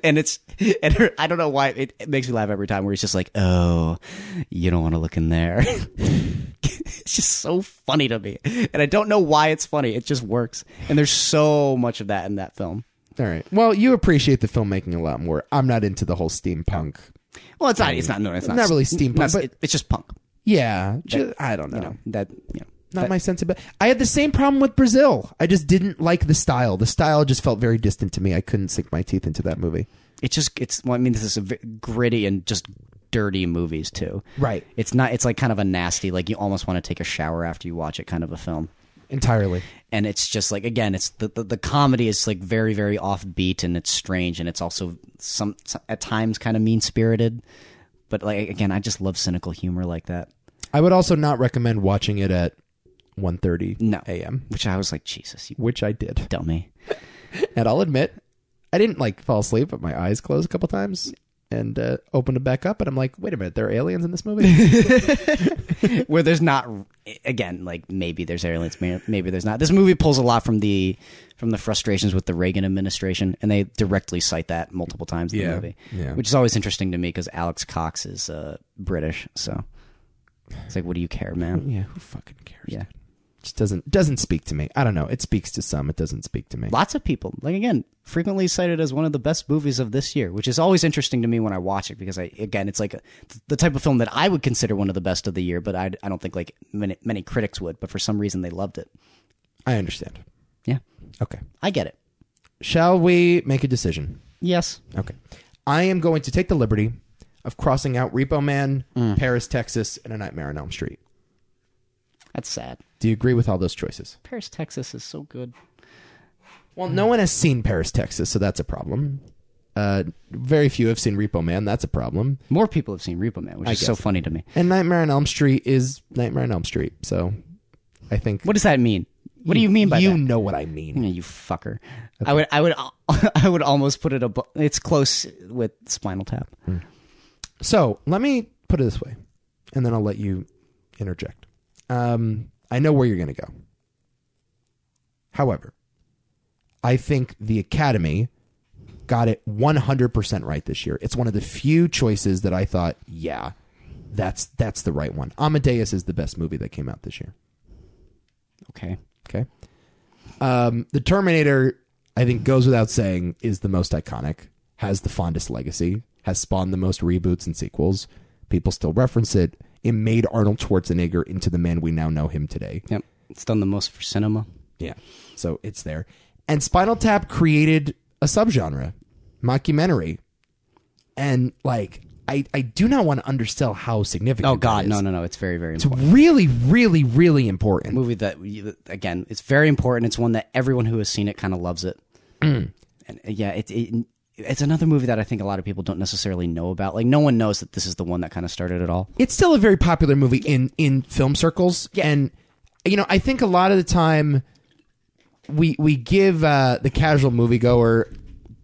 [SPEAKER 2] and it's and her, i don't know why it, it makes me laugh every time where he's just like oh you don't want to look in there it's just so funny to me and i don't know why it's funny it just works and there's so much of that in that film
[SPEAKER 1] All right. Well, you appreciate the filmmaking a lot more. I'm not into the whole steampunk.
[SPEAKER 2] well it's not it's not no it's not,
[SPEAKER 1] Not really steampunk,
[SPEAKER 2] not-
[SPEAKER 1] but-
[SPEAKER 2] it- it's just punk
[SPEAKER 1] Yeah, ju- I don't know.
[SPEAKER 2] you know that you know
[SPEAKER 1] Not my sense of I had the same problem with Brazil. I just didn't like the style. The style just felt very distant to me. I couldn't sink my teeth into that movie.
[SPEAKER 2] it just it's well, i mean this is a v- gritty and just dirty movies too
[SPEAKER 1] Right.
[SPEAKER 2] it's not it's like kind of a nasty like you almost want to take a shower after you watch it kind of a film
[SPEAKER 1] Entirely.
[SPEAKER 2] and it's just like again it's the, the, the comedy is like very very offbeat and it's strange and it's also some, some at times kind of mean spirited but like again i just love cynical humor like that
[SPEAKER 1] I would also not recommend watching it at 1:30
[SPEAKER 2] No.
[SPEAKER 1] a.m.,
[SPEAKER 2] which i was like jesus you
[SPEAKER 1] which I did.
[SPEAKER 2] dummy
[SPEAKER 1] And I'll admit, I didn't like fall asleep, but my eyes closed a couple times and uh, opened them back up, and I'm like, wait a minute, there are aliens in this movie.
[SPEAKER 2] where there's not again like maybe there's aliens may- maybe there's not this movie pulls a lot from the from the frustrations with the reagan administration and they directly cite that multiple times in
[SPEAKER 1] Yeah.
[SPEAKER 2] the movie
[SPEAKER 1] Yeah.
[SPEAKER 2] which is always interesting to me because alex cox is uh, british so it's like what do you care man
[SPEAKER 1] yeah, who fucking cares?
[SPEAKER 2] yeah
[SPEAKER 1] just doesn't doesn't speak to me. I don't know. It speaks to some. It doesn't speak to me.
[SPEAKER 2] lots of people like again frequently cited as one of the best movies of this year which is always interesting to me when i watch it because i again it's like a, the type of film that i would consider one of the best of the year but i, I don't think like many, many critics would but for some reason they loved it
[SPEAKER 1] I understand.
[SPEAKER 2] yeah
[SPEAKER 1] Okay.
[SPEAKER 2] I get it.
[SPEAKER 1] Shall we make a decision?
[SPEAKER 2] Yes.
[SPEAKER 1] Okay. I am going to take the liberty of crossing out Repo Man, Paris, Texas, and A Nightmare on Elm Street.
[SPEAKER 2] That's sad.
[SPEAKER 1] Do you agree with all those choices?
[SPEAKER 2] Paris, Texas is so good.
[SPEAKER 1] Well, no one has seen Paris, Texas, so that's a problem. Uh, very few have seen Repo Man. That's a problem.
[SPEAKER 2] More people have seen Repo Man, which is so funny to me.
[SPEAKER 1] And Nightmare on Elm Street is Nightmare on Elm Street. So I think.
[SPEAKER 2] What does that mean? What do you mean by
[SPEAKER 1] you
[SPEAKER 2] that?
[SPEAKER 1] know what I mean.
[SPEAKER 2] Yeah, you fucker. I would, I would, I would almost put it above. It's close with Spinal Tap.
[SPEAKER 1] So let me put it this way, and then I'll let you interject. Um, I know where you're going to go. However, I think the Academy got it 100% right this year. It's one of the few choices that I thought, yeah, that's that's the right one. Amadeus is the best movie that came out this year.
[SPEAKER 2] Okay.
[SPEAKER 1] Okay. Um, the Terminator, I think, goes without saying, is the most iconic, has the fondest legacy, has spawned the most reboots and sequels. People still reference it. It made Arnold Schwarzenegger into the man we now know him today.
[SPEAKER 2] Yep. It's done the most for cinema.
[SPEAKER 1] Yeah. So it's there. And Spinal Tap created a subgenre, mockumentary. And like, I, I do not want to undersell how significant.
[SPEAKER 2] Oh
[SPEAKER 1] that
[SPEAKER 2] God,
[SPEAKER 1] is.
[SPEAKER 2] no, no, no. It's very, very important.
[SPEAKER 1] It's really, really, really important.
[SPEAKER 2] Movie that you- again, it's very important. It's one that everyone who has seen it kind of loves it. And uh, yeah, it, it it's another movie that I think a lot of people don't necessarily know about. Like no one knows that this is the one that kind of started it all.
[SPEAKER 1] it's still a very popular movie in in film circles and you know i think a lot of the time we we give uh the casual moviegoer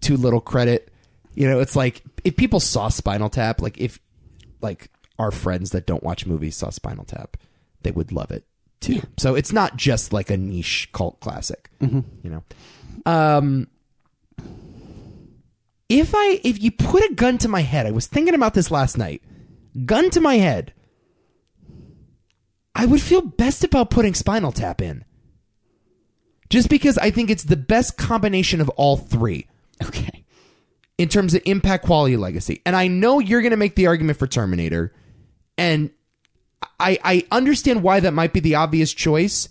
[SPEAKER 1] too little credit you know it's like if people saw spinal tap like if like our friends that don't watch movies saw spinal tap they would love it too so it's not just like a niche cult classic you know if I if you put a gun to my head, I was thinking about this last night. Gun to my head. I would feel best about putting Spinal Tap in. just because I think it's the best combination of all three
[SPEAKER 2] Okay.
[SPEAKER 1] in terms of impact, quality, legacy. And I know you're going to make the argument for Terminator, and I I understand why that might be the obvious choice,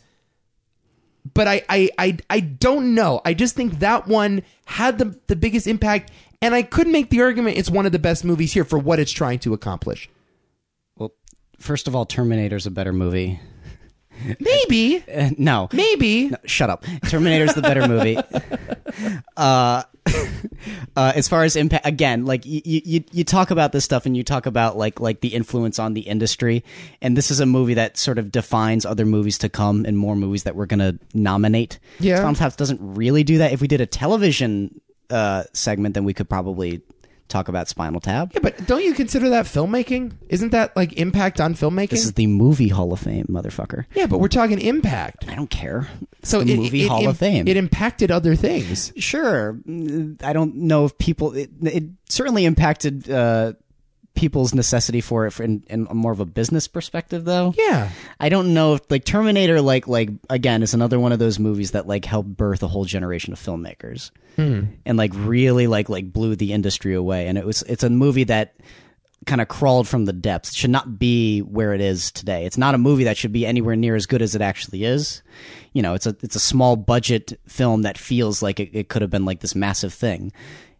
[SPEAKER 1] but I I I, I don't know. I just think that one had the the biggest impact, and I could make the argument it's one of the best movies here for what it's trying to accomplish.
[SPEAKER 2] Well, first of all, Terminator's a better movie.
[SPEAKER 1] Maybe,
[SPEAKER 2] Uh, no.
[SPEAKER 1] maybe.
[SPEAKER 2] Shut up. Terminator's the better movie. Uh, uh, as far as impact, again, like you, you, you talk about this stuff and you talk about like like the influence on the industry, and this is a movie that sort of defines other movies to come and more movies that we're gonna nominate.
[SPEAKER 1] Yeah.
[SPEAKER 2] Tom's doesn't really do that. If we did a television uh, segment, then we could probably talk about Spinal Tap.
[SPEAKER 1] Yeah, but don't you consider that filmmaking? Isn't that like impact on filmmaking?
[SPEAKER 2] This is the movie Hall of Fame, motherfucker.
[SPEAKER 1] yeah, but we're talking impact.
[SPEAKER 2] I don't care. It's
[SPEAKER 1] So
[SPEAKER 2] the
[SPEAKER 1] it-
[SPEAKER 2] movie
[SPEAKER 1] it-
[SPEAKER 2] Hall
[SPEAKER 1] it-
[SPEAKER 2] of Fame.
[SPEAKER 1] It impacted other things.
[SPEAKER 2] sure mm, i don't know if people it, it certainly impacted uh people's necessity for it in, in more of a business perspective though
[SPEAKER 1] Yeah.
[SPEAKER 2] i don't know if like terminator like like again is another one of those movies that like helped birth a whole generation of filmmakers and like really like like blew the industry away and it was it's a movie that kind of crawled from the depths It should not be where it is today it's not a movie that should be anywhere near as good as it actually is you know it's a it's a small budget film that feels like it, it could have been like this massive thing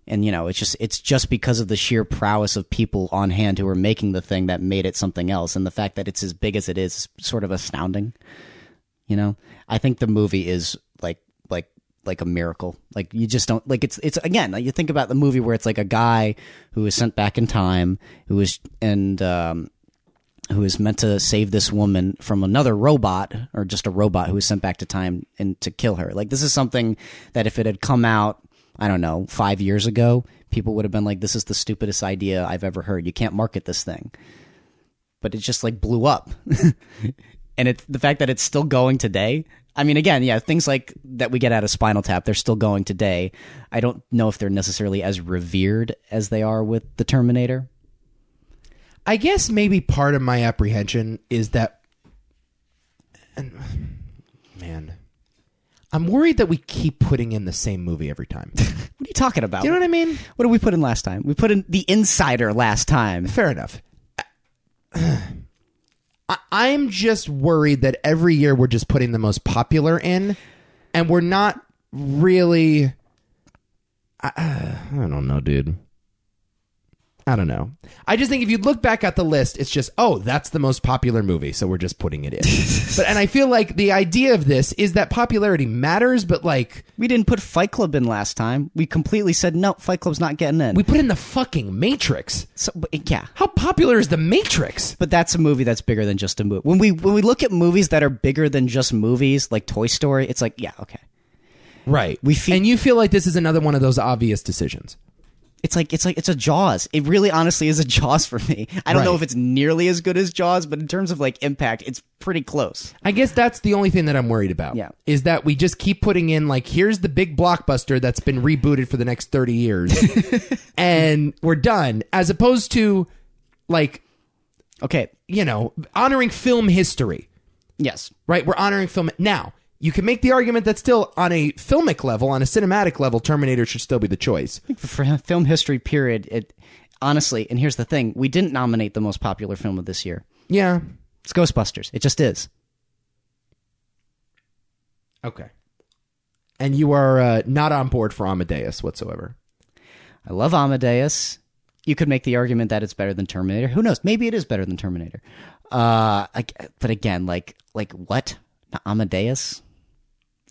[SPEAKER 2] and you know it's just it's just because of the sheer prowess of people on hand who were making the thing that made it something else and the fact that it's as big as it is is sort of astounding you know i think the movie is like like like a miracle like you just don't like it's it's again like you think about the movie where it's like a guy who is sent back in time who is and um who is meant to save this woman from another robot or just a robot who was sent back to time and to kill her like this is something that if it had come out i don't know five years ago people would have been like this is the stupidest idea i've ever heard you can't market this thing but it just like blew up and it the fact that it's still going today. I mean, again, yeah, things like that we get out of Spinal Tap, they're still going today. I don't know if they're necessarily as revered as they are with the Terminator.
[SPEAKER 1] I guess maybe part of my apprehension is that, and man, I'm worried that we keep putting in the same movie every time. Do
[SPEAKER 2] What are you talking about?
[SPEAKER 1] you know what I mean?
[SPEAKER 2] What did we put in last time? We put in The Insider last time.
[SPEAKER 1] Fair enough. I, I'm just worried that every year we're just putting the most popular in, and we're not really. I, I don't know, dude. I don't know. I just think if you look back at the list, it's just oh, that's the most popular movie, so we're just putting it in. but and I feel like the idea of this is that popularity matters, but like
[SPEAKER 2] We didn't put Fight Club in last time. We completely said no, Fight Club's not getting in.
[SPEAKER 1] we put in the fucking Matrix.
[SPEAKER 2] so, but, yeah.
[SPEAKER 1] How popular is the Matrix?
[SPEAKER 2] But that's a movie that's bigger than just a movie. When we when we look at movies that are bigger than just movies, like Toy Story, it's like, yeah, okay.
[SPEAKER 1] Right.
[SPEAKER 2] We fe-
[SPEAKER 1] and you feel like this is another one of those obvious decisions.
[SPEAKER 2] it's like it's like it's a Jaws. It really, honestly, is a Jaws for me. I don't know
[SPEAKER 1] Right.
[SPEAKER 2] if it's nearly as good as Jaws, but in terms of like impact, it's pretty close.
[SPEAKER 1] I guess that's the only thing that I'm worried about.
[SPEAKER 2] Yeah.
[SPEAKER 1] Is that we just keep putting in like here's the big blockbuster that's been rebooted for the next 30 years and we're done as opposed to like,
[SPEAKER 2] Okay.
[SPEAKER 1] you know, honoring film history,
[SPEAKER 2] Yes.
[SPEAKER 1] right? We're honoring film now. You can make the argument that still on a filmic level, on a cinematic level, Terminator should still be the choice.
[SPEAKER 2] For film history period, it honestly, and here's the thing: we didn't nominate the most popular film of this year.
[SPEAKER 1] Yeah.
[SPEAKER 2] It's Ghostbusters. It just is.
[SPEAKER 1] Okay. And you are uh, not on board for Amadeus whatsoever.
[SPEAKER 2] I love Amadeus. You could make the argument that it's better than Terminator. Who knows? Maybe it is better than Terminator. Uh, I, but again, like like what? Not Amadeus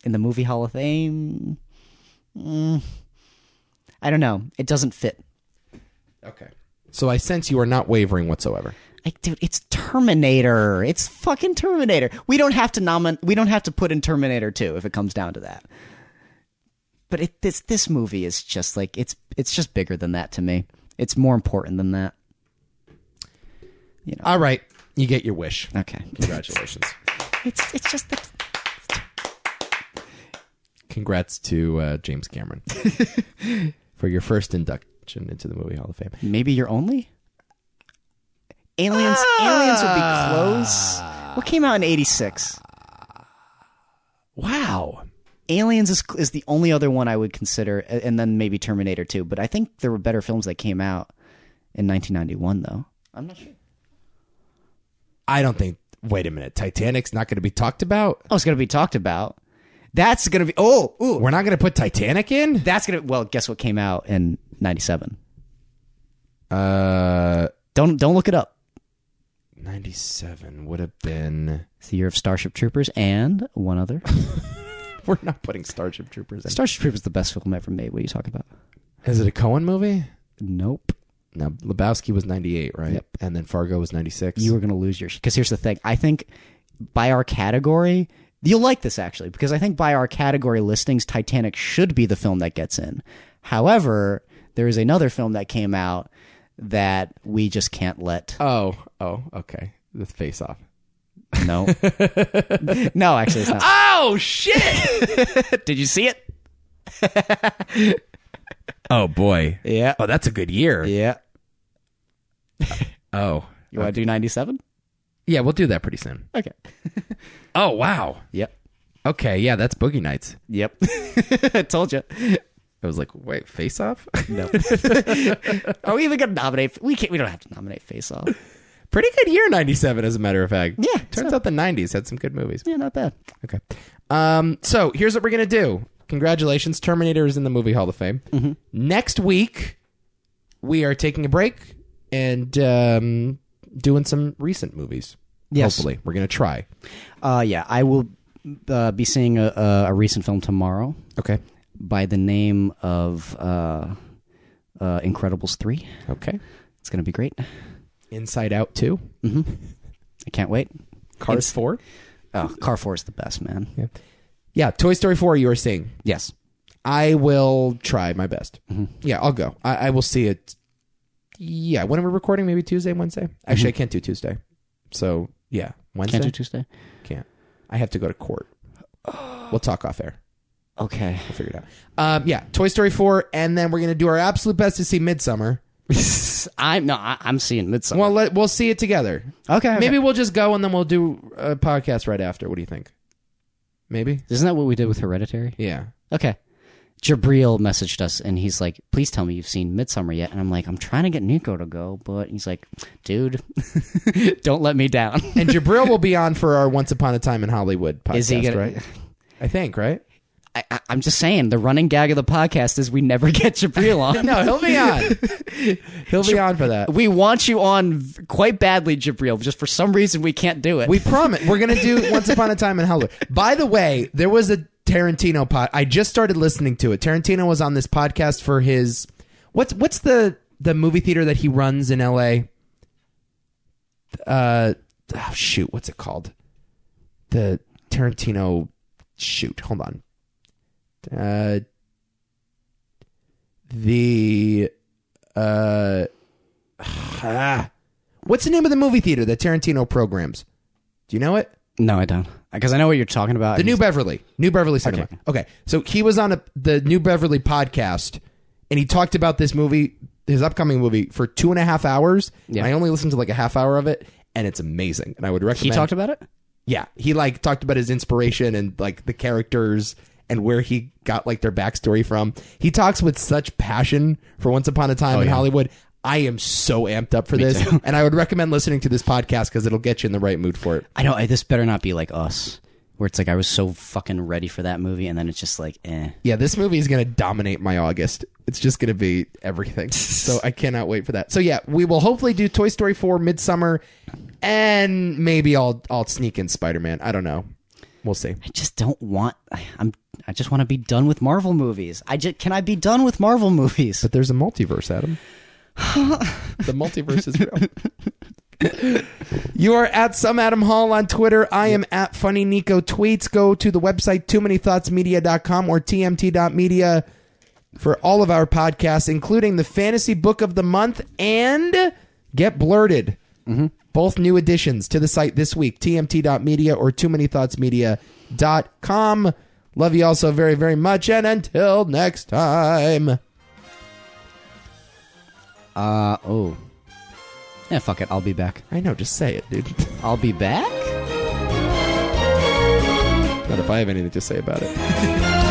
[SPEAKER 2] in the movie Hall of Fame? Mm. I don't know. It doesn't fit.
[SPEAKER 1] Okay. So I sense you are not wavering whatsoever.
[SPEAKER 2] Like, dude, it's Terminator. It's fucking Terminator. We don't have to nomin- We don't have to put in Terminator Two if it comes down to that. But it, this this movie is just like it's it's just bigger than that to me. It's more important than that.
[SPEAKER 1] All right. You get your wish.
[SPEAKER 2] Okay.
[SPEAKER 1] Congratulations.
[SPEAKER 2] It's it's just the
[SPEAKER 1] Congrats to uh, James Cameron for your first induction into the Movie Hall of Fame.
[SPEAKER 2] maybe you're only. Aliens aliens would be close. What came out in 86?
[SPEAKER 1] Wow.
[SPEAKER 2] Aliens is, is the only other one I would consider, a- and then maybe Terminator 2. But I think there were better films that came out in 1991, though. I'm not sure.
[SPEAKER 1] I don't think. Wait a minute. Titanic's not going to be talked about.
[SPEAKER 2] Oh, it's going to be talked about. That's going to be. Oh, ooh.
[SPEAKER 1] We're not going to put Titanic in.
[SPEAKER 2] That's going to. Well, guess what came out in 97?
[SPEAKER 1] Uh,
[SPEAKER 2] Don't Don't look it up.
[SPEAKER 1] ninety-seven would have been.
[SPEAKER 2] It's the year of Starship Troopers and one other.
[SPEAKER 1] We're not putting Starship Troopers in.
[SPEAKER 2] Starship Troopers is the best film ever made. What are you talking about?
[SPEAKER 1] Is it a Cohen movie?
[SPEAKER 2] Nope.
[SPEAKER 1] No, Lebowski was ninety-eight, right? Yep. And then Fargo was ninety-six.
[SPEAKER 2] you are going to lose your because here's the thing i think by our category you'll like this actually because i think by our category listings titanic should be the film that gets in however there is another film that came out that we just can't let
[SPEAKER 1] oh, oh, okay. The Face Off.
[SPEAKER 2] no no actually it's not
[SPEAKER 1] Oh shit!
[SPEAKER 2] Ah, did you see it
[SPEAKER 1] oh boy.
[SPEAKER 2] yeah
[SPEAKER 1] Oh, that's a good year.
[SPEAKER 2] yeah
[SPEAKER 1] Oh,
[SPEAKER 2] you want to do 97
[SPEAKER 1] yeah. We'll do that pretty soon.
[SPEAKER 2] okay
[SPEAKER 1] Oh wow.
[SPEAKER 2] yep
[SPEAKER 1] Okay, yeah. That's Boogie Nights.
[SPEAKER 2] yep told you
[SPEAKER 1] I was like, wait, Face Off?
[SPEAKER 2] no are we even gonna nominate we can't we don't have to nominate face off
[SPEAKER 1] Pretty good year, 97, as a matter of fact.
[SPEAKER 2] Yeah,
[SPEAKER 1] Turns out the 90s had some good movies.
[SPEAKER 2] yeah not bad
[SPEAKER 1] Okay. Um, so here's what we're going to do. Congratulations. Terminator is in the Movie Hall of Fame. Next week, we are taking a break and um, doing some recent movies.
[SPEAKER 2] Yes.
[SPEAKER 1] Hopefully. We're going to try.
[SPEAKER 2] Uh, yeah, I will uh, be seeing a, a, a recent film tomorrow
[SPEAKER 1] Okay.
[SPEAKER 2] by the name of uh, uh, Incredibles 3.
[SPEAKER 1] Okay.
[SPEAKER 2] It's going to be great.
[SPEAKER 1] Inside Out 2.
[SPEAKER 2] I can't wait.
[SPEAKER 1] Cars
[SPEAKER 2] It's-
[SPEAKER 1] 4.
[SPEAKER 2] Oh, Car 4 is the best, man.
[SPEAKER 1] Yeah. Yeah. Toy Story 4, you were seeing.
[SPEAKER 2] Yes.
[SPEAKER 1] I will try my best. Yeah, I'll go. I, I will see it. Yeah, when are we recording? Maybe Tuesday, Wednesday. Actually, I can't do Tuesday. So yeah, Wednesday
[SPEAKER 2] Can't do Tuesday?
[SPEAKER 1] Can't. I have to go to court. We'll talk off air.
[SPEAKER 2] Okay.
[SPEAKER 1] We'll figure it out. Um, yeah, Toy Story four, and then we're gonna do our absolute best to see Midsummer.
[SPEAKER 2] I'm no, I, I'm seeing Midsummer.
[SPEAKER 1] Well, let, we'll see it together.
[SPEAKER 2] okay, okay.
[SPEAKER 1] Maybe we'll just go and then we'll do a podcast right after. What do you think? Maybe.
[SPEAKER 2] Isn't that what we did with Hereditary?
[SPEAKER 1] Yeah.
[SPEAKER 2] Okay. Jabril messaged us and he's like, "Please tell me you've seen Midsummer yet." And I'm like, "I'm trying to get Nico to go, but he's like, dude, don't let me down."
[SPEAKER 1] And Jabril will be on for our Once Upon a Time in Hollywood podcast,
[SPEAKER 2] Is he gonna-
[SPEAKER 1] right? I think, right?
[SPEAKER 2] I, I, I'm just saying, the running gag of the podcast is we never get Jabril on.
[SPEAKER 1] No, he'll be on. he'll be on for that.
[SPEAKER 2] We want you on v- quite badly, Jabril. Just for some reason, we can't do it.
[SPEAKER 1] We promise we're gonna do Once Upon a Time in Hollywood. By the way, there was a Tarantino pod. I just started listening to it. Tarantino was on this podcast for his what's what's the the movie theater that he runs in L.A. Uh, oh, shoot, what's it called? The Tarantino. Shoot, hold on. Uh, the uh. Ah. What's the name of the movie theater that Tarantino programs? Do you know it?
[SPEAKER 2] no, I don't. Because I know what you're talking about.
[SPEAKER 1] The New Beverly. New Beverly Cinema. Okay. So he was on a, the New Beverly podcast and he talked about this movie, his upcoming movie, for two and a half hours.
[SPEAKER 2] Yeah.
[SPEAKER 1] And I only listened to like a half hour of it and it's amazing. And I would recommend
[SPEAKER 2] he talked about it.
[SPEAKER 1] Yeah. He like talked about his inspiration and like the characters and where he got like their backstory from. He talks with such passion for Once Upon a Time in Hollywood. I am so amped up for this. And I would recommend listening to this podcast because it'll get you in the right mood for it.
[SPEAKER 2] I know I, this better not be like us, where it's like I was so fucking ready for that movie, and then it's just like, eh.
[SPEAKER 1] Yeah, this movie is going to dominate my August. It's just going to be everything. so I cannot wait for that. So yeah, we will hopefully do Toy Story 4 Midsummer and maybe I'll I'll sneak in Spider-Man. I don't know. We'll see.
[SPEAKER 2] I just don't want. I, I'm. I just want to be done with Marvel movies. I just can I be done with Marvel movies?
[SPEAKER 1] But there's a multiverse, Adam. the multiverse is real. you are at some Adam Hall on Twitter. I am at Funny Nico Tweets. Go to the website too many thoughts media.com or tmt.media for all of our podcasts, including the Fantasy Book of the Month and Get Blurted. Both new additions to the site this week, tmt.media or too many thoughts media.com. Love you all so very, very much. And until next time.
[SPEAKER 2] Uh oh. Yeah, fuck it. I'll be back.
[SPEAKER 1] I know, just say it, dude.
[SPEAKER 2] I'll be back.
[SPEAKER 1] Bye but if I have anything to say about it.